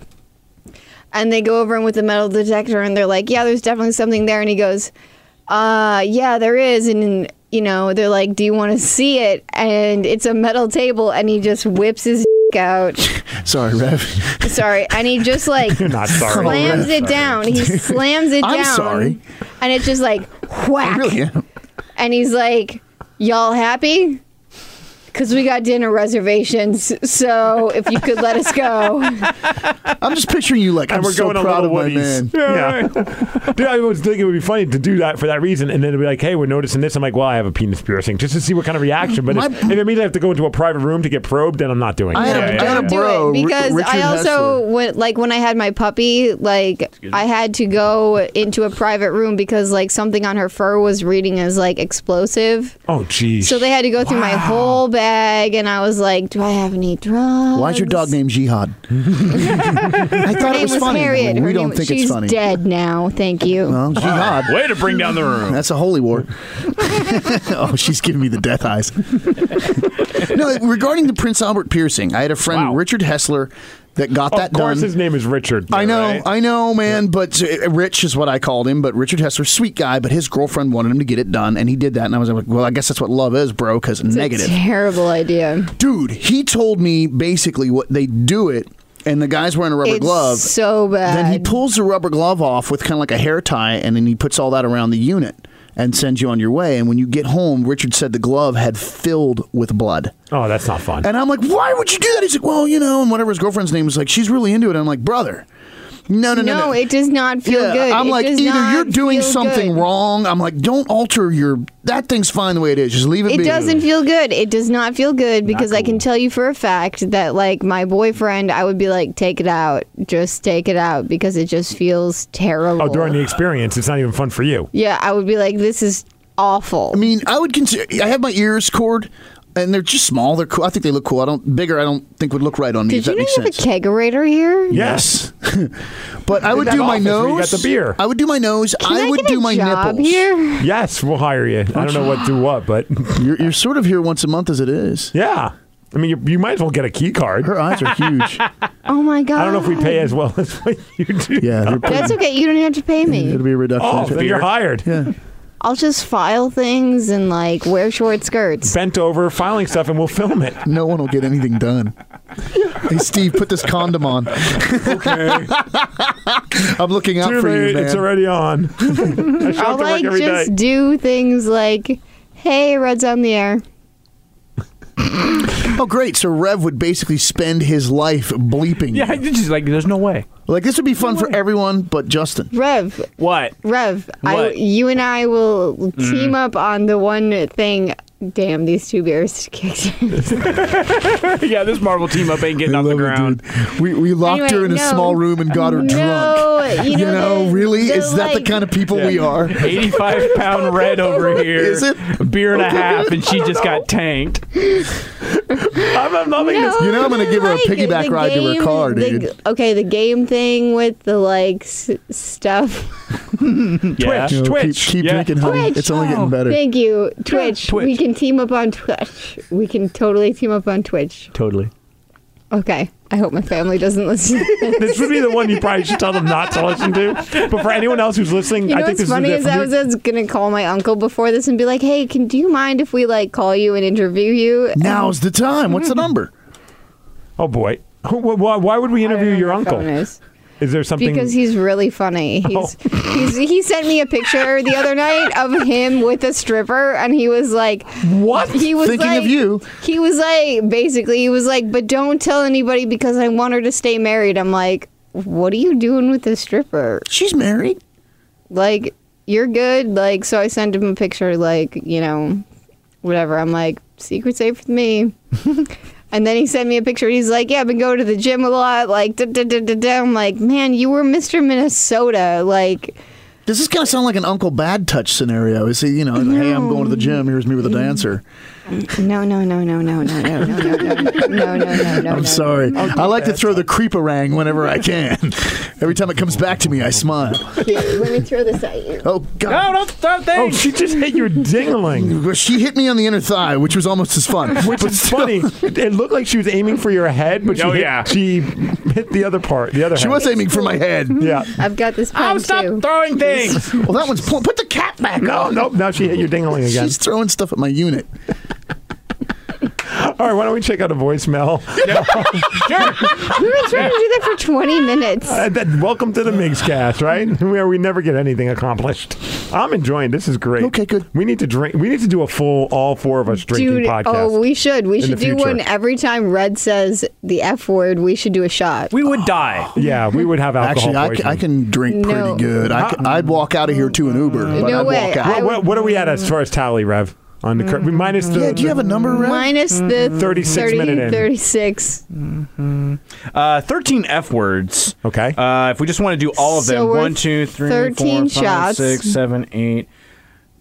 Speaker 3: And they go over and with the metal detector and they're like, "Yeah, there's definitely something there." And he goes, "Uh, yeah, there is." And you know, they're like, "Do you want to see it?" And it's a metal table, and he just whips his out.
Speaker 2: Sorry, Rev.
Speaker 3: Sorry, and he just like
Speaker 1: You're not sorry.
Speaker 3: slams it down. He slams it
Speaker 2: I'm
Speaker 3: down.
Speaker 2: sorry.
Speaker 3: And it's just like whack.
Speaker 2: Really? am.
Speaker 3: And he's like, "Y'all happy? Because we got dinner reservations. So if you could let us go."
Speaker 2: I'm just picturing you like I'm
Speaker 1: And we're
Speaker 2: so
Speaker 1: going to
Speaker 2: proud
Speaker 1: Little
Speaker 2: of my
Speaker 1: Woody's.
Speaker 2: man.
Speaker 1: Yeah. Dude, I was thinking it would be funny to do that for that reason, and then to be like, "Hey, we're noticing this." I'm like, "Well, I have a penis piercing," just to see what kind of reaction. But
Speaker 2: My-
Speaker 1: if, if it means I have to go into a private room to get probed, then I'm not doing
Speaker 2: I
Speaker 1: it.
Speaker 2: had a,
Speaker 4: Yeah,
Speaker 2: I had a
Speaker 3: do
Speaker 2: bro,
Speaker 3: it
Speaker 2: Ri-
Speaker 3: because
Speaker 2: Richard
Speaker 3: I also
Speaker 2: Hessler.
Speaker 3: went like when I had my puppy, like I had to go into a private room because like something on her fur was reading as like explosive.
Speaker 1: oh, geez.
Speaker 3: So they had to go through my whole bag, and I was like, "Do I have any drugs?"
Speaker 2: Why is your dog named Jihad? I thought
Speaker 3: Her
Speaker 2: it
Speaker 3: name
Speaker 2: was,
Speaker 3: was
Speaker 2: funny.
Speaker 3: Harriet.
Speaker 2: We
Speaker 3: Her
Speaker 2: don't
Speaker 3: name-
Speaker 2: think
Speaker 3: she's
Speaker 2: it's funny.
Speaker 3: dead now. Thank you.
Speaker 2: Well, Jihad.
Speaker 4: Way to bring down the room.
Speaker 2: That's a holy war. oh, she's giving me the death eyes. no, regarding the Prince Albert piercing, I had a friend,
Speaker 1: Wow.
Speaker 2: Richard Hessler, that got
Speaker 1: of
Speaker 2: that
Speaker 1: course,
Speaker 2: done.
Speaker 1: his name is Richard.
Speaker 2: I
Speaker 1: though,
Speaker 2: know,
Speaker 1: right?
Speaker 2: I know, man. But uh, Rich is what I called him. But Richard Hessler, sweet guy, but his girlfriend wanted him to get it done, and he did that. And I was like, well, I guess that's what love is, bro, because negative.
Speaker 3: Terrible idea.
Speaker 2: Dude, he told me basically what they do it, and the guy's wearing a rubber
Speaker 3: it's
Speaker 2: glove.
Speaker 3: so bad.
Speaker 2: Then he pulls the rubber glove off with kind of like a hair tie, and then he puts all that around the unit and sends you on your way. And when you get home, Richard said the glove had filled with blood.
Speaker 1: Oh, that's not fun.
Speaker 2: And I'm like, why would you do that? He's like, well, you know, and whatever his girlfriend's name was like, she's really into it. And I'm like, brother. No, no, no, no.
Speaker 3: no, it does not feel
Speaker 2: yeah,
Speaker 3: good.
Speaker 2: I'm
Speaker 3: It
Speaker 2: like,
Speaker 3: does
Speaker 2: either
Speaker 3: not
Speaker 2: you're doing
Speaker 3: feel
Speaker 2: something
Speaker 3: good.
Speaker 2: wrong. I'm like, don't alter your. That thing's fine the way it is. Just leave it.
Speaker 3: It
Speaker 2: be.
Speaker 3: doesn't feel good. It does not feel good because I can tell you for a fact that, like, my boyfriend, I would be like, take it out. Just take it out because it just feels terrible.
Speaker 1: oh, during the experience, it's not even fun for you.
Speaker 3: yeah, I would be like, this is awful.
Speaker 2: I mean, I would consider. I have my ears cord, and they're just small. They're cool. I think they look cool. I don't bigger. I don't think would look right on me. if that
Speaker 3: Did you know
Speaker 2: makes
Speaker 3: you have a
Speaker 2: sense.
Speaker 3: kegerator here?
Speaker 1: Yes.
Speaker 2: But I would
Speaker 1: that
Speaker 2: do my
Speaker 1: office where you got
Speaker 2: nose.
Speaker 1: the beer.
Speaker 2: I would do my nose.
Speaker 3: Can I,
Speaker 2: would
Speaker 3: get
Speaker 2: do
Speaker 3: a
Speaker 2: my
Speaker 3: job
Speaker 2: nipples.
Speaker 3: here?
Speaker 1: Yes, we'll hire you. I don't know what do what, but
Speaker 2: You're, you're sort of here once a month as it is.
Speaker 1: yeah. I mean, you, you might as well get a key card.
Speaker 2: Her eyes are huge.
Speaker 3: Oh my god!
Speaker 1: I don't know if we pay as well as what you do.
Speaker 2: Yeah, they're pretty,
Speaker 3: That's okay. You don't have to pay me.
Speaker 2: it'll be a reduction.
Speaker 1: Oh, then you're hired.
Speaker 3: I'll just file things and like wear short skirts.
Speaker 1: Bent over, filing stuff, and we'll film it.
Speaker 2: No one will get anything done.
Speaker 9: Hey, Steve, put this condom on.
Speaker 1: Okay.
Speaker 9: I'm looking out
Speaker 1: Too
Speaker 9: for you,
Speaker 1: late.
Speaker 9: man.
Speaker 1: It's already on. I show
Speaker 3: Or
Speaker 1: up to work
Speaker 3: like
Speaker 1: every
Speaker 3: just
Speaker 1: day.
Speaker 3: do things like, "Hey, Red's on the air."
Speaker 2: Oh, great. So Rev would basically spend his life bleeping.
Speaker 4: Yeah,
Speaker 2: you.
Speaker 4: it's just like there's no way.
Speaker 2: Like, this would be fun for everyone but Justin.
Speaker 3: Rev,
Speaker 4: What?
Speaker 3: Rev, I,
Speaker 4: What?
Speaker 3: you and I will
Speaker 9: Mm-hmm.
Speaker 3: team up on the one thing. Damn, these two beers kicked in.
Speaker 4: yeah, this Marvel team up ain't getting off the
Speaker 9: Love it,
Speaker 4: ground.
Speaker 9: dude. We, we locked
Speaker 3: Anyway,
Speaker 9: her in
Speaker 3: no.
Speaker 9: a small room and got her drunk.
Speaker 3: No, you know,
Speaker 9: You know,
Speaker 3: the-
Speaker 9: really?
Speaker 3: the,
Speaker 9: Is that the
Speaker 3: like-
Speaker 9: kind of people we are?
Speaker 4: 85 pound red over here.
Speaker 9: Is it?
Speaker 4: Beer and a half, and she just got tanked.
Speaker 1: I'm, I'm loving this.
Speaker 9: You know I'm gonna give her a
Speaker 3: like
Speaker 9: piggyback
Speaker 3: the
Speaker 9: ride to her
Speaker 3: game-
Speaker 9: car,
Speaker 3: the-
Speaker 9: dude.
Speaker 3: okay, the game thing with the like s- stuff.
Speaker 4: Yeah.
Speaker 9: You know, Keep, keep
Speaker 4: yeah.
Speaker 9: drinking, honey.
Speaker 3: Twitch.
Speaker 9: It's only getting better.
Speaker 3: Thank you, Twitch.
Speaker 4: Twitch.
Speaker 3: We can team up on Twitch. We can totally team up on Twitch.
Speaker 4: Totally.
Speaker 3: Okay, I hope my family doesn't listen.
Speaker 1: This would be the one you probably should tell them not to listen to. But for anyone else who's listening,
Speaker 3: You know
Speaker 1: I think
Speaker 3: what's
Speaker 1: this
Speaker 3: funny
Speaker 1: is
Speaker 3: is I was just gonna call my uncle before this and be like, "Hey, can do you mind if we like call you and interview you?"
Speaker 9: Now's the time. What's the number?
Speaker 1: Oh boy. Who- wh- Why, why would we
Speaker 3: I don't
Speaker 1: interview
Speaker 3: know
Speaker 1: your
Speaker 3: where my
Speaker 1: uncle? Oh.
Speaker 3: phone is.
Speaker 1: Is there something?
Speaker 3: Because he's really funny. He's, he's he sent me a picture the other night of him with a stripper, and he was like,
Speaker 1: what?
Speaker 3: he was
Speaker 9: Thinking
Speaker 3: like,
Speaker 9: of you.
Speaker 3: He was like, basically, he was like, but don't tell anybody because I want her to stay married. I'm like, what are you doing with this stripper?
Speaker 2: She's married.
Speaker 3: Like, you're good. Like, so I sent him a picture, like, you know, whatever. I'm like, secret safe with me. And then he sent me a picture. He's like, "Yeah, I've been going to the gym a lot." Like, da da da da da. I'm like, "Man, you were Mr. Minnesota." Like,
Speaker 2: Does this kind of sound like an Uncle Bad Touch scenario? Is he, you know, hey, I'm going to the gym. Here's me with a
Speaker 9: Mm-hmm.
Speaker 2: dancer.
Speaker 3: No, no, no, no, no, no, no, no, no, no, no, no, no, no.
Speaker 2: I'm sorry. I like to throw the creeperang whenever I can. Every time it comes back to me, I smile.
Speaker 3: Here, let me throw this at you.
Speaker 2: Oh,
Speaker 4: No,
Speaker 2: God.
Speaker 4: don't throw
Speaker 1: oh,
Speaker 4: things.
Speaker 1: she just hit your dingling.
Speaker 2: She hit me on the inner thigh, which was almost as fun.
Speaker 1: Which is funny. It looked like she was aiming for your head, but she,
Speaker 4: Oh,
Speaker 1: hit,
Speaker 4: yeah.
Speaker 1: she hit the other part, the other
Speaker 2: She
Speaker 1: half.
Speaker 2: was aiming for my head.
Speaker 1: Yeah.
Speaker 3: I've got this pen
Speaker 4: Oh, stop
Speaker 3: too.
Speaker 4: throwing things.
Speaker 2: Well, that one's pl- put the cap back.
Speaker 1: No, nope. Now she hit your dingling again.
Speaker 2: She's throwing stuff at my unit.
Speaker 1: All right, why don't we check out a voicemail?
Speaker 3: We've been trying to do that for 20 minutes.
Speaker 1: Uh, that- welcome to the Migs cast, right? Where we never get anything accomplished. I'm enjoying. This is great.
Speaker 2: Okay, good.
Speaker 1: We need to drink. We need to do a full, all four of us drinking
Speaker 3: Dude,
Speaker 1: podcast.
Speaker 3: oh, we should. We
Speaker 1: in
Speaker 3: should
Speaker 1: the
Speaker 3: do
Speaker 1: future.
Speaker 3: one every time Red says the F word. We should do a shot.
Speaker 4: We would die.
Speaker 1: yeah, we would have alcohol.
Speaker 2: Actually, I, c- I
Speaker 1: poisoning.
Speaker 2: can drink pretty
Speaker 3: No.
Speaker 2: good. I c- I'd walk out of here to an Uber. But
Speaker 3: No
Speaker 2: I'd
Speaker 3: way.
Speaker 2: Walk out.
Speaker 3: I-
Speaker 1: What, what, what are we at as far as tally, Rev? On the cur- minus the.
Speaker 2: Mm. yeah, do you have a number, Rev?
Speaker 3: Minus
Speaker 2: Mm-hmm.
Speaker 3: the
Speaker 1: 36 minute in.
Speaker 3: 36.
Speaker 4: Uh, 13 F words.
Speaker 1: Okay.
Speaker 4: Uh, if we just want to do all of
Speaker 3: So
Speaker 4: them
Speaker 3: we're
Speaker 4: one, two, three, four,
Speaker 3: 13
Speaker 4: five,
Speaker 3: shots.
Speaker 4: six, seven, eight,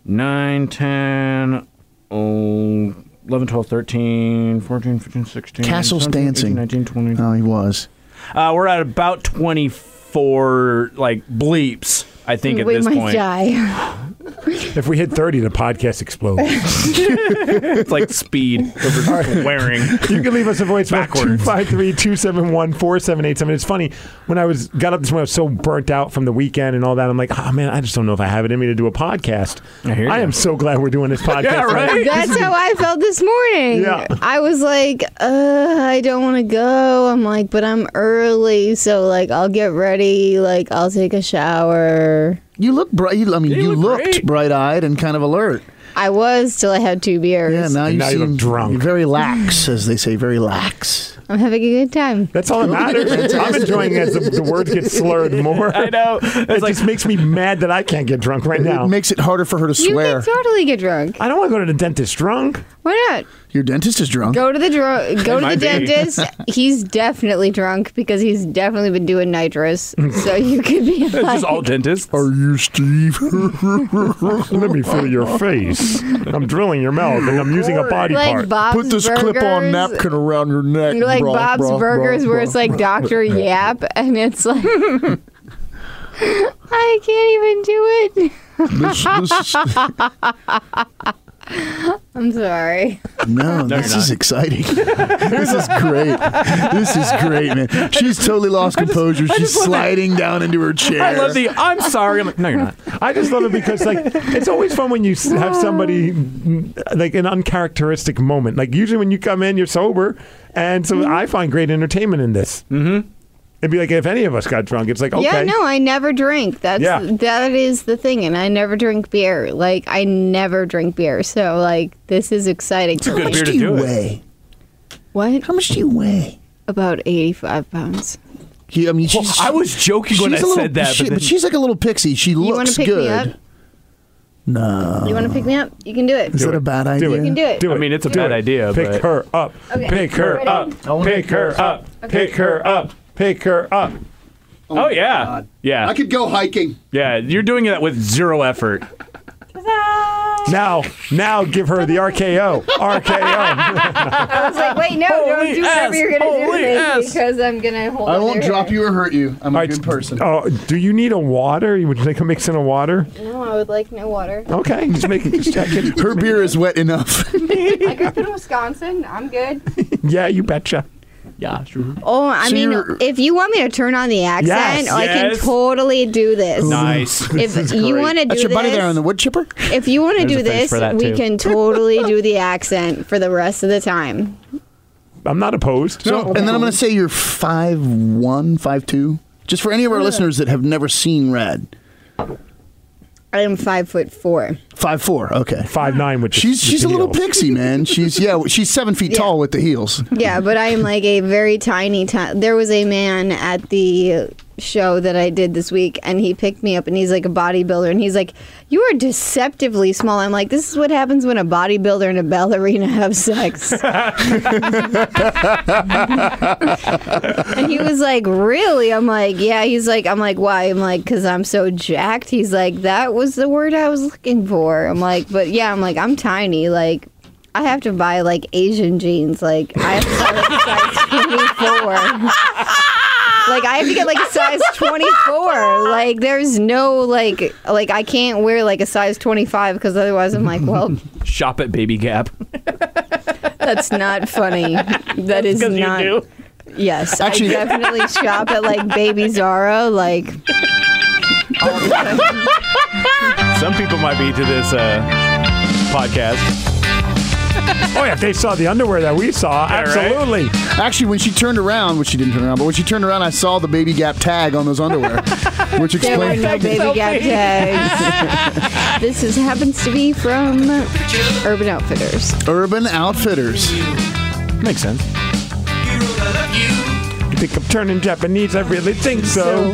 Speaker 4: nine, 10, oh, 11, 12, 13, 14, 15, 16,
Speaker 2: Castle's
Speaker 4: 17,
Speaker 2: dancing.
Speaker 4: 18, 19, 20.
Speaker 2: Oh, he was.
Speaker 4: Uh, we're at about 24 like bleeps, I think, at
Speaker 3: we
Speaker 4: this
Speaker 3: might
Speaker 4: point.
Speaker 3: die.
Speaker 1: if we hit 30, the podcast explodes.
Speaker 4: It's like speed that we're wearing.
Speaker 1: you can leave us a voicemail 253-271-4787 it's funny when i was got up this morning i was so burnt out from the weekend and all that i'm like oh man i just don't know if i have it in me to do a podcast
Speaker 4: I hear you.
Speaker 1: am so glad we're doing this podcast
Speaker 4: Yeah, right?
Speaker 3: That's how I felt this morning.
Speaker 1: Yeah.
Speaker 3: I was like, uh, I don't want to go. I'm like, but I'm early, so like I'll get ready, like I'll take a shower.
Speaker 2: You look bright. You, I mean, you,
Speaker 4: look
Speaker 2: looked
Speaker 4: great.
Speaker 2: bright-eyed and kind of alert.
Speaker 3: I was till I had two beers.
Speaker 2: Yeah, now you
Speaker 1: now you
Speaker 2: seem
Speaker 1: look drunk.
Speaker 2: you're very lax, as they say, very lax.
Speaker 3: I'm having a good time.
Speaker 1: that's all that matters i'm enjoying as the, the words get slurred more
Speaker 4: I know.
Speaker 1: it
Speaker 4: It's like,
Speaker 1: just makes me mad that i can't get drunk right now
Speaker 2: It makes it harder for her to
Speaker 3: You
Speaker 2: swear.
Speaker 3: can totally get drunk.
Speaker 1: I don't want to go to the dentist drunk.
Speaker 3: Why not?
Speaker 2: Your dentist is drunk.
Speaker 3: Go to the dr- go to the
Speaker 4: might be.
Speaker 3: dentist. he's definitely drunk because he's definitely been doing nitrous. so you could be
Speaker 4: it's
Speaker 3: like,
Speaker 4: just all dentists.
Speaker 2: Are you Steve?
Speaker 1: Let me feel your face. I'm drilling your mouth and I'm using a body
Speaker 3: like
Speaker 1: part.
Speaker 3: Bob's
Speaker 2: Put this
Speaker 3: Burgers.
Speaker 2: clip on napkin around your neck.
Speaker 3: Like
Speaker 2: brah,
Speaker 3: Bob's
Speaker 2: brah,
Speaker 3: Burgers,
Speaker 2: brah,
Speaker 3: where
Speaker 2: brah.
Speaker 3: it's like Doctor Yap, and it's like I can't even do it.
Speaker 2: This, this is-
Speaker 3: I'm sorry.
Speaker 2: No, this is exciting. this is great. This is great, man. She's totally lost composure. She's sliding down into her chair.
Speaker 4: I love the. I'm sorry. I'm like, no, you're not.
Speaker 1: I just love it because like it's always fun when you s- have somebody mm, like an uncharacteristic moment. Like usually when you come in, you're sober, and
Speaker 3: Mm-hmm.
Speaker 1: so I find great entertainment in this. Mm-hmm. It'd be like if any of us got drunk, it's like okay,
Speaker 3: Yeah, no, I never drink. That's
Speaker 1: Yeah.
Speaker 3: that is the thing, and I never drink beer. Like I never drink beer, so like this is exciting. It's
Speaker 4: a good beer to do it.
Speaker 3: What? How
Speaker 2: much do you weigh?
Speaker 3: About eighty-five pounds.
Speaker 2: He- I mean, she's,
Speaker 4: I was joking
Speaker 2: she's
Speaker 4: when
Speaker 2: a
Speaker 4: I
Speaker 2: little,
Speaker 4: said that,
Speaker 2: she-
Speaker 4: but, then,
Speaker 2: she's like a little pixie. She
Speaker 3: You want
Speaker 2: looks
Speaker 3: to pick me up?
Speaker 2: good. No,
Speaker 3: You want to pick me up? You can do it.
Speaker 2: is that a bad idea?
Speaker 1: Do it.
Speaker 3: You can do it.
Speaker 1: Do
Speaker 4: I mean, it's a
Speaker 1: Do
Speaker 4: bad idea,
Speaker 1: Pick
Speaker 4: but-
Speaker 1: her up.
Speaker 3: Okay.
Speaker 1: Pick her
Speaker 3: Ready?
Speaker 1: up. Pick her up.
Speaker 3: Okay.
Speaker 1: Pick her up. Pick her up.
Speaker 4: oh yeah, yeah,
Speaker 9: could go hiking.
Speaker 4: yeah. You're doing that with zero effort.
Speaker 1: Now, now give her the RKO. RKO.
Speaker 3: I was like, wait, no,
Speaker 4: Holy
Speaker 3: don't do whatever
Speaker 4: ass,
Speaker 3: you're gonna do
Speaker 4: holy
Speaker 3: to me
Speaker 4: ass.
Speaker 3: because I'm gonna hold.
Speaker 9: I won't drop you or hurt you. I'm a
Speaker 1: All right,
Speaker 9: good person.
Speaker 1: Oh, do you need a water? Would you like a mix in a water?
Speaker 3: No, I would like no water.
Speaker 1: Okay, just making just checking.
Speaker 2: Her beer is wet enough.
Speaker 8: I grew up in Wisconsin. I'm good.
Speaker 1: Yeah, you betcha.
Speaker 4: Yeah, sure.
Speaker 3: Oh, I
Speaker 2: So
Speaker 3: mean,
Speaker 2: you're-
Speaker 3: if you want me to turn on the accent,
Speaker 1: Yes.
Speaker 3: I
Speaker 4: Yes.
Speaker 3: can totally do this.
Speaker 4: Nice.
Speaker 3: If you want to do
Speaker 2: That's your
Speaker 3: this,
Speaker 2: buddy there on the wood chipper.
Speaker 3: if you want to
Speaker 4: There's
Speaker 3: do
Speaker 4: a phrase
Speaker 3: this,
Speaker 4: for that,
Speaker 3: we
Speaker 4: too.
Speaker 3: can totally do the accent for the rest of the time.
Speaker 1: I'm not opposed.
Speaker 2: So, and then I'm going to say you're five one, five two. Just for any of our listeners that have never seen Red,
Speaker 3: I am five foot four.
Speaker 2: five four. Okay,
Speaker 1: five nine, which
Speaker 2: she's she's a little pixie, man. She's yeah, she's seven feet tall with the heels.
Speaker 3: Yeah, but I am like a very tiny. T- there was a man at the show that I did this week, and he picked me up, and he's like a bodybuilder, and he's like, "You are deceptively small." I'm like, "This is what happens when a bodybuilder and a ballerina have sex." and he was like, "Really?" I'm like, "Yeah." He's like, "I'm like, why?" I'm like, "Cause I'm so jacked." He's like, "That was the word I was looking for." I'm like, "But yeah," I'm like, "I'm tiny." Like, I have to buy like Asian jeans. Like, I have to start with size 24. Like I have to get like a size 24. Like there's no like like I can't wear like a size 25 because otherwise I'm like, well,
Speaker 4: Shop at Baby Gap.
Speaker 3: that's not funny. That is not. Yes,
Speaker 2: Actually-
Speaker 3: I definitely shop at like Baby Zara. Like
Speaker 4: Some people might be to this uh, podcast.
Speaker 1: Oh, yeah, if they saw the underwear that we saw,
Speaker 4: right?
Speaker 1: absolutely.
Speaker 2: Actually, when she turned around, which she didn't turn around, but when she turned around, I saw the baby gap tag on those underwear, which
Speaker 3: there were
Speaker 2: explained.
Speaker 3: no baby gap tags. this is happens to be from Urban Outfitters.
Speaker 2: Urban Outfitters.
Speaker 4: Makes sense.
Speaker 1: You think I'm turning Japanese? I really think so.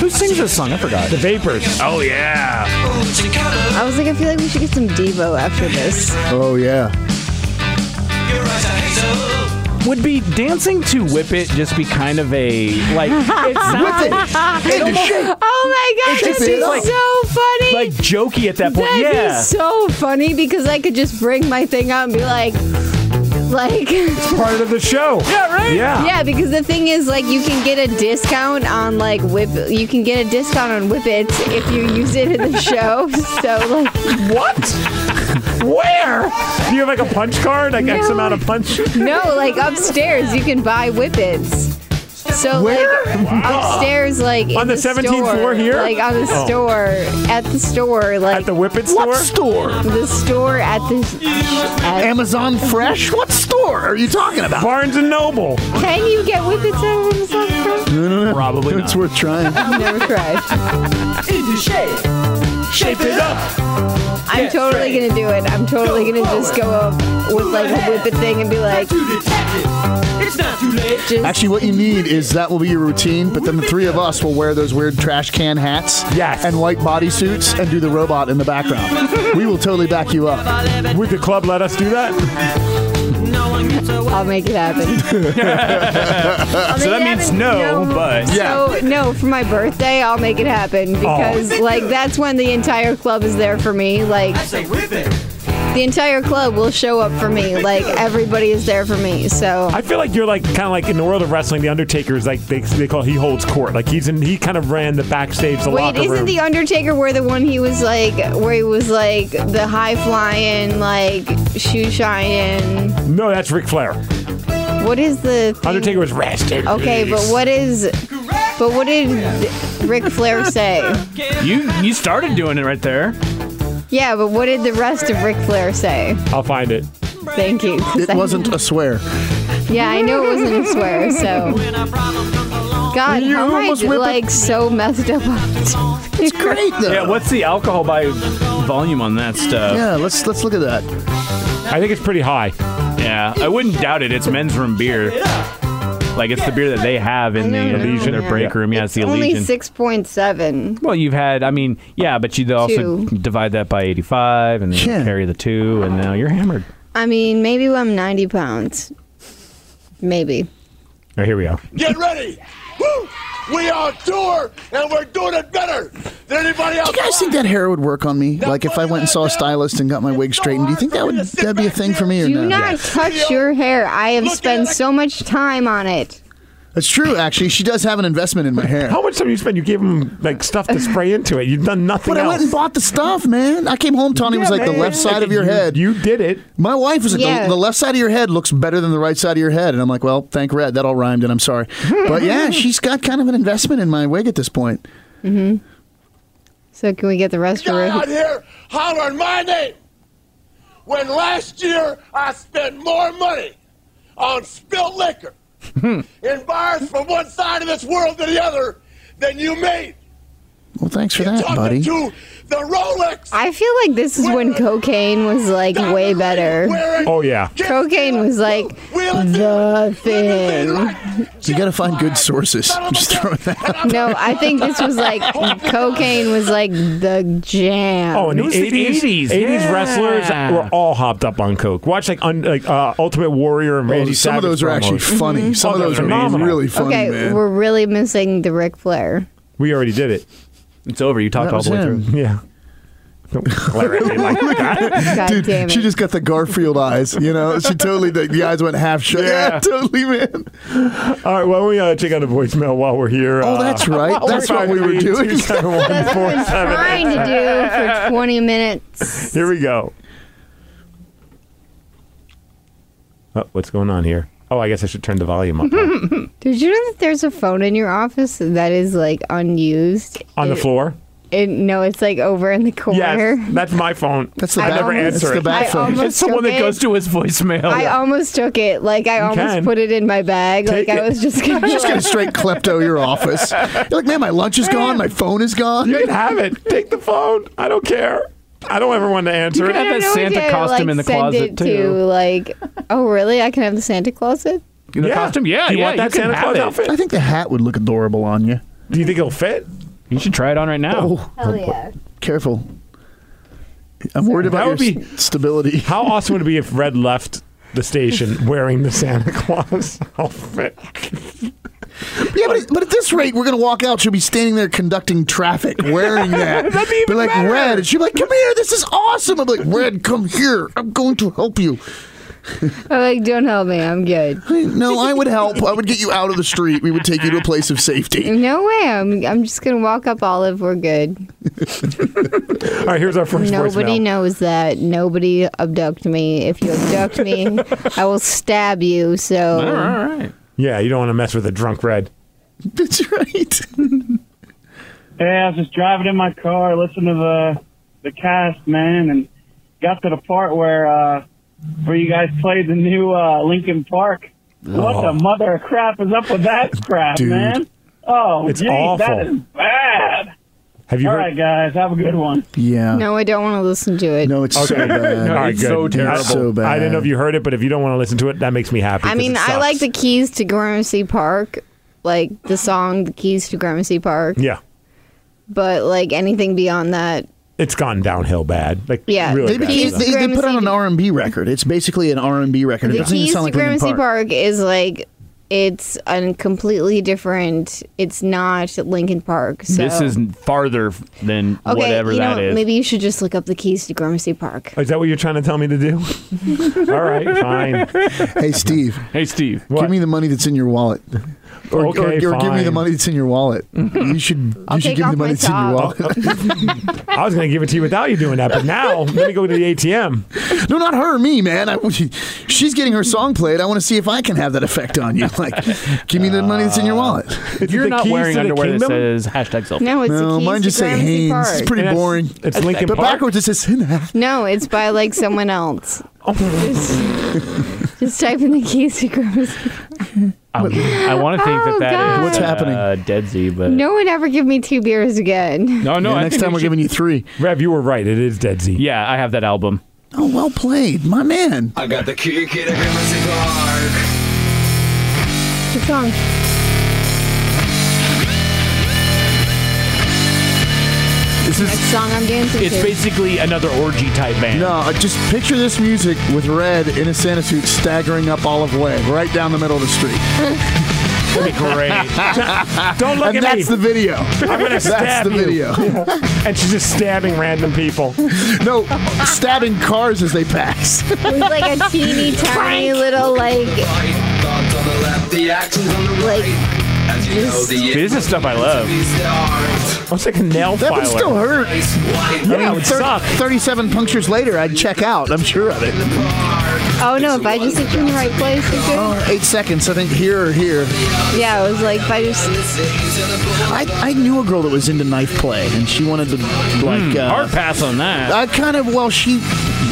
Speaker 4: Who sings this song? I forgot.
Speaker 1: The vapors. Oh yeah.
Speaker 3: I was like, I feel like we should get some Devo after this.
Speaker 2: Oh yeah.
Speaker 4: Would be dancing to Whip It just be kind of a like it sounds
Speaker 3: Oh my god,
Speaker 4: It's
Speaker 3: this
Speaker 4: just
Speaker 3: is
Speaker 4: like-
Speaker 3: so funny.
Speaker 4: like jokey at that point.
Speaker 3: That'd
Speaker 4: yeah.
Speaker 3: be so funny because I could just bring my thing out and be like, like,
Speaker 1: Part of the show. Yeah, right. Yeah.
Speaker 3: yeah. Because the thing is, like, you can get a discount on like whip. You can get a discount on whippets if you use it in the show. So like,
Speaker 1: What? Where? Do you have like a punch card? Like X
Speaker 3: No.
Speaker 1: amount of punch?
Speaker 3: no, like upstairs you can buy whippets. So like upstairs, like in
Speaker 1: On the 17th
Speaker 3: store,
Speaker 1: floor here? Oh.
Speaker 3: like on the store at the store, like
Speaker 1: At the Whippet store?
Speaker 2: What store?
Speaker 3: the store at the. at-
Speaker 2: Amazon Fresh? What store are you talking about?
Speaker 1: Barnes and Noble.
Speaker 3: Can you get whippets out of Amazon Prime?
Speaker 4: Probably
Speaker 2: It's
Speaker 4: not.
Speaker 2: worth trying.
Speaker 3: I've never tried.
Speaker 1: Shape it up.
Speaker 3: I'm totally gonna do it. I'm totally gonna just go up with like a whippet thing and be like, just
Speaker 2: Actually, what you need is that will be your routine, but then the three of us will wear those weird trash can hats
Speaker 1: Yes.
Speaker 2: and white bodysuits and do the robot in the background. We will totally back you up.
Speaker 1: Would the club let us do that?
Speaker 3: I'll make it happen.
Speaker 4: So that means no, but Oh.
Speaker 3: So no, for my birthday, I'll make it happen because like that's when the entire club is there for me. Like The entire club will show up for me. Like everybody is there for me. So
Speaker 1: I feel like you're like kind of like in the world of wrestling, the Undertaker is like they, they call he holds court. Like he's in he kind of ran the backstage, the
Speaker 3: Wait,
Speaker 1: locker
Speaker 3: isn't
Speaker 1: room.
Speaker 3: the Undertaker where the one he was like, where he was like the high flying, like shoe shining?
Speaker 1: no, that's Ric Flair.
Speaker 3: What is the thing?
Speaker 1: Undertaker was rested.
Speaker 3: Okay, but what is? But what did Ric Flair say?
Speaker 4: You you started doing it right there.
Speaker 3: Yeah, but what did the rest of Ric Flair say?
Speaker 1: I'll find it.
Speaker 3: Thank you. 'cause
Speaker 2: It
Speaker 3: I-
Speaker 2: wasn't a swear.
Speaker 3: Yeah, I knew it wasn't a swear. So. God,
Speaker 2: You
Speaker 3: how am I
Speaker 2: almost whip it.
Speaker 3: like so messed up? It's
Speaker 2: Great though.
Speaker 4: Yeah, what's the alcohol by volume on that stuff?
Speaker 2: Yeah, let's let's look at that.
Speaker 1: I think it's pretty high.
Speaker 4: Yeah, I wouldn't doubt it. It's men's room beer. Like it's the beer that they have in
Speaker 3: I
Speaker 4: the
Speaker 3: don't know,
Speaker 4: Elysian their
Speaker 3: man.
Speaker 4: break room. Yeah, it's the
Speaker 3: Only
Speaker 4: Elysian.
Speaker 3: six point seven.
Speaker 4: Well, you've had, I mean, yeah, but you also
Speaker 3: Two.
Speaker 4: divide that by 85 and then you
Speaker 2: Yeah.
Speaker 4: carry the two, and now you're hammered.
Speaker 3: I mean, maybe when I'm ninety pounds. Maybe.
Speaker 4: All right, here we go.
Speaker 5: Get ready! Woo! We are tour and we're doing it better than anybody else.
Speaker 2: Do you guys think that hair would work on me? Like if I went and saw a stylist and got my wig straightened, do you think that would that be a thing for me or
Speaker 3: Do
Speaker 2: no?
Speaker 3: not touch your hair. I have spent so much time on it.
Speaker 2: That's true. Actually, she does have an investment in my hair.
Speaker 1: How much time you spend? You gave him like stuff to spray into it. You've done nothing
Speaker 2: But I
Speaker 1: else.
Speaker 2: went and bought the stuff, man. I came home, Tony was
Speaker 1: Yeah,
Speaker 2: like, the
Speaker 1: man.
Speaker 2: left side of
Speaker 1: You-
Speaker 2: your head.
Speaker 1: You did it.
Speaker 2: My wife was like,
Speaker 3: Yeah.
Speaker 2: the, the left side of your head looks better than the right side of your head. And I'm like, well, thank Red. That all rhymed, and I'm sorry. But yeah, she's got kind of an investment in my wig at this point.
Speaker 3: So can we get the rest of
Speaker 5: guy out
Speaker 3: it?
Speaker 5: here hollering my name when last year I spent more money on spilt liquor in bars from one side of this world to the other than you made.
Speaker 2: Well, thanks for
Speaker 5: You're
Speaker 2: that,
Speaker 5: talking
Speaker 2: buddy.
Speaker 5: to the Rolex.
Speaker 3: I feel like this is when cocaine was like way better.
Speaker 5: Wearing-
Speaker 1: Oh yeah.
Speaker 3: Cocaine was like the thing.
Speaker 2: You got to find good sources. I'm just throwing that. out.
Speaker 3: No, I think this was like cocaine was like the jam.
Speaker 1: Oh, in
Speaker 4: It
Speaker 1: the
Speaker 4: was the
Speaker 1: eighties,
Speaker 4: 80s, yeah.
Speaker 1: wrestlers were all hopped up on coke. Watch like, un, like uh, Ultimate Warrior and Randy.
Speaker 2: Oh, some
Speaker 1: Savage
Speaker 2: of those are actually
Speaker 1: promos.
Speaker 2: funny. Some
Speaker 1: Oh,
Speaker 2: of
Speaker 1: they're
Speaker 2: those are
Speaker 1: phenomenal.
Speaker 2: really funny,
Speaker 3: okay,
Speaker 2: man.
Speaker 3: we're really missing the Ric Flair.
Speaker 1: Mm-hmm. We already did it.
Speaker 4: It's over. You talked
Speaker 2: That
Speaker 4: all
Speaker 2: was
Speaker 4: the way
Speaker 2: him.
Speaker 4: through.
Speaker 1: Yeah. Don't glare at me like that.
Speaker 3: God
Speaker 2: Dude,
Speaker 3: damn it.
Speaker 2: she just got the Garfield eyes. You know, she totally the, the eyes went half shut. Yeah. totally, man.
Speaker 1: All right, why don't we uh, check out a voicemail while we're here?
Speaker 2: Oh,
Speaker 1: Uh,
Speaker 2: that's right. That's what we were doing.
Speaker 1: 271
Speaker 3: trying to do for 20 minutes.
Speaker 1: Here we go. Oh, what's going on here? Oh, I guess I should turn the volume up huh?
Speaker 3: Did you know that there's a phone in your office that is like unused?
Speaker 1: on the floor.
Speaker 3: It, no, it's like over in the corner.
Speaker 1: Yes, that's my phone.
Speaker 2: That's the
Speaker 1: I
Speaker 2: bad
Speaker 1: never
Speaker 3: almost-
Speaker 1: answer
Speaker 2: That's the
Speaker 1: it.
Speaker 2: bad
Speaker 3: I
Speaker 2: phone.
Speaker 3: almost
Speaker 4: It's the
Speaker 3: took
Speaker 4: one that
Speaker 3: it.
Speaker 4: goes to his voicemail.
Speaker 3: I almost took it. Like I almost
Speaker 1: can.
Speaker 3: put it in my bag.
Speaker 1: Take
Speaker 3: like
Speaker 1: it.
Speaker 3: I was just gonna.
Speaker 2: Just get a straight klepto your office. You're like, man, my lunch is gone. My phone is gone.
Speaker 1: You can have it. Take the phone. I don't care. I don't ever want to answer
Speaker 4: can
Speaker 1: it.
Speaker 4: have
Speaker 3: I don't
Speaker 4: that
Speaker 3: know
Speaker 4: Santa
Speaker 3: if I,
Speaker 4: costume
Speaker 3: like,
Speaker 4: in the
Speaker 3: send
Speaker 4: closet
Speaker 3: it
Speaker 4: too.
Speaker 3: To, like, oh really? I can have the Santa closet.
Speaker 4: In the costume? Yeah,
Speaker 1: you
Speaker 4: yeah,
Speaker 1: want
Speaker 4: you
Speaker 1: that
Speaker 4: can
Speaker 1: Santa
Speaker 4: have
Speaker 1: Claus
Speaker 4: it.
Speaker 1: outfit?
Speaker 2: I think the hat would look adorable on you.
Speaker 1: Do you think it'll fit?
Speaker 4: You should try it on right now.
Speaker 2: Oh,
Speaker 3: Hell yeah!
Speaker 2: careful. I'm worried
Speaker 1: That
Speaker 2: about your
Speaker 1: would be-
Speaker 2: s- stability.
Speaker 1: How awesome would it be if Red left the station wearing the Santa Claus outfit?
Speaker 2: Yeah, but, but at this rate, we're gonna walk out. She'll be standing there conducting traffic, wearing that. That'd be like red, and she'll be like, "Come here, this is awesome." I'm like, "Red, come here. I'm going to help you."
Speaker 3: I'm like, don't help me. I'm good.
Speaker 2: No, I would help. I would get you out of the street. We would take you to a place of safety.
Speaker 3: No way. I'm. I'm just gonna walk up Olive. We're good.
Speaker 1: All right, here's our first
Speaker 3: Nobody
Speaker 1: voicemail.
Speaker 3: knows that. Nobody abduct me. If you abduct me, I will stab you.
Speaker 4: All
Speaker 3: So
Speaker 4: right, all right.
Speaker 1: Yeah, you don't want to mess with a drunk Red.
Speaker 2: That's right.
Speaker 6: Hey, I was just driving in my car, listening to the the cast, man, and got to the part where uh, where you guys played the new uh, Lincoln Park. What the mother of crap is up with that crap,
Speaker 2: Dude.
Speaker 6: man? Oh,
Speaker 1: It's
Speaker 6: geez, that
Speaker 1: awful.
Speaker 6: is bad.
Speaker 1: Have you
Speaker 6: All
Speaker 1: heard?
Speaker 6: right, guys, have a good one.
Speaker 2: Yeah.
Speaker 3: no, I don't want to listen to it.
Speaker 2: No, it's so
Speaker 1: Okay.
Speaker 2: bad.
Speaker 1: All right,
Speaker 4: it's
Speaker 1: good.
Speaker 4: so
Speaker 1: It's
Speaker 4: terrible.
Speaker 2: so bad.
Speaker 1: I didn't know if you heard it, but if you don't want to listen to it, that makes me happy.
Speaker 3: I
Speaker 1: 'cause
Speaker 3: mean,
Speaker 1: it
Speaker 3: I
Speaker 1: sucks.
Speaker 3: like the keys to Gramercy Park, like the song "The Keys to Gramercy Park,"
Speaker 1: Yeah,
Speaker 3: but like anything beyond that, it's
Speaker 1: it's gone downhill bad. Like,
Speaker 3: Yeah.
Speaker 1: really
Speaker 2: They,
Speaker 1: bad.
Speaker 2: became,
Speaker 3: Keys to
Speaker 2: they, they put
Speaker 3: Gramercy-
Speaker 2: out an R&B record. It's basically an R&B record. It
Speaker 3: the
Speaker 2: doesn't even
Speaker 3: keys
Speaker 2: sound
Speaker 3: to
Speaker 2: like Linkin
Speaker 3: Gramercy
Speaker 2: Park.
Speaker 3: Park. is like it's a completely different. It's not Lincoln Park. So.
Speaker 4: This is farther f- than
Speaker 3: okay,
Speaker 4: whatever
Speaker 3: you know
Speaker 4: that
Speaker 3: what?
Speaker 4: is.
Speaker 3: Maybe you should just look up the keys to Gramercy Park.
Speaker 1: Is that what you're trying to tell me to do? All right, fine.
Speaker 2: Hey, Steve.
Speaker 4: Hey, Steve.
Speaker 2: Give me the money that's in your wallet. Or,
Speaker 1: Okay,
Speaker 2: or, or give me the
Speaker 1: fine.
Speaker 2: money that's in your wallet. You should you
Speaker 3: I'll
Speaker 2: should
Speaker 3: take
Speaker 2: give me the
Speaker 3: off
Speaker 2: money
Speaker 3: my
Speaker 2: that's in your
Speaker 3: sock.
Speaker 2: wallet.
Speaker 1: I was going to give it to you without you doing that, but now let me go to the ATM.
Speaker 2: no, not her, me, man. I, she's getting her song played. I want to see if I can have that effect on you. Like, give me the money that's in your wallet.
Speaker 1: It's
Speaker 4: You're
Speaker 1: the
Speaker 4: not
Speaker 1: keys
Speaker 4: wearing
Speaker 1: to the
Speaker 4: underwear
Speaker 1: kingdom?
Speaker 4: that says hashtag selfie.
Speaker 3: No, it's the
Speaker 2: No,
Speaker 3: keys
Speaker 2: mine
Speaker 3: to
Speaker 2: just say
Speaker 3: Gramercy
Speaker 2: Haynes.
Speaker 3: Park.
Speaker 2: It's
Speaker 1: And
Speaker 2: pretty
Speaker 1: that's-
Speaker 2: boring.
Speaker 1: It's Lincoln
Speaker 2: But
Speaker 1: Park.
Speaker 2: backwards it says Hina.
Speaker 3: No, it's by like someone else. just, just type in the keys to Gramercy.
Speaker 4: Um, I, want to think
Speaker 3: Oh,
Speaker 4: that that is
Speaker 3: God.
Speaker 2: What's happening?
Speaker 4: Uh, Dead Z, but
Speaker 3: No one ever give me two beers again.
Speaker 4: no, no.
Speaker 2: Yeah,
Speaker 4: I
Speaker 2: next
Speaker 4: think
Speaker 2: time
Speaker 4: we
Speaker 2: we're
Speaker 4: should-
Speaker 2: giving you three.
Speaker 1: Rev, you were right. It is Dead Z.
Speaker 4: Yeah, I have that album.
Speaker 2: Oh, well played, my man.
Speaker 7: I got the key key to Gramercy Park.
Speaker 3: Good song.
Speaker 4: This
Speaker 3: Next
Speaker 4: is.
Speaker 3: song I'm dancing
Speaker 4: It's
Speaker 3: to.
Speaker 4: basically another orgy type band.
Speaker 2: No, I just picture this music with Red in a Santa suit staggering up Olive Way, right down the middle of the street.
Speaker 4: That'd be great.
Speaker 1: Don't look
Speaker 2: And
Speaker 1: at me.
Speaker 2: that's the video.
Speaker 1: I'm going to
Speaker 2: That's
Speaker 1: stab
Speaker 2: the
Speaker 1: you.
Speaker 2: video.
Speaker 1: And she's just stabbing random people.
Speaker 2: No, stabbing cars as they pass.
Speaker 3: With like a teeny tiny little like
Speaker 7: Right, thoughts on the left, the actions on the right.
Speaker 3: like
Speaker 7: As you know,
Speaker 3: just-
Speaker 7: the
Speaker 4: This is stuff I love.
Speaker 7: enemies that aren't.
Speaker 1: I'm like a nail
Speaker 2: That would
Speaker 1: filer.
Speaker 2: still hurt.
Speaker 7: White
Speaker 1: yeah, it would suck.
Speaker 2: 37 punctures later, I'd check out. I'm sure of it.
Speaker 3: oh no, if I just hit you in the right place, you could.
Speaker 2: Uh, Eight seconds, I think, here or here.
Speaker 3: Yeah, it was like if I just
Speaker 2: I, I knew a girl that was into knife play, and she wanted to, like, uh,
Speaker 4: Hard pass on that.
Speaker 2: I kind of, well, she,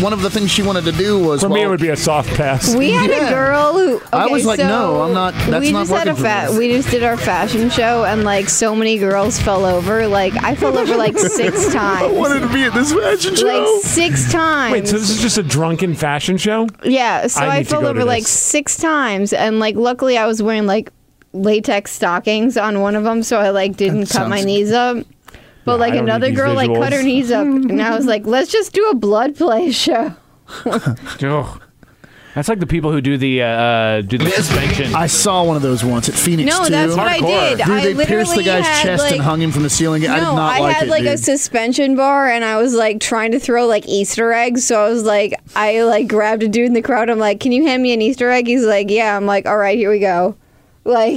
Speaker 2: one of the things she wanted to do was,
Speaker 1: For me, it
Speaker 2: well,
Speaker 1: would be a soft pass.
Speaker 3: we had
Speaker 2: Yeah.
Speaker 3: a girl who okay,
Speaker 2: I was like,
Speaker 3: so
Speaker 2: no, I'm not- that's
Speaker 3: we
Speaker 2: not
Speaker 3: just had
Speaker 2: working
Speaker 3: a
Speaker 2: for
Speaker 3: fa-
Speaker 2: me.
Speaker 3: we just did our fashion show and like so many girls fell over. Like I fell over like six times.
Speaker 2: wanted to be at this fashion
Speaker 3: Like
Speaker 2: show.
Speaker 3: six times.
Speaker 1: Wait, so this is just a drunken fashion show?
Speaker 3: Yeah, so
Speaker 1: I
Speaker 3: I,
Speaker 1: need to
Speaker 3: fell
Speaker 1: go to
Speaker 3: over like
Speaker 1: this.
Speaker 3: six times, and like luckily I was wearing like latex stockings on one of them, so I like didn't
Speaker 2: That
Speaker 3: cut my
Speaker 2: sounds-
Speaker 3: knees up. But like
Speaker 1: I don't need
Speaker 3: another
Speaker 1: these
Speaker 3: girl like cut her
Speaker 1: visuals.
Speaker 3: knees up, and I was like, let's just do a blood play show.
Speaker 4: Ugh. That's like the people who do the uh, uh, do the suspension.
Speaker 2: I saw one of those once at Phoenix,
Speaker 3: No,
Speaker 2: too.
Speaker 3: that's what I did.
Speaker 2: Dude, they
Speaker 3: I literally
Speaker 2: pierced the guy's
Speaker 3: had
Speaker 2: chest
Speaker 3: like,
Speaker 2: and hung him from the ceiling. I did
Speaker 3: no,
Speaker 2: not
Speaker 3: I
Speaker 2: like
Speaker 3: had
Speaker 2: it,
Speaker 3: like a
Speaker 2: dude.
Speaker 3: suspension bar, and I was like trying to throw like Easter eggs. So I was like, I like grabbed a dude in the crowd. I'm like, can you hand me an Easter egg? He's like, yeah. I'm like, all right, here we go. Like.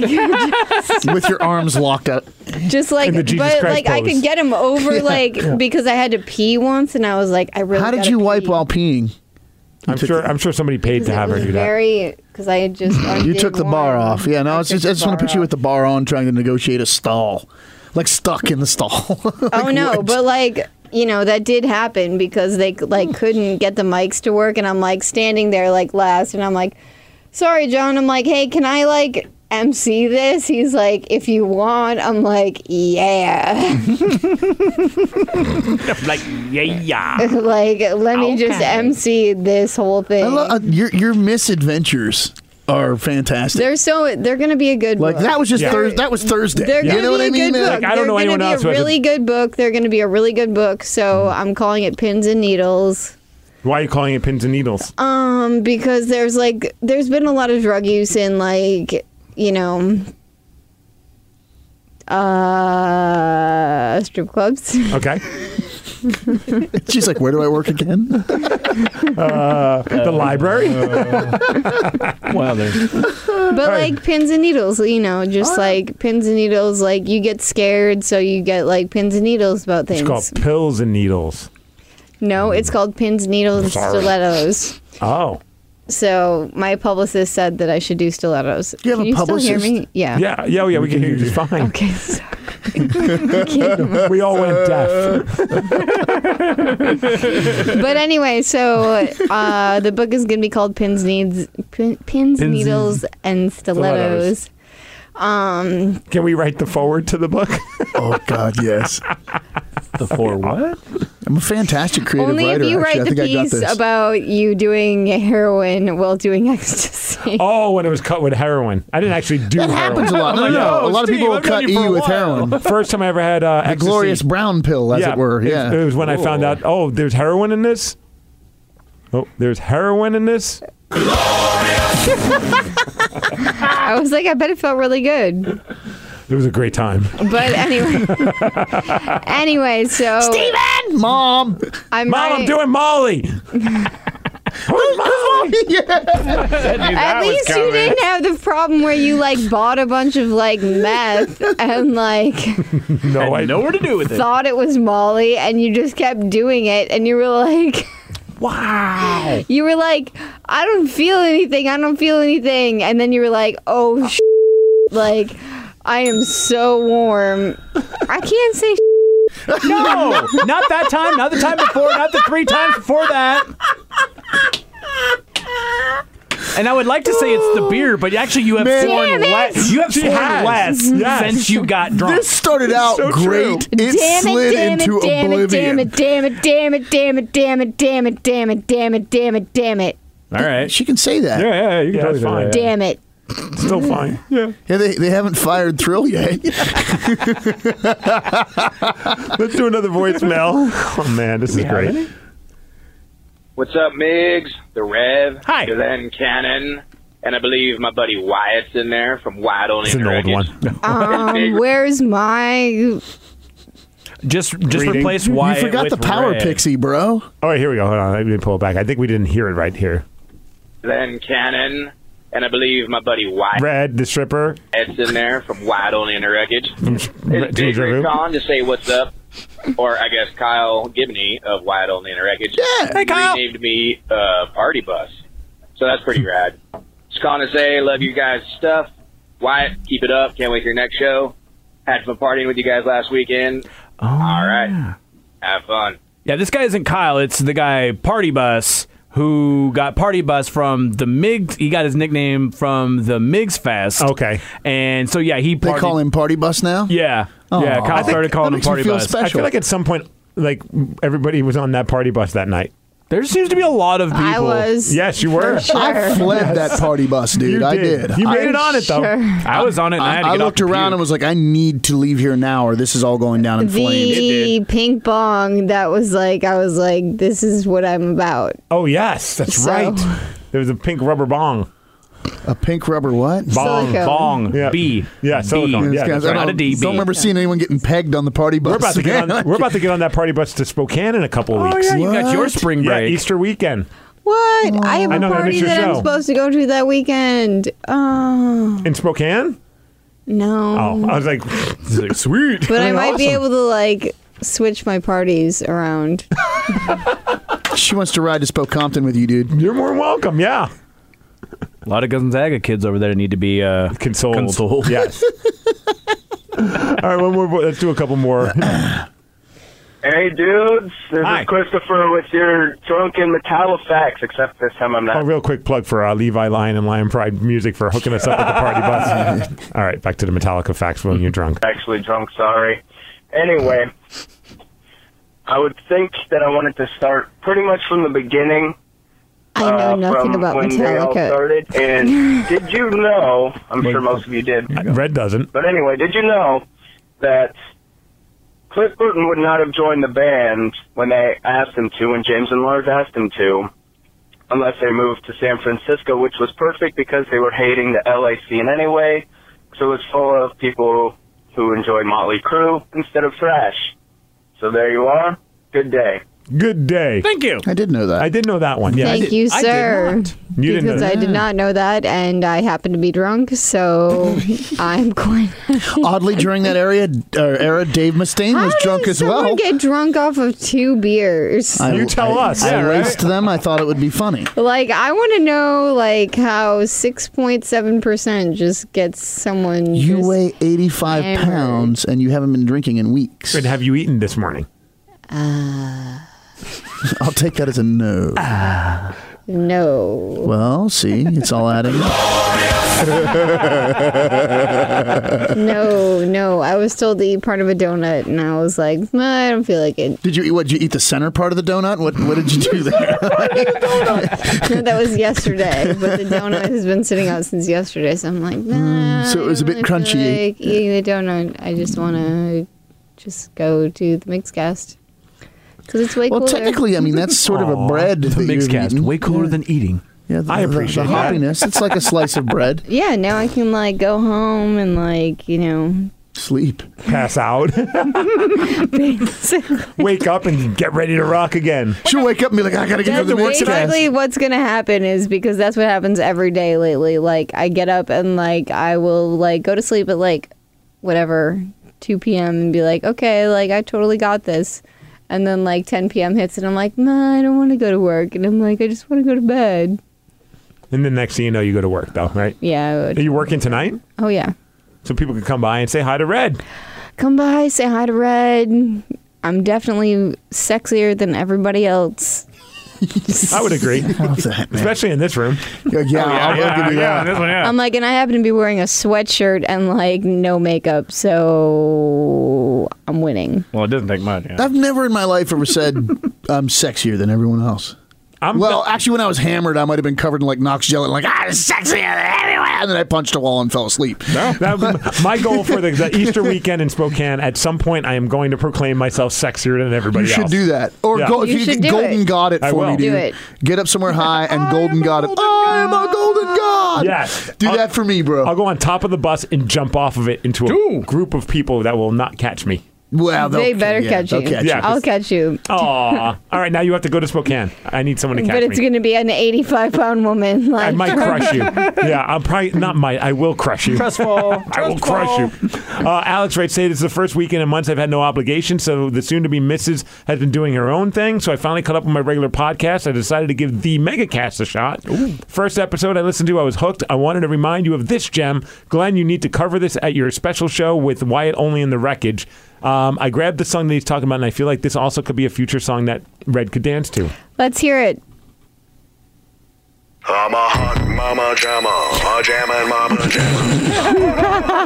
Speaker 2: with your arms locked up.
Speaker 3: just like
Speaker 1: the
Speaker 3: but
Speaker 1: Jesus Christ
Speaker 3: like I
Speaker 1: pose.
Speaker 3: could get him over like because I had to pee once and I was like I really
Speaker 2: How did
Speaker 3: gotta
Speaker 2: you
Speaker 3: pee.
Speaker 2: wipe while peeing?
Speaker 1: I'm sure. I'm sure somebody paid to have her do that.
Speaker 3: very because I had just
Speaker 2: You took the bar off. Yeah, no, I, just, I just want to put you at the bar on trying to negotiate a stall. Like stuck in the stall.
Speaker 3: oh no but like you know that did happen because they
Speaker 2: Hmm.
Speaker 3: like couldn't get the mics to work and I'm like standing there like last and I'm like sorry John I'm like hey can I like MC this he's like if you want I'm like yeah
Speaker 4: like yeah, yeah.
Speaker 3: like let me just
Speaker 10: Okay.
Speaker 3: MC this whole thing
Speaker 2: I lo- uh, your your misadventures are fantastic.
Speaker 3: they're so they're gonna be a good
Speaker 2: like
Speaker 3: book.
Speaker 2: that was just
Speaker 1: Yeah.
Speaker 2: Thurs- that was Thursday.
Speaker 3: They're
Speaker 2: You
Speaker 3: gonna
Speaker 2: know
Speaker 3: be
Speaker 2: what
Speaker 3: a
Speaker 2: I mean?
Speaker 3: good
Speaker 2: man?
Speaker 3: book.
Speaker 1: I don't
Speaker 3: They're
Speaker 1: know anyone
Speaker 3: gonna
Speaker 1: else
Speaker 3: be
Speaker 1: who
Speaker 3: a
Speaker 1: has a- Hmm.
Speaker 3: really good book. They're gonna be a really good book. So I'm calling it pins and needles.
Speaker 1: Why are you calling it pins and needles?
Speaker 3: Um, because there's like there's been a lot of drug use in like you know, uh, strip clubs.
Speaker 1: Okay.
Speaker 2: She's like, where do I work again?
Speaker 1: the library.
Speaker 2: Oh,
Speaker 4: Well, there's
Speaker 3: But like pins and needles, you know, just like pins and needles. Like you get scared, so you get like pins and needles about things.
Speaker 1: it's called pills and needles.
Speaker 3: no, it's called pins, needles, and
Speaker 1: Sorry.
Speaker 3: stilettos.
Speaker 1: Oh,
Speaker 3: So my publicist said that I should do stilettos.
Speaker 2: You have
Speaker 3: Can
Speaker 2: a
Speaker 3: you Still hear
Speaker 2: publicist?
Speaker 3: me? Yeah.
Speaker 1: yeah, yeah, oh, yeah. We can hear you just fine.
Speaker 3: Okay. So
Speaker 1: We all went deaf.
Speaker 3: but anyway, so uh, the book is going to be called Pins Needs Pin, Pins, Needles and Stilettos. Um,
Speaker 1: Can we write the forward to the book?
Speaker 2: oh God, yes.
Speaker 4: the four what?
Speaker 2: I'm a fantastic creative
Speaker 3: only
Speaker 2: writer.
Speaker 3: if you
Speaker 2: actually. I
Speaker 3: write the
Speaker 2: think I got
Speaker 3: piece
Speaker 2: this.
Speaker 3: about you doing heroin while doing ecstasy.
Speaker 1: oh, when it was cut with heroin. I didn't actually do
Speaker 2: that
Speaker 1: heroin.
Speaker 2: happens a lot. No,
Speaker 4: I'm
Speaker 2: no,
Speaker 4: like,
Speaker 2: no.
Speaker 4: "Oh,
Speaker 2: a lot of
Speaker 4: Steve,
Speaker 2: people
Speaker 4: I've known
Speaker 2: cut
Speaker 4: you for
Speaker 2: E
Speaker 4: a
Speaker 2: with
Speaker 4: while."
Speaker 2: heroin.
Speaker 1: First time I ever had uh,
Speaker 2: The
Speaker 1: ecstasy.
Speaker 2: glorious brown pill, as it were.
Speaker 1: it-
Speaker 2: Yeah.
Speaker 1: It, was when I found out. Oh, there's heroin in this. Oh, there's heroin in this.
Speaker 3: I was like, I bet it felt really good.
Speaker 1: It was a great time.
Speaker 3: But anyway, anyway, so Steven!
Speaker 2: mom,
Speaker 3: I'm
Speaker 1: Mom,
Speaker 3: writing-
Speaker 1: I'm doing Molly. Who's Molly?
Speaker 3: At least you didn't have the problem where you like bought a bunch of like meth and like
Speaker 1: No, I
Speaker 4: Nowhere to do with it.
Speaker 3: thought it was Molly and you just kept doing it and you were like
Speaker 1: Wow.
Speaker 3: you were like I don't feel anything I don't feel anything and then you were like oh sh-. like I am so warm I can't say sh-.
Speaker 4: No, not that time. Not the time before. Not the three times before that. And I would like to say it's the beer, but actually you have
Speaker 2: Man.
Speaker 4: four
Speaker 3: Damn it.
Speaker 4: less. You have
Speaker 1: She
Speaker 4: four
Speaker 1: has.
Speaker 4: less
Speaker 1: Yes.
Speaker 4: since you got drunk.
Speaker 2: This started out
Speaker 1: so true.
Speaker 2: great. It
Speaker 3: damn
Speaker 2: slid
Speaker 3: it damn
Speaker 2: into
Speaker 3: it damn it
Speaker 2: oblivion.
Speaker 3: damn it damn it damn it damn it damn it damn it damn it damn it damn it damn it
Speaker 4: All right.
Speaker 2: She can say that.
Speaker 4: Yeah,
Speaker 2: Yeah,
Speaker 4: yeah, yeah, you can
Speaker 1: Yeah,
Speaker 4: totally
Speaker 1: it's
Speaker 4: do
Speaker 1: fine.
Speaker 4: that, yeah.
Speaker 3: damn it
Speaker 1: Still fine. Yeah.
Speaker 2: they, they haven't fired Thrill yet.
Speaker 1: Let's do another voicemail. Oh man, this is great.
Speaker 11: What's up, Migs? The Rev.
Speaker 4: Hi.
Speaker 11: Glenn Cannon. And I believe my buddy Wyatt's in there from Wyatt Only.
Speaker 1: It's an old one.
Speaker 3: um where's my
Speaker 4: Just just
Speaker 1: Reading.
Speaker 4: replace
Speaker 2: you
Speaker 4: Wyatt
Speaker 2: forgot
Speaker 4: with
Speaker 2: the power
Speaker 4: Ray.
Speaker 2: pixie, bro.
Speaker 1: All right, here we go. Hold on, let me pull it back. I think we didn't hear it right here.
Speaker 11: Glenn Cannon. And I believe my buddy Wyatt's
Speaker 1: Red, the stripper.
Speaker 11: in there from Wyatt Only in the Wreckage.
Speaker 1: Red-
Speaker 11: It's Big
Speaker 1: Deja
Speaker 11: Rick
Speaker 1: Vu.
Speaker 11: Con to say what's up. Or I guess Kyle Gibney of Wyatt Only in the Wreckage.
Speaker 2: Yeah.
Speaker 4: Hey, Kyle.
Speaker 11: Renamed me uh, Party Bus. So that's pretty rad. Just calling to say love you guys' stuff. Wyatt, keep it up. Can't wait for your next show. Had fun partying with you guys last weekend.
Speaker 4: Oh,
Speaker 11: All right.
Speaker 4: yeah.
Speaker 11: Have fun.
Speaker 4: Yeah, this guy isn't Kyle. It's the guy Party Bus who got Party Bus from the Migs. He got his nickname from the Migs Fest.
Speaker 1: Okay.
Speaker 4: And so yeah, he
Speaker 2: They
Speaker 4: partied-
Speaker 2: call him Party Bus now.
Speaker 4: Yeah.
Speaker 1: oh.
Speaker 4: Yeah, Kyle
Speaker 2: I think
Speaker 4: started calling
Speaker 2: that
Speaker 4: him
Speaker 2: makes me
Speaker 4: Party
Speaker 2: feel
Speaker 4: Bus.
Speaker 1: I
Speaker 2: special.
Speaker 1: feel like at some point, like everybody was on that party bus that night.
Speaker 4: There seems to be a lot of people.
Speaker 3: I was
Speaker 1: Yes, you were.
Speaker 2: I fled that party bus, dude.
Speaker 1: You
Speaker 2: I
Speaker 1: did.
Speaker 2: did.
Speaker 1: You
Speaker 2: I,
Speaker 1: made it on it though.
Speaker 3: Sure.
Speaker 4: I was on it. And I,
Speaker 2: I,
Speaker 4: had to
Speaker 2: I
Speaker 4: get off
Speaker 2: looked
Speaker 4: the
Speaker 2: around
Speaker 4: pew.
Speaker 2: and was like, I need to leave here now, or this is all going down in flames.
Speaker 3: the pink bong that was like I was like this is what I'm about.
Speaker 1: Oh yes, that's
Speaker 3: So-
Speaker 1: right. There was a pink rubber bong.
Speaker 2: A pink rubber what?
Speaker 1: Bong.
Speaker 3: Silicone.
Speaker 4: bong
Speaker 1: Yeah.
Speaker 4: B.
Speaker 1: Yeah,
Speaker 4: B.
Speaker 1: silicone. Yeah,
Speaker 2: These guys,
Speaker 1: that's
Speaker 2: I
Speaker 1: right.
Speaker 4: Not a
Speaker 2: don't,
Speaker 4: D, B.
Speaker 2: don't remember seeing anyone getting pegged on the party bus.
Speaker 1: We're about to get on. We're about to get on that party bus to Spokane in a couple of
Speaker 4: Oh
Speaker 1: weeks.
Speaker 4: yeah, you got
Speaker 2: What?
Speaker 4: your spring
Speaker 1: Yeah,
Speaker 4: break.
Speaker 1: Easter weekend
Speaker 3: What? I have a
Speaker 1: I know, that
Speaker 3: party
Speaker 1: makes your
Speaker 3: that I'm
Speaker 1: show.
Speaker 3: supposed to go to that weekend. Oh
Speaker 1: in Spokane.
Speaker 3: no.
Speaker 1: Oh, I was like,
Speaker 4: It's like, Sweet.
Speaker 3: but I might be
Speaker 1: awesome.
Speaker 3: able to like switch my parties around.
Speaker 2: she wants to ride to Spokompton with you, dude.
Speaker 1: you're more than welcome. Yeah,
Speaker 4: A lot of Gonzaga kids over there need to be uh,
Speaker 1: consoled.
Speaker 4: consoled.
Speaker 1: Yes. All right, one more. vo- Let's do a couple more.
Speaker 11: Hey, dudes. This
Speaker 4: Hi.
Speaker 11: is Christopher with your drunken Metallifax, except this time I'm
Speaker 1: A
Speaker 11: not.
Speaker 1: real quick plug for uh, Levi Lion and Lion Pride Music for hooking us up with the party bus. All right, back to the Metallica facts when you're drunk.
Speaker 11: actually drunk, sorry. Anyway, I would think that I wanted to start pretty much from the beginning.
Speaker 3: I know
Speaker 11: uh,
Speaker 3: nothing
Speaker 11: from
Speaker 3: about
Speaker 11: when they all
Speaker 3: Metallica.
Speaker 11: started. And did you know? I'm sure most of you did.
Speaker 1: Red doesn't.
Speaker 11: But anyway, did you know that Cliff Burton would not have joined the band when they asked him to, when James and Lars asked him to, unless they moved to San Francisco, which was perfect because they were hating the LA scene anyway. So it was full of people who enjoyed Motley Crue instead of thrash. So there you are. Good day.
Speaker 1: Good day.
Speaker 4: Thank you.
Speaker 2: I did know that.
Speaker 1: I did know that one. Yeah, I
Speaker 3: Thank
Speaker 1: did-
Speaker 3: you,
Speaker 4: I did
Speaker 3: sir.
Speaker 4: not.
Speaker 1: You didn't know
Speaker 3: because
Speaker 1: that.
Speaker 3: I did not know that, and I happen to be drunk, so I'm going.
Speaker 2: Oddly, during that area uh, era, Dave Mustaine
Speaker 3: How
Speaker 2: was
Speaker 3: did
Speaker 2: drunk as
Speaker 3: someone
Speaker 2: well.
Speaker 3: Get drunk off of two beers.
Speaker 2: I-
Speaker 1: You tell
Speaker 2: I-
Speaker 1: us.
Speaker 2: I
Speaker 1: Yeah, right?
Speaker 2: laced them. I thought it would be funny.
Speaker 3: Like I want to know like how 6.7% just gets someone
Speaker 2: You
Speaker 3: just-
Speaker 2: weigh 85
Speaker 3: hammered.
Speaker 2: pounds and you haven't been drinking in weeks.
Speaker 1: And have you eaten this morning?
Speaker 3: uh,
Speaker 2: I'll take that as a no.
Speaker 1: Ah.
Speaker 3: no.
Speaker 2: Well, see, it's all adding. up.
Speaker 3: No, no. I was told to eat part of a donut and I was like, "Nah, I don't feel like it.
Speaker 2: Did you eat? What did you eat? The center part of the donut? What What did you do there?
Speaker 3: No, that was yesterday, but the donut has been sitting out since yesterday, so I'm like, nah.
Speaker 2: so it was
Speaker 3: I
Speaker 2: a
Speaker 3: don't
Speaker 2: Mm. bit
Speaker 3: really feel
Speaker 2: crunchy.
Speaker 3: Like eating the donut. I just want to just go to the Mixcast. Cuz it's way
Speaker 2: well,
Speaker 3: cooler.
Speaker 2: technically, I mean that's sort of a bread
Speaker 4: The
Speaker 2: that
Speaker 4: mixed
Speaker 2: you've
Speaker 4: cast.
Speaker 2: eaten.
Speaker 4: Way cooler than eating.
Speaker 2: Yeah, the,
Speaker 1: I appreciate
Speaker 2: the, the
Speaker 1: that.
Speaker 2: hoppiness. It's like a slice of bread.
Speaker 3: Yeah, now I can like go home and like you know.
Speaker 2: Sleep.
Speaker 1: Pass out. Wake up and get ready to rock again.
Speaker 2: She'll wake up and be like, I gotta get
Speaker 3: That's
Speaker 2: to the work today.
Speaker 3: basically what's gonna happen is because that's what happens every day lately. Like I get up and like I will like go to sleep at like whatever two p.m. and be like, okay, like I totally got this. And then like 10 p.m. hits and I'm like, nah, I don't want to go to work. And I'm like, I just want to go to bed.
Speaker 1: And then next thing you know, you go to work, though, right?
Speaker 3: Yeah. I would.
Speaker 1: Are you working tonight?
Speaker 3: Oh yeah.
Speaker 1: So people can come by and say hi to Red.
Speaker 3: Come by, say hi to Red. I'm definitely sexier than everybody else.
Speaker 1: I would agree. Especially in this room.
Speaker 2: Yeah, I'll give you that.
Speaker 1: this one, Oh, yeah.
Speaker 3: I'm like, and I happen to be wearing a sweatshirt and like no makeup, so I'm winning.
Speaker 4: Well, it doesn't take much. Yeah.
Speaker 2: I've never in my life ever said I'm sexier than everyone else.
Speaker 1: I'm
Speaker 2: well, actually, when I was hammered, I might have been covered in like Knox gelatin, like I'm sexier than everyone, and then I punched a wall and fell asleep.
Speaker 1: That would be my goal for the, the Easter weekend in Spokane. At some point, I am going to proclaim myself sexier than everybody
Speaker 2: You should
Speaker 1: else.
Speaker 2: do that, or
Speaker 1: Yeah.
Speaker 2: go, if
Speaker 3: You
Speaker 2: you,
Speaker 3: should do
Speaker 2: golden
Speaker 3: it.
Speaker 2: god it
Speaker 1: I
Speaker 2: for
Speaker 1: will.
Speaker 2: me, dude.
Speaker 3: Do it.
Speaker 2: Get up somewhere high and golden god it. I am a golden god.
Speaker 1: Yes.
Speaker 2: do
Speaker 1: I'll-
Speaker 2: that for me, bro.
Speaker 1: I'll go on top of the bus and jump off of it into a
Speaker 4: Dude.
Speaker 1: group of people that will not catch me.
Speaker 2: wow,
Speaker 3: they better
Speaker 2: yeah,
Speaker 3: catch
Speaker 2: they'll
Speaker 3: you.
Speaker 1: Yeah.
Speaker 3: I'll catch you.
Speaker 1: Aw. All right, now you have to go to Spokane. I need someone to catch
Speaker 3: But it's
Speaker 1: me.
Speaker 3: going to be an 85 pound woman. Like,
Speaker 1: I might crush you. Yeah, I'm probably not might. I will crush you.
Speaker 4: Trustful.
Speaker 1: I will crush you. Uh, Alex Wright said it's the first weekend in months I've had no obligation, so the soon to be Mrs. has been doing her own thing. So I finally caught up with my regular podcast. I decided to give the Megacast a shot. First episode I listened to, I was hooked. I wanted to remind you of this gem. Glenn, you need to cover this at your special show with Wyatt Only in the Wreckage. Um, I grabbed the song that he's talking about, and I feel like this also could be a future song that Red could dance to.
Speaker 3: Let's hear it.
Speaker 12: I'm a hot mama jamma, a jam and mama jamma.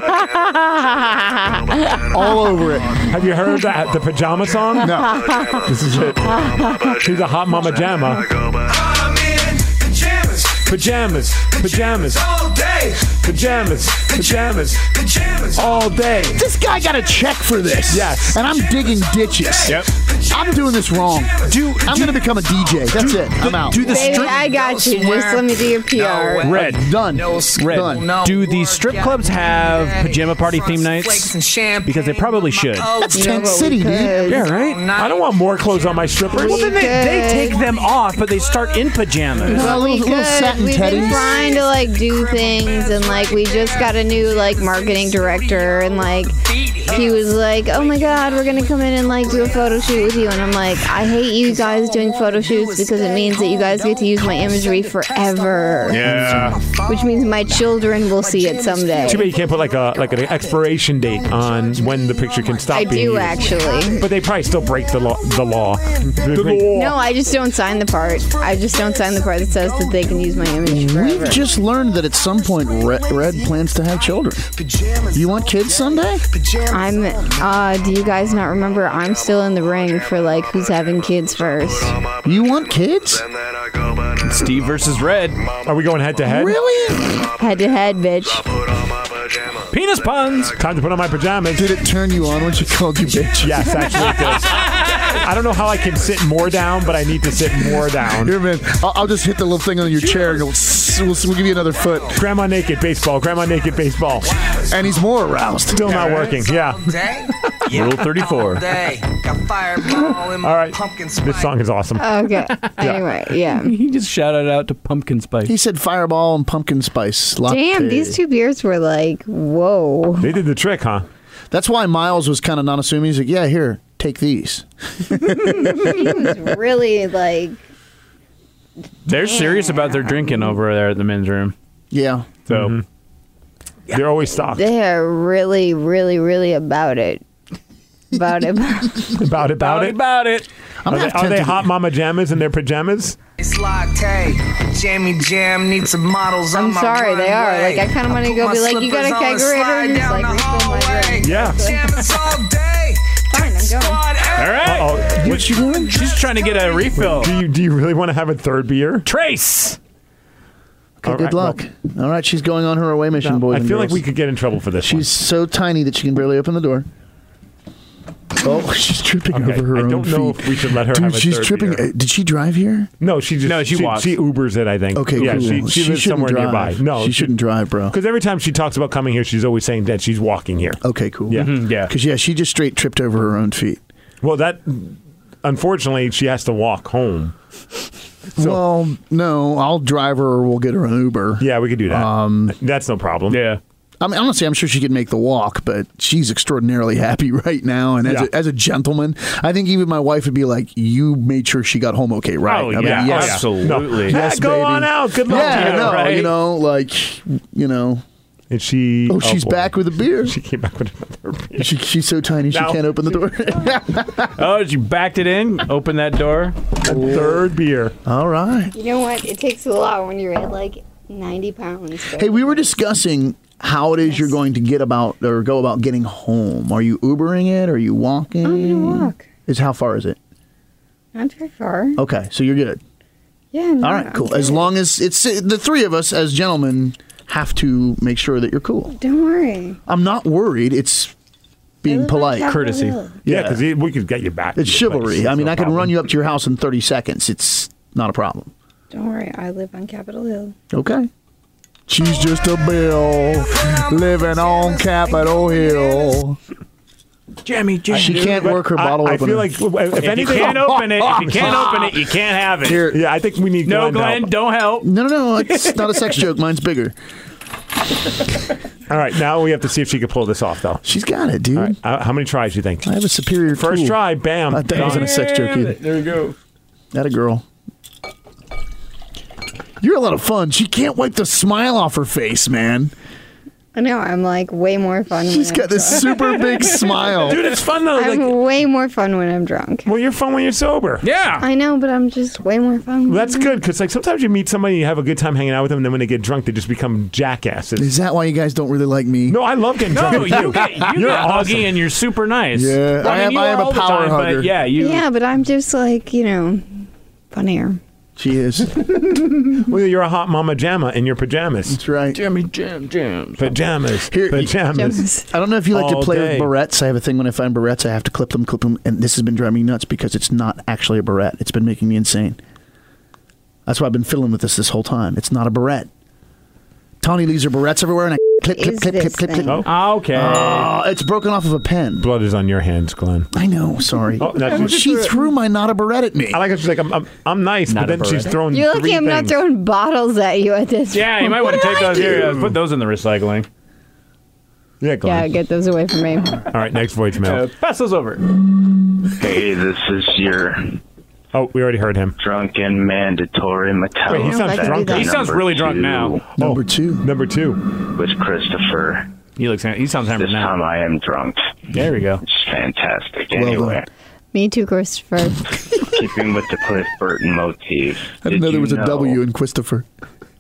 Speaker 2: all over it.
Speaker 1: Have you heard that, the pajama song?
Speaker 2: No,
Speaker 1: This is it. She's a hot mama jamma.
Speaker 12: I'm in pajamas,
Speaker 1: Pajamas, pajamas,
Speaker 12: all day.
Speaker 1: pajamas, pajamas,
Speaker 12: Pajamas,
Speaker 1: all day.
Speaker 2: this guy got a check for this.
Speaker 1: Yes.
Speaker 2: and I'm digging ditches.
Speaker 1: Yep.
Speaker 2: I'm doing this wrong. Do I'm gonna become a DJ. That's it. I'm out.
Speaker 4: Do the
Speaker 3: Baby,
Speaker 4: strip
Speaker 3: I got you. Just let me do your PR.
Speaker 4: red.
Speaker 2: Done.
Speaker 4: Red.
Speaker 2: Done.
Speaker 4: Do the strip clubs have pajama party theme nights? Because they probably should.
Speaker 2: That's
Speaker 3: You know
Speaker 2: Tent
Speaker 3: what we
Speaker 2: City, dude.
Speaker 3: could-
Speaker 4: right.
Speaker 1: I don't want more clothes on my strippers.
Speaker 4: Well, then they, they take them off, but they start in pajamas.
Speaker 2: Well,
Speaker 3: We
Speaker 2: little, little satin
Speaker 3: could. We've been
Speaker 2: teddies.
Speaker 3: trying to like do things, and like we just got a new like marketing director, and like he was like, "Oh my God, we're gonna come in and like do a photo shoot with you," and I'm like, "I hate you guys doing photo shoots because it means that you guys get to use my imagery forever,
Speaker 1: Yeah.
Speaker 3: which means my children will see it someday."
Speaker 1: Too bad you can't put like a like an expiration date on when the picture can stop
Speaker 3: I
Speaker 1: being
Speaker 3: do
Speaker 1: used.
Speaker 3: actually.
Speaker 1: But they probably still break the law. The law. The
Speaker 3: No, I just don't sign the part. I just don't sign the part that says that they can use my image forever.
Speaker 2: We've just learned that at some point Red, Red plans to have children. You want kids someday?
Speaker 3: I'm. Uh, do you guys not remember? I'm still in the ring for like who's having kids first.
Speaker 2: You want kids?
Speaker 12: And then I go banana.
Speaker 4: Steve versus Red.
Speaker 1: Are we going head to head?
Speaker 2: Really?
Speaker 3: Head to head, bitch.
Speaker 12: Put on my pajamas.
Speaker 4: Penis puns.
Speaker 1: Time to put on my pajamas.
Speaker 2: Did it turn you on when she called you bitch?
Speaker 1: Yes, actually it does. I don't know how I can sit more down, but I need to sit more down.
Speaker 2: Here, man. I'll, I'll just hit the little thing on your chair and it'll s- we'll, s- we'll give you another foot.
Speaker 1: Grandma naked baseball. Grandma naked baseball.
Speaker 2: And he's more aroused.
Speaker 1: Still not working. Yeah.
Speaker 4: Rule 34.
Speaker 1: All right. This song is awesome.
Speaker 3: Okay. Anyway, yeah.
Speaker 4: He just shouted out to Pumpkin
Speaker 2: He
Speaker 4: Spice.
Speaker 2: said fireball and pumpkin spice. Latte.
Speaker 3: Damn, these two beers were like, whoa.
Speaker 1: They did the trick, huh?
Speaker 2: That's why Miles was kind of non assuming. He's like, yeah, here, take these.
Speaker 3: He was really like,
Speaker 4: They're serious about their drinking over there at the men's room.
Speaker 2: Yeah.
Speaker 4: So
Speaker 1: They're always stocked.
Speaker 3: they are really, really, really about it. About it.
Speaker 1: About it, about it.
Speaker 4: about it.
Speaker 2: I'm
Speaker 1: Are they,
Speaker 2: half
Speaker 1: are they
Speaker 2: tempted-
Speaker 1: hot mama jammas in their pajamas?
Speaker 13: latte. Jammy Jam needs some models
Speaker 3: I'm
Speaker 13: on my
Speaker 3: sorry, they are.
Speaker 13: runway.
Speaker 3: Like, I kinda wanna
Speaker 13: put
Speaker 3: go
Speaker 13: my
Speaker 3: be like, you got a
Speaker 13: slippers on and
Speaker 3: kegerator?
Speaker 13: slide
Speaker 3: And it's
Speaker 13: down
Speaker 3: like,
Speaker 13: the
Speaker 3: refill my
Speaker 13: hallway.
Speaker 3: drink.
Speaker 1: Yeah.
Speaker 13: Jammers all day.
Speaker 3: Fine, I'm going.
Speaker 13: Squad A.
Speaker 4: All right.
Speaker 1: Oh,
Speaker 2: What's she doing?
Speaker 4: She's trying to get a refill.
Speaker 1: do you do you really want to have a third beer?
Speaker 4: Trace.
Speaker 2: Okay,
Speaker 1: All
Speaker 2: good
Speaker 1: right,
Speaker 2: luck. All right, she's going on her away mission, boys.
Speaker 1: I
Speaker 2: and
Speaker 1: feel like
Speaker 2: girls.
Speaker 1: we could get in trouble for this.
Speaker 2: She's so tiny that she can barely open the door. Oh, she's tripping over her
Speaker 1: I
Speaker 2: own
Speaker 1: don't
Speaker 2: feet.
Speaker 1: know if we should let her
Speaker 2: Dude,
Speaker 1: have a
Speaker 2: she's
Speaker 1: third
Speaker 2: tripping.
Speaker 1: beer.
Speaker 2: uh, Did she drive here?
Speaker 1: No, she just
Speaker 4: No, she walks.
Speaker 1: she Ubers it. I think.
Speaker 2: Okay,
Speaker 1: yeah,
Speaker 2: cool.
Speaker 1: she, she, lives
Speaker 2: shouldn't
Speaker 1: somewhere
Speaker 2: drive.
Speaker 1: nearby. No,
Speaker 2: she, shouldn't drive, bro.
Speaker 1: Because every time she talks about coming here, she's always saying that she's walking here.
Speaker 2: Okay, cool.
Speaker 1: Yeah. Mhm, yeah.
Speaker 2: Because yeah, she just straight tripped over her own feet.
Speaker 1: Well, that unfortunately, she has to walk home.
Speaker 2: well, no, I'll drive her, or we'll get her an Uber.
Speaker 1: Yeah, we could do that.
Speaker 2: Um,
Speaker 1: That's no problem. Yeah.
Speaker 2: I mean, honestly, I'm sure she could make the walk, but she's extraordinarily happy right now. And as,
Speaker 1: Yeah.
Speaker 2: a, as a gentleman, I think even my wife would be like, "You made sure she got home okay, right?"
Speaker 4: Oh,
Speaker 2: I mean,
Speaker 4: yeah,
Speaker 2: yes.
Speaker 4: absolutely.
Speaker 2: No. Yes,
Speaker 1: go
Speaker 2: baby.
Speaker 1: on out. Good luck
Speaker 2: yeah,
Speaker 1: to you,
Speaker 2: no,
Speaker 1: right?
Speaker 2: you know, like, you know.
Speaker 1: And she.
Speaker 2: Oh, she's
Speaker 1: boy.
Speaker 2: back with a beer.
Speaker 1: She came back with another beer.
Speaker 2: She, she's so tiny
Speaker 1: No.
Speaker 2: she can't open the door.
Speaker 4: Oh, you backed it in. Open that door.
Speaker 1: Third beer.
Speaker 2: All right.
Speaker 8: You know what? It takes a lot when you're at like 90 pounds. but-
Speaker 2: Hey, we were discussing how it is you're going to get about or go about getting home. Are you Ubering it? Are you walking? I'm
Speaker 1: Mm-hmm.
Speaker 8: gonna walk.
Speaker 2: Is how far is it?
Speaker 8: Not very far.
Speaker 2: Okay, so you're good.
Speaker 8: Yeah. No,
Speaker 2: All right,
Speaker 8: I'm
Speaker 2: cool. As
Speaker 8: good.
Speaker 2: long as it's the three of us as gentlemen have to make sure that you're cool.
Speaker 8: Don't worry.
Speaker 2: I'm not worried. It's being polite,
Speaker 1: Yeah,
Speaker 2: Yeah,
Speaker 1: because we could get you back. to
Speaker 2: it's
Speaker 1: your place.
Speaker 2: chivalry.
Speaker 1: It's
Speaker 2: I mean,
Speaker 1: no
Speaker 2: I can
Speaker 1: problem.
Speaker 2: run you up to your house in 30 seconds. It's not a problem.
Speaker 8: Don't worry. I live on Capitol Hill.
Speaker 2: Okay. She's just a bill living on Capitol Hill.
Speaker 4: Jammy, Jammy.
Speaker 2: She can't work her
Speaker 1: I-
Speaker 2: bottle
Speaker 1: I,
Speaker 2: opener.
Speaker 1: feel like w- if,
Speaker 4: If you
Speaker 1: anything,
Speaker 4: can't open it, if you can't open it, you can't have it.
Speaker 2: Here.
Speaker 1: yeah, I think we need
Speaker 4: No,
Speaker 1: Glenn to
Speaker 4: Glenn,
Speaker 1: help.
Speaker 4: don't help.
Speaker 2: No, no, no. It's not a sex joke. Mine's bigger.
Speaker 1: All right, now we have to see if she can pull this off, though.
Speaker 2: She's got it, dude.
Speaker 1: All right, uh, how many tries do you think?
Speaker 2: I have a superior
Speaker 1: First
Speaker 2: tool.
Speaker 1: try, bam.
Speaker 2: I thought it was
Speaker 1: done.
Speaker 2: in a sex joke either.
Speaker 4: There you go.
Speaker 2: That a girl. You're a lot of fun. She can't wipe the smile off her face, man.
Speaker 8: I know. I'm like way more fun.
Speaker 2: She's
Speaker 8: when
Speaker 2: got
Speaker 8: I'm
Speaker 2: this super big smile.
Speaker 1: Dude, it's fun, though.
Speaker 8: drunk.
Speaker 1: Like,
Speaker 8: I'm way more fun when I'm drunk.
Speaker 1: well, you're fun when you're sober.
Speaker 4: Yeah.
Speaker 8: I know, but I'm just way more fun. When
Speaker 1: Well, That's
Speaker 8: I'm
Speaker 1: good because like sometimes you meet somebody and you have a good time hanging out with them, and then when they get drunk, they just become jackasses.
Speaker 2: Is that why you guys don't really like me?
Speaker 1: no, I love getting drunk.
Speaker 4: No,
Speaker 1: with
Speaker 4: you get, you
Speaker 1: You're
Speaker 4: get
Speaker 1: awesome.
Speaker 4: huggy and you're super nice.
Speaker 2: Yeah,
Speaker 4: Well,
Speaker 2: I am-
Speaker 4: mean, you
Speaker 2: I
Speaker 4: are
Speaker 2: am a
Speaker 4: all the
Speaker 2: power
Speaker 4: time, but
Speaker 2: hugger.
Speaker 4: Yeah, you.
Speaker 8: drunk. Yeah, but I'm just like you know, funnier.
Speaker 2: She is.
Speaker 1: Well, you're a hot mama jamma in your pajamas.
Speaker 2: That's right.
Speaker 4: Jammy jam jams.
Speaker 1: Pajamas.
Speaker 2: Here, you-
Speaker 1: pajamas.
Speaker 2: I don't know if you like
Speaker 1: All
Speaker 2: to play
Speaker 1: day.
Speaker 2: with barrettes. I have a thing when I find barrettes, I have to clip them, clip them, and this has been driving me nuts because it's not actually a barrette. It's been making me insane. That's why I've been fiddling with this this whole time. It's not a barrette. Tawny leaves her barrettes everywhere, and I clip, clip,
Speaker 8: Is
Speaker 2: clip, clip,
Speaker 8: this
Speaker 2: clip, clip.
Speaker 8: thing?
Speaker 1: Oh.
Speaker 4: Ah, Okay.
Speaker 2: Oh, it's broken off of a pen.
Speaker 1: Blood is on your hands, Glenn.
Speaker 2: I know. Sorry.
Speaker 1: Oh, that's-
Speaker 2: she threw my not a barrette at me.
Speaker 1: I like how she's like, I'm, I'm, I'm nice,
Speaker 4: Not a
Speaker 1: but then she's
Speaker 4: Beretta.
Speaker 1: throwing
Speaker 8: You're
Speaker 1: three
Speaker 8: lucky I'm not
Speaker 1: things.
Speaker 8: throwing bottles at you at this.
Speaker 4: yeah, you might want to take those here. uh, Put those in the recycling.
Speaker 1: Yeah,
Speaker 3: Yeah,
Speaker 1: Glenn.
Speaker 3: get those away from me.
Speaker 1: All right, next
Speaker 4: Uh,
Speaker 1: voicemail.
Speaker 4: pass those over.
Speaker 11: Hey, this is your
Speaker 1: Oh, we already heard him.
Speaker 11: drunken mandatory
Speaker 1: Wait, he
Speaker 11: Metallica.
Speaker 1: sounds
Speaker 8: I can do
Speaker 1: drunk.
Speaker 8: that.
Speaker 4: He sounds
Speaker 11: Number
Speaker 4: really drunk
Speaker 11: two
Speaker 4: now.
Speaker 1: Oh.
Speaker 2: Number two.
Speaker 1: Number two.
Speaker 11: With Christopher.
Speaker 4: He looks. He sounds hammered
Speaker 11: This
Speaker 4: now.
Speaker 11: time I am drunk.
Speaker 4: There we go.
Speaker 11: It's fantastic.
Speaker 2: Well
Speaker 11: Anyway,
Speaker 2: done.
Speaker 3: me too, Christopher.
Speaker 11: keeping with the Cliff Burton motif.
Speaker 2: I didn't
Speaker 11: did
Speaker 2: know there
Speaker 11: you
Speaker 2: was a
Speaker 11: know
Speaker 2: W in Christopher.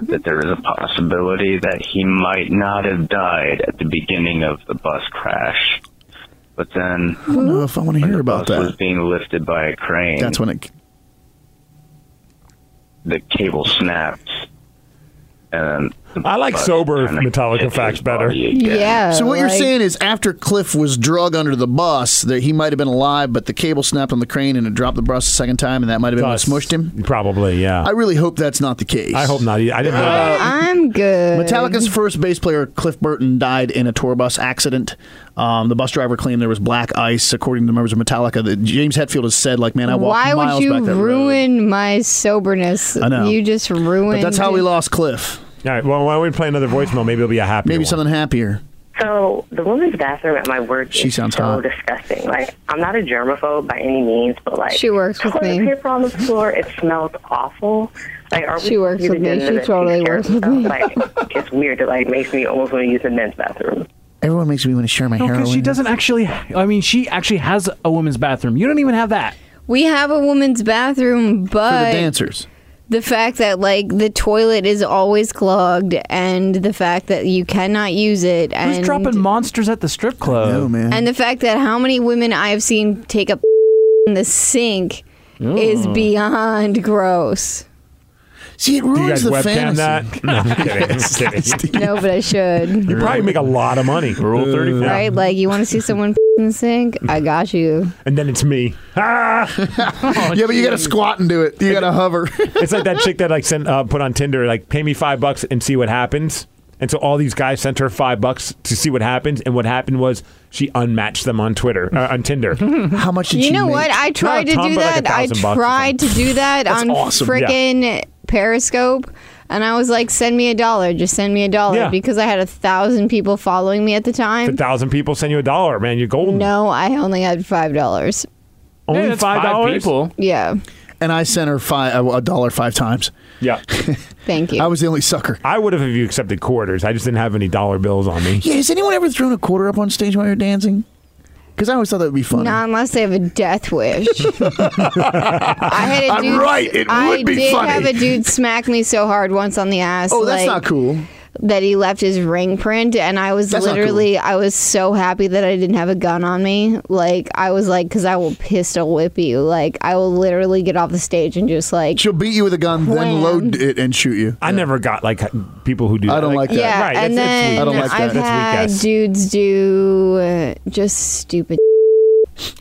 Speaker 11: that there is a possibility that he might not have died at the beginning of the bus crash. But then
Speaker 2: I don't know if I want to
Speaker 11: when
Speaker 2: hear
Speaker 11: the
Speaker 2: about
Speaker 11: bus was
Speaker 2: that.
Speaker 11: being lifted by a crane,
Speaker 2: That's when it.
Speaker 11: the cable snapped. And the
Speaker 1: I like
Speaker 11: bus
Speaker 1: sober
Speaker 11: kinda
Speaker 1: Metallica
Speaker 11: hit his
Speaker 1: facts better.
Speaker 11: body again.
Speaker 3: yeah.
Speaker 2: So what you're
Speaker 3: like-
Speaker 2: saying is, after Cliff was drug under the bus, that he might have been alive, but the cable snapped on the crane and it dropped the bus a second time, and that might have been what
Speaker 1: Us.
Speaker 2: smushed him.
Speaker 1: Probably, yeah.
Speaker 2: I really hope that's not the case.
Speaker 1: I, hope not. I didn't know that.
Speaker 3: I'm good.
Speaker 2: Metallica's first bass player Cliff Burton died in a tour bus accident. Um, the bus driver claimed there was black ice, according to members of Metallica. That James Hetfield has said, like, man, I walked
Speaker 3: Why
Speaker 2: miles
Speaker 3: would you
Speaker 2: back that road."
Speaker 3: ruin my soberness?
Speaker 2: I know.
Speaker 3: You just
Speaker 2: But
Speaker 3: ruined.
Speaker 2: that's how we lost Cliff.
Speaker 1: All right, well, why don't we play another voicemail? Maybe it'll be a happy
Speaker 2: Maybe
Speaker 1: one.
Speaker 2: something happier.
Speaker 14: So the woman's bathroom at my work
Speaker 2: She
Speaker 14: is
Speaker 2: sounds
Speaker 14: so
Speaker 2: hot.
Speaker 14: disgusting. Like I'm not a germaphobe by any means, but like
Speaker 3: She works with
Speaker 14: toilet
Speaker 3: me.
Speaker 14: paper on the floor, it smells awful. Like are we
Speaker 3: She works
Speaker 14: using
Speaker 3: with me.
Speaker 14: it in
Speaker 3: She
Speaker 14: the
Speaker 3: totally
Speaker 14: take care of
Speaker 3: works with me.
Speaker 14: herself? Like it's weird. It like makes me almost want to use the men's bathroom.
Speaker 2: Everyone makes me want to share my heroin.
Speaker 4: Because she doesn't actually. I mean, she actually has a woman's bathroom. You don't even have that.
Speaker 3: We have a woman's bathroom,
Speaker 2: for the
Speaker 3: but
Speaker 2: dancers.
Speaker 3: the fact that like the toilet is always clogged, and the fact that you cannot use it, and
Speaker 4: Who's dropping monsters at the strip club?
Speaker 2: Oh man.
Speaker 3: and the fact that how many women I have seen take up in the sink is beyond gross.
Speaker 2: See, it
Speaker 1: Do you guys
Speaker 2: ruins the
Speaker 1: webcam
Speaker 2: fantasy.
Speaker 1: that? No, I'm kidding. I'm kidding.
Speaker 3: No, but I should.
Speaker 1: You probably make a lot of money.
Speaker 4: Rule 35.
Speaker 1: Yeah.
Speaker 3: Right? Like you want to see someone in the sink. I got you.
Speaker 1: And then it's me.
Speaker 2: yeah, but you got to squat and do it. You got to hover.
Speaker 1: it's like that chick that like sent uh, put on Tinder like pay me five bucks and see what happens. And so all these guys sent her five bucks to see what happens. And what happened was she unmatched them on Twitter uh, on Tinder.
Speaker 2: How much
Speaker 3: You know what? I tried to
Speaker 1: Tom
Speaker 3: do
Speaker 1: put, like,
Speaker 3: that. I
Speaker 1: 1,000 bucks or
Speaker 3: tried to do that
Speaker 1: That's
Speaker 3: on
Speaker 1: awesome, yeah.
Speaker 3: frickin' Periscope. And I was like, send me a dollar. Just send me a dollar.
Speaker 1: Yeah.
Speaker 3: Because I had a thousand people following me at the
Speaker 1: If
Speaker 3: time.
Speaker 1: a thousand people send you a dollar, man, you're golden.
Speaker 3: No, I only had five dollars.
Speaker 1: Only
Speaker 3: Yeah, that's five
Speaker 1: $5?
Speaker 3: people. Yeah.
Speaker 2: And I sent her five a a dollar five times.
Speaker 1: Yeah.
Speaker 3: Thank you.
Speaker 2: I was the only sucker.
Speaker 1: I would have if you accepted quarters. I just didn't have any dollar bills on me.
Speaker 2: Yeah, has anyone ever thrown a quarter up on stage while you're dancing? Because I always thought that would be funny.
Speaker 3: Not unless they have a death wish. I had a
Speaker 2: I'm
Speaker 3: dude,
Speaker 2: right, it
Speaker 3: I
Speaker 2: would be
Speaker 3: did
Speaker 2: funny.
Speaker 3: have a dude smack me so hard once on the ass.
Speaker 2: Oh, that's
Speaker 3: like,
Speaker 2: not cool.
Speaker 3: That he left his ring print, and I was
Speaker 2: That's not
Speaker 3: literally, I was so happy that I didn't have a gun on me. Like I was like, because I will pistol whip you. Like I will literally get off the stage and just like
Speaker 2: She'll beat you with a gun, then load it and shoot you.
Speaker 1: I never got like people who do.
Speaker 2: I
Speaker 1: that.
Speaker 2: don't like that.
Speaker 3: Yeah,
Speaker 1: Right, that's-
Speaker 3: and
Speaker 1: that's
Speaker 3: then
Speaker 1: weak. I don't like that.
Speaker 3: have
Speaker 1: That's weak
Speaker 3: had
Speaker 1: ass.
Speaker 3: dudes do uh, just stupid.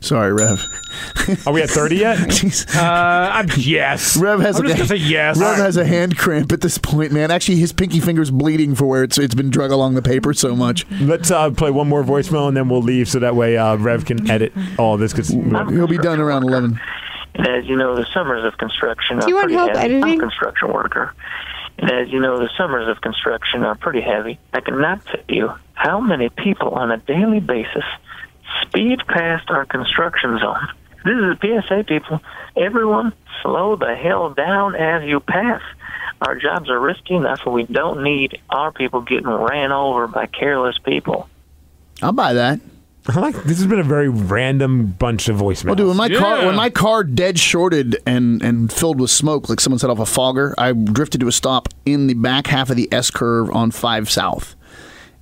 Speaker 2: Sorry, Rev.
Speaker 1: Are we at 30 yet?
Speaker 2: Jeez.
Speaker 1: uh, I'm, yes.
Speaker 2: Rev has
Speaker 1: I'm
Speaker 2: a,
Speaker 1: just gonna say yes.
Speaker 2: Rev
Speaker 1: All right.
Speaker 2: has a hand cramp at this point, man. Actually, his pinky finger's bleeding for where it's it's been drug along the paper so much.
Speaker 1: Let's uh, play one more voicemail and then we'll leave so that way uh, Rev can edit all this because
Speaker 2: He'll be done around eleven.
Speaker 15: And as you know, the summers of construction
Speaker 3: Do you want
Speaker 15: are pretty
Speaker 3: help
Speaker 15: heavy. I'm
Speaker 3: editing?
Speaker 15: a construction worker. And as you know, the summers of construction are pretty heavy. I cannot tell you how many people on a daily basis speed past our construction zone. This is a PSA, people. Everyone, slow the hell down as you pass. Our jobs are risky enough, and we don't need our people getting ran over by careless people.
Speaker 2: I'll buy that.
Speaker 1: I like this has been a very random bunch of voicemails.
Speaker 2: Well, dude, when my car
Speaker 1: Yeah.
Speaker 2: when my car dead shorted and and filled with smoke, like someone set off a fogger, I drifted to a stop in the back half of the S curve on Five South,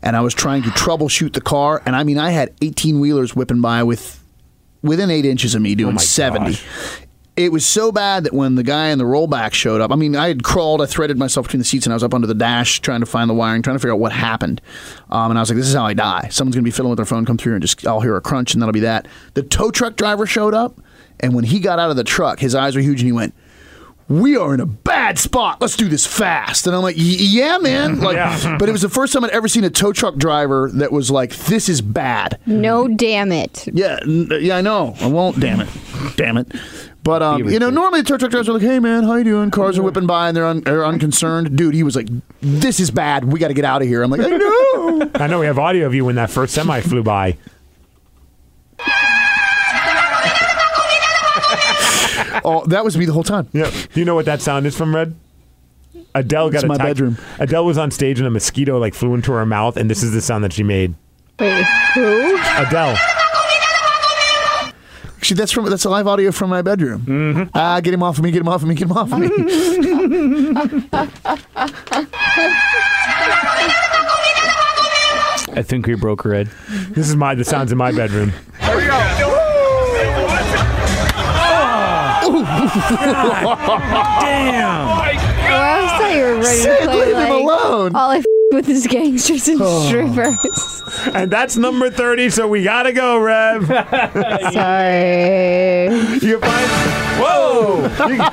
Speaker 2: and I was trying to troubleshoot the car, and I mean, I had eighteen wheelers whipping by with within eight inches of me doing
Speaker 1: my
Speaker 2: seventy. It was so bad that when the guy in the rollback showed up, I mean, I had crawled, I threaded myself between the seats, and I was up under the dash trying to find the wiring, trying to figure out what happened. Um, and I was like, this is how I die. Someone's going to be fiddling with their phone, come through, and just I'll hear a crunch, and that'll be that. The tow truck driver showed up, and when he got out of the truck, his eyes were huge, and he went, we are in a bad spot. Let's do this fast. And I'm like, "Y- yeah, man. Like, but it was the first time I'd ever seen a tow truck driver that was like, this is bad.
Speaker 3: No, damn it.
Speaker 2: Yeah, n- yeah, I know. I won't. Damn it, damn it. But um, you know, normally the tow truck drivers are like, "Hey, man, how you doing?" Cars are whipping by and they're, un- they're unconcerned. Dude, he was like, "This is bad. We got to get out of here." I'm like, "I know."
Speaker 1: I know we have audio of you when that first semi flew by.
Speaker 2: oh, that was me the whole time.
Speaker 1: Yeah. Do you know what that sound is from Red? Adele got
Speaker 2: It's my
Speaker 1: attacked.
Speaker 2: bedroom.
Speaker 1: Adele was on stage and a mosquito like flew into her mouth, and this is the sound that she made.
Speaker 3: Wait, who?
Speaker 1: Adele.
Speaker 2: Actually, that's from that's live audio from my bedroom. Mm-hmm. Ah, get him off of me. Get him off of me. Get him off of me.
Speaker 4: I think we broke her head.
Speaker 1: This is my the sounds in my bedroom.
Speaker 4: Damn.
Speaker 3: Oh, I was thought you were ready
Speaker 2: Sid,
Speaker 3: to play,
Speaker 2: leave him
Speaker 3: like,
Speaker 2: alone.
Speaker 3: All I f- with is gangsters and strippers.
Speaker 1: And that's number thirty, so we gotta go, Rev.
Speaker 3: Sorry.
Speaker 1: You can find Whoa! You can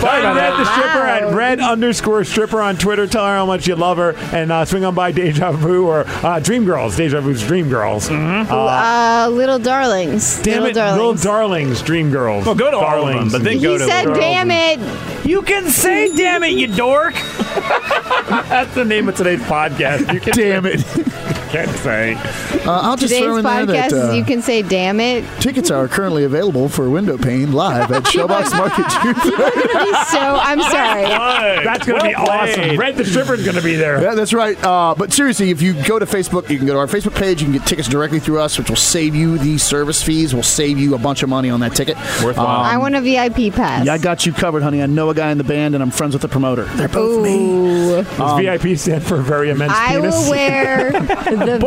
Speaker 1: find Red the Stripper at red underscore stripper on Twitter. Tell her how much you love her and uh, swing on by Deja Vu or uh, Dream Girls. Deja Vu's Dream Girls.
Speaker 4: Mm-hmm.
Speaker 1: Uh,
Speaker 3: Uh, little darlings.
Speaker 1: damn
Speaker 3: little
Speaker 1: it,
Speaker 3: darlings.
Speaker 1: Little Darlings, Dream Girls.
Speaker 4: Well, go to all of
Speaker 1: darlings.
Speaker 4: them, but then
Speaker 3: he said, "Damn it!"
Speaker 4: You can say damn it, you dork.
Speaker 1: That's the name of today's podcast. You can,
Speaker 2: Damn it.
Speaker 1: can't say.
Speaker 2: Uh, I'll just
Speaker 3: Today's
Speaker 2: throw in there
Speaker 3: podcast
Speaker 2: that uh,
Speaker 3: is you can say "damn it."
Speaker 2: tickets are currently available for window pane live at Showbox Market. June
Speaker 3: So I'm sorry.
Speaker 1: That's going to be awesome. Red the Stripper's going to be there.
Speaker 2: Yeah, that's right. Uh, but seriously, if you go to Facebook, you can go to our Facebook page. You can get tickets directly through us, which will save you the service fees. Will save you a bunch of money on that ticket. Uh,
Speaker 4: Worthwhile.
Speaker 3: I want a VIP pass.
Speaker 2: Um, Yeah, I got you covered, honey. I know a guy in the band, and I'm friends with the promoter. They're both me.
Speaker 3: Ooh.
Speaker 1: Does VIP stand for very immense
Speaker 3: I
Speaker 1: penis?
Speaker 3: will wear the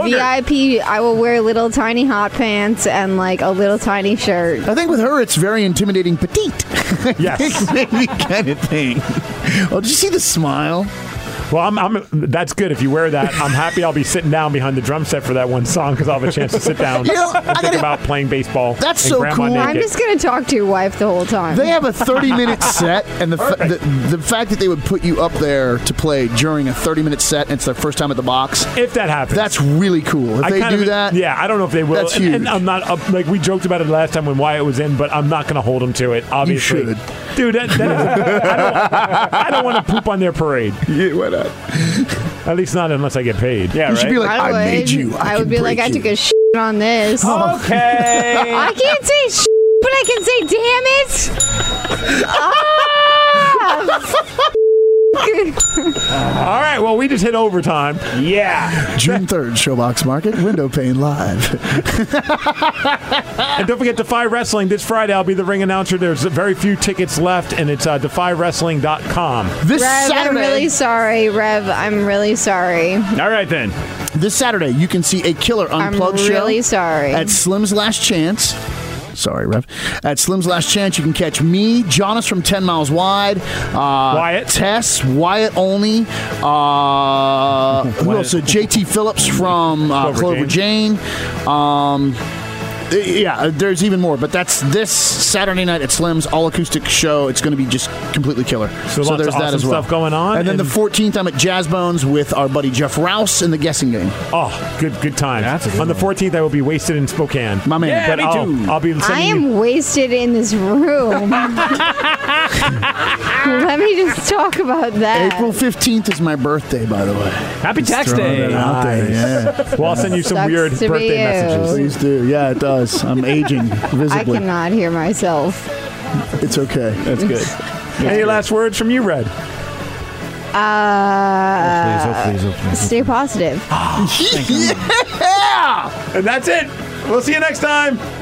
Speaker 3: VIP. I will wear little tiny hot pants and like a little tiny shirt.
Speaker 2: I think with her, it's very intimidating petite.
Speaker 1: Yes.
Speaker 2: Maybe kind of thing. Oh, did you see the smile?
Speaker 1: Well, I'm, I'm. That's good. If you wear that, I'm happy. I'll be sitting down behind the drum set for that one song because I'll have a chance to sit down
Speaker 3: You know,
Speaker 1: and
Speaker 3: I
Speaker 1: think
Speaker 3: gotta-
Speaker 1: about playing baseball. and grandma
Speaker 3: I'm
Speaker 1: naked.
Speaker 3: just gonna talk to your wife the whole time.
Speaker 2: They have a 30 minute set, and the, fa- the the fact that they would put you up there to play during a 30 minute set, and it's their first time at the box.
Speaker 1: If that happens,
Speaker 2: that's really cool. If
Speaker 1: I
Speaker 2: they
Speaker 1: kind
Speaker 2: do
Speaker 1: of-
Speaker 2: that,
Speaker 1: Yeah, I don't know if they will.
Speaker 2: That's
Speaker 1: and,
Speaker 2: huge.
Speaker 1: and I'm not up, like we joked about it last time when Wyatt was in, but I'm not going to hold him to it. Obviously,
Speaker 2: should.
Speaker 1: dude. That, that is, I don't, I don't want to poop on their parade.
Speaker 2: Yeah, why not?
Speaker 1: At least not unless I get paid. Yeah,
Speaker 2: You should be like, I, made you.
Speaker 3: I,
Speaker 2: can
Speaker 3: would be like,
Speaker 2: break
Speaker 3: I
Speaker 2: you." Oh.
Speaker 3: took a shit on this.
Speaker 2: Okay.
Speaker 3: I can't say shit, but I can say damn it. Ah!
Speaker 1: All right. Well, we just hit overtime. Yeah.
Speaker 2: June 3rd, Showbox Market, window pane live.
Speaker 1: and don't forget Defy Wrestling this Friday. I'll be the ring announcer. There's very few tickets left, and it's uh, defywrestling.com.
Speaker 3: Rev, I'm really sorry, Rev. I'm really sorry.
Speaker 4: All right then.
Speaker 2: This Saturday, you can see a killer unplugged show.
Speaker 3: really sorry.
Speaker 2: At Slim's Last Chance. Sorry, Rev. At Slim's Last Chance, you can catch me, Jonas from 10 Miles Wide, uh, Wyatt, Tess, Wyatt Only, uh, who else? Uh, JT Phillips from uh,
Speaker 1: Clover
Speaker 2: Clover Jane. Um, eh, yeah, uh, there's even more, but that's this Saturday night at Slim's all acoustic show. It's going to be just completely killer.
Speaker 1: So lots of
Speaker 2: there's that
Speaker 1: awesome
Speaker 2: as well.
Speaker 1: stuff going on,
Speaker 2: And, then
Speaker 1: and-
Speaker 2: the 14th, I'm at Jazz Bones with our buddy Jeff Rouse in the guessing game.
Speaker 1: Oh, good good time. On the 14th, I will be wasted in Spokane. My
Speaker 2: man. Yeah,
Speaker 1: but
Speaker 2: me
Speaker 1: I'll,
Speaker 2: too.
Speaker 1: I'll be sending
Speaker 3: I
Speaker 1: you-
Speaker 3: am wasted in this room. Let me just talk about that.
Speaker 2: April 15th is my birthday, by the way. Happy
Speaker 1: tax day.
Speaker 2: Out there.
Speaker 1: Nice.
Speaker 2: Yeah.
Speaker 1: Well, I'll send you some
Speaker 3: Sucks weird to be birthday you. messages.
Speaker 2: Please do. Yeah, it does. I'm aging
Speaker 3: I
Speaker 2: visibly.
Speaker 3: cannot hear myself.
Speaker 2: It's okay. That's
Speaker 1: good. Any last words from you, Red?
Speaker 3: Uh,
Speaker 1: please, oh, please.
Speaker 3: stay positive.
Speaker 1: yeah! And that's it. We'll see you next time.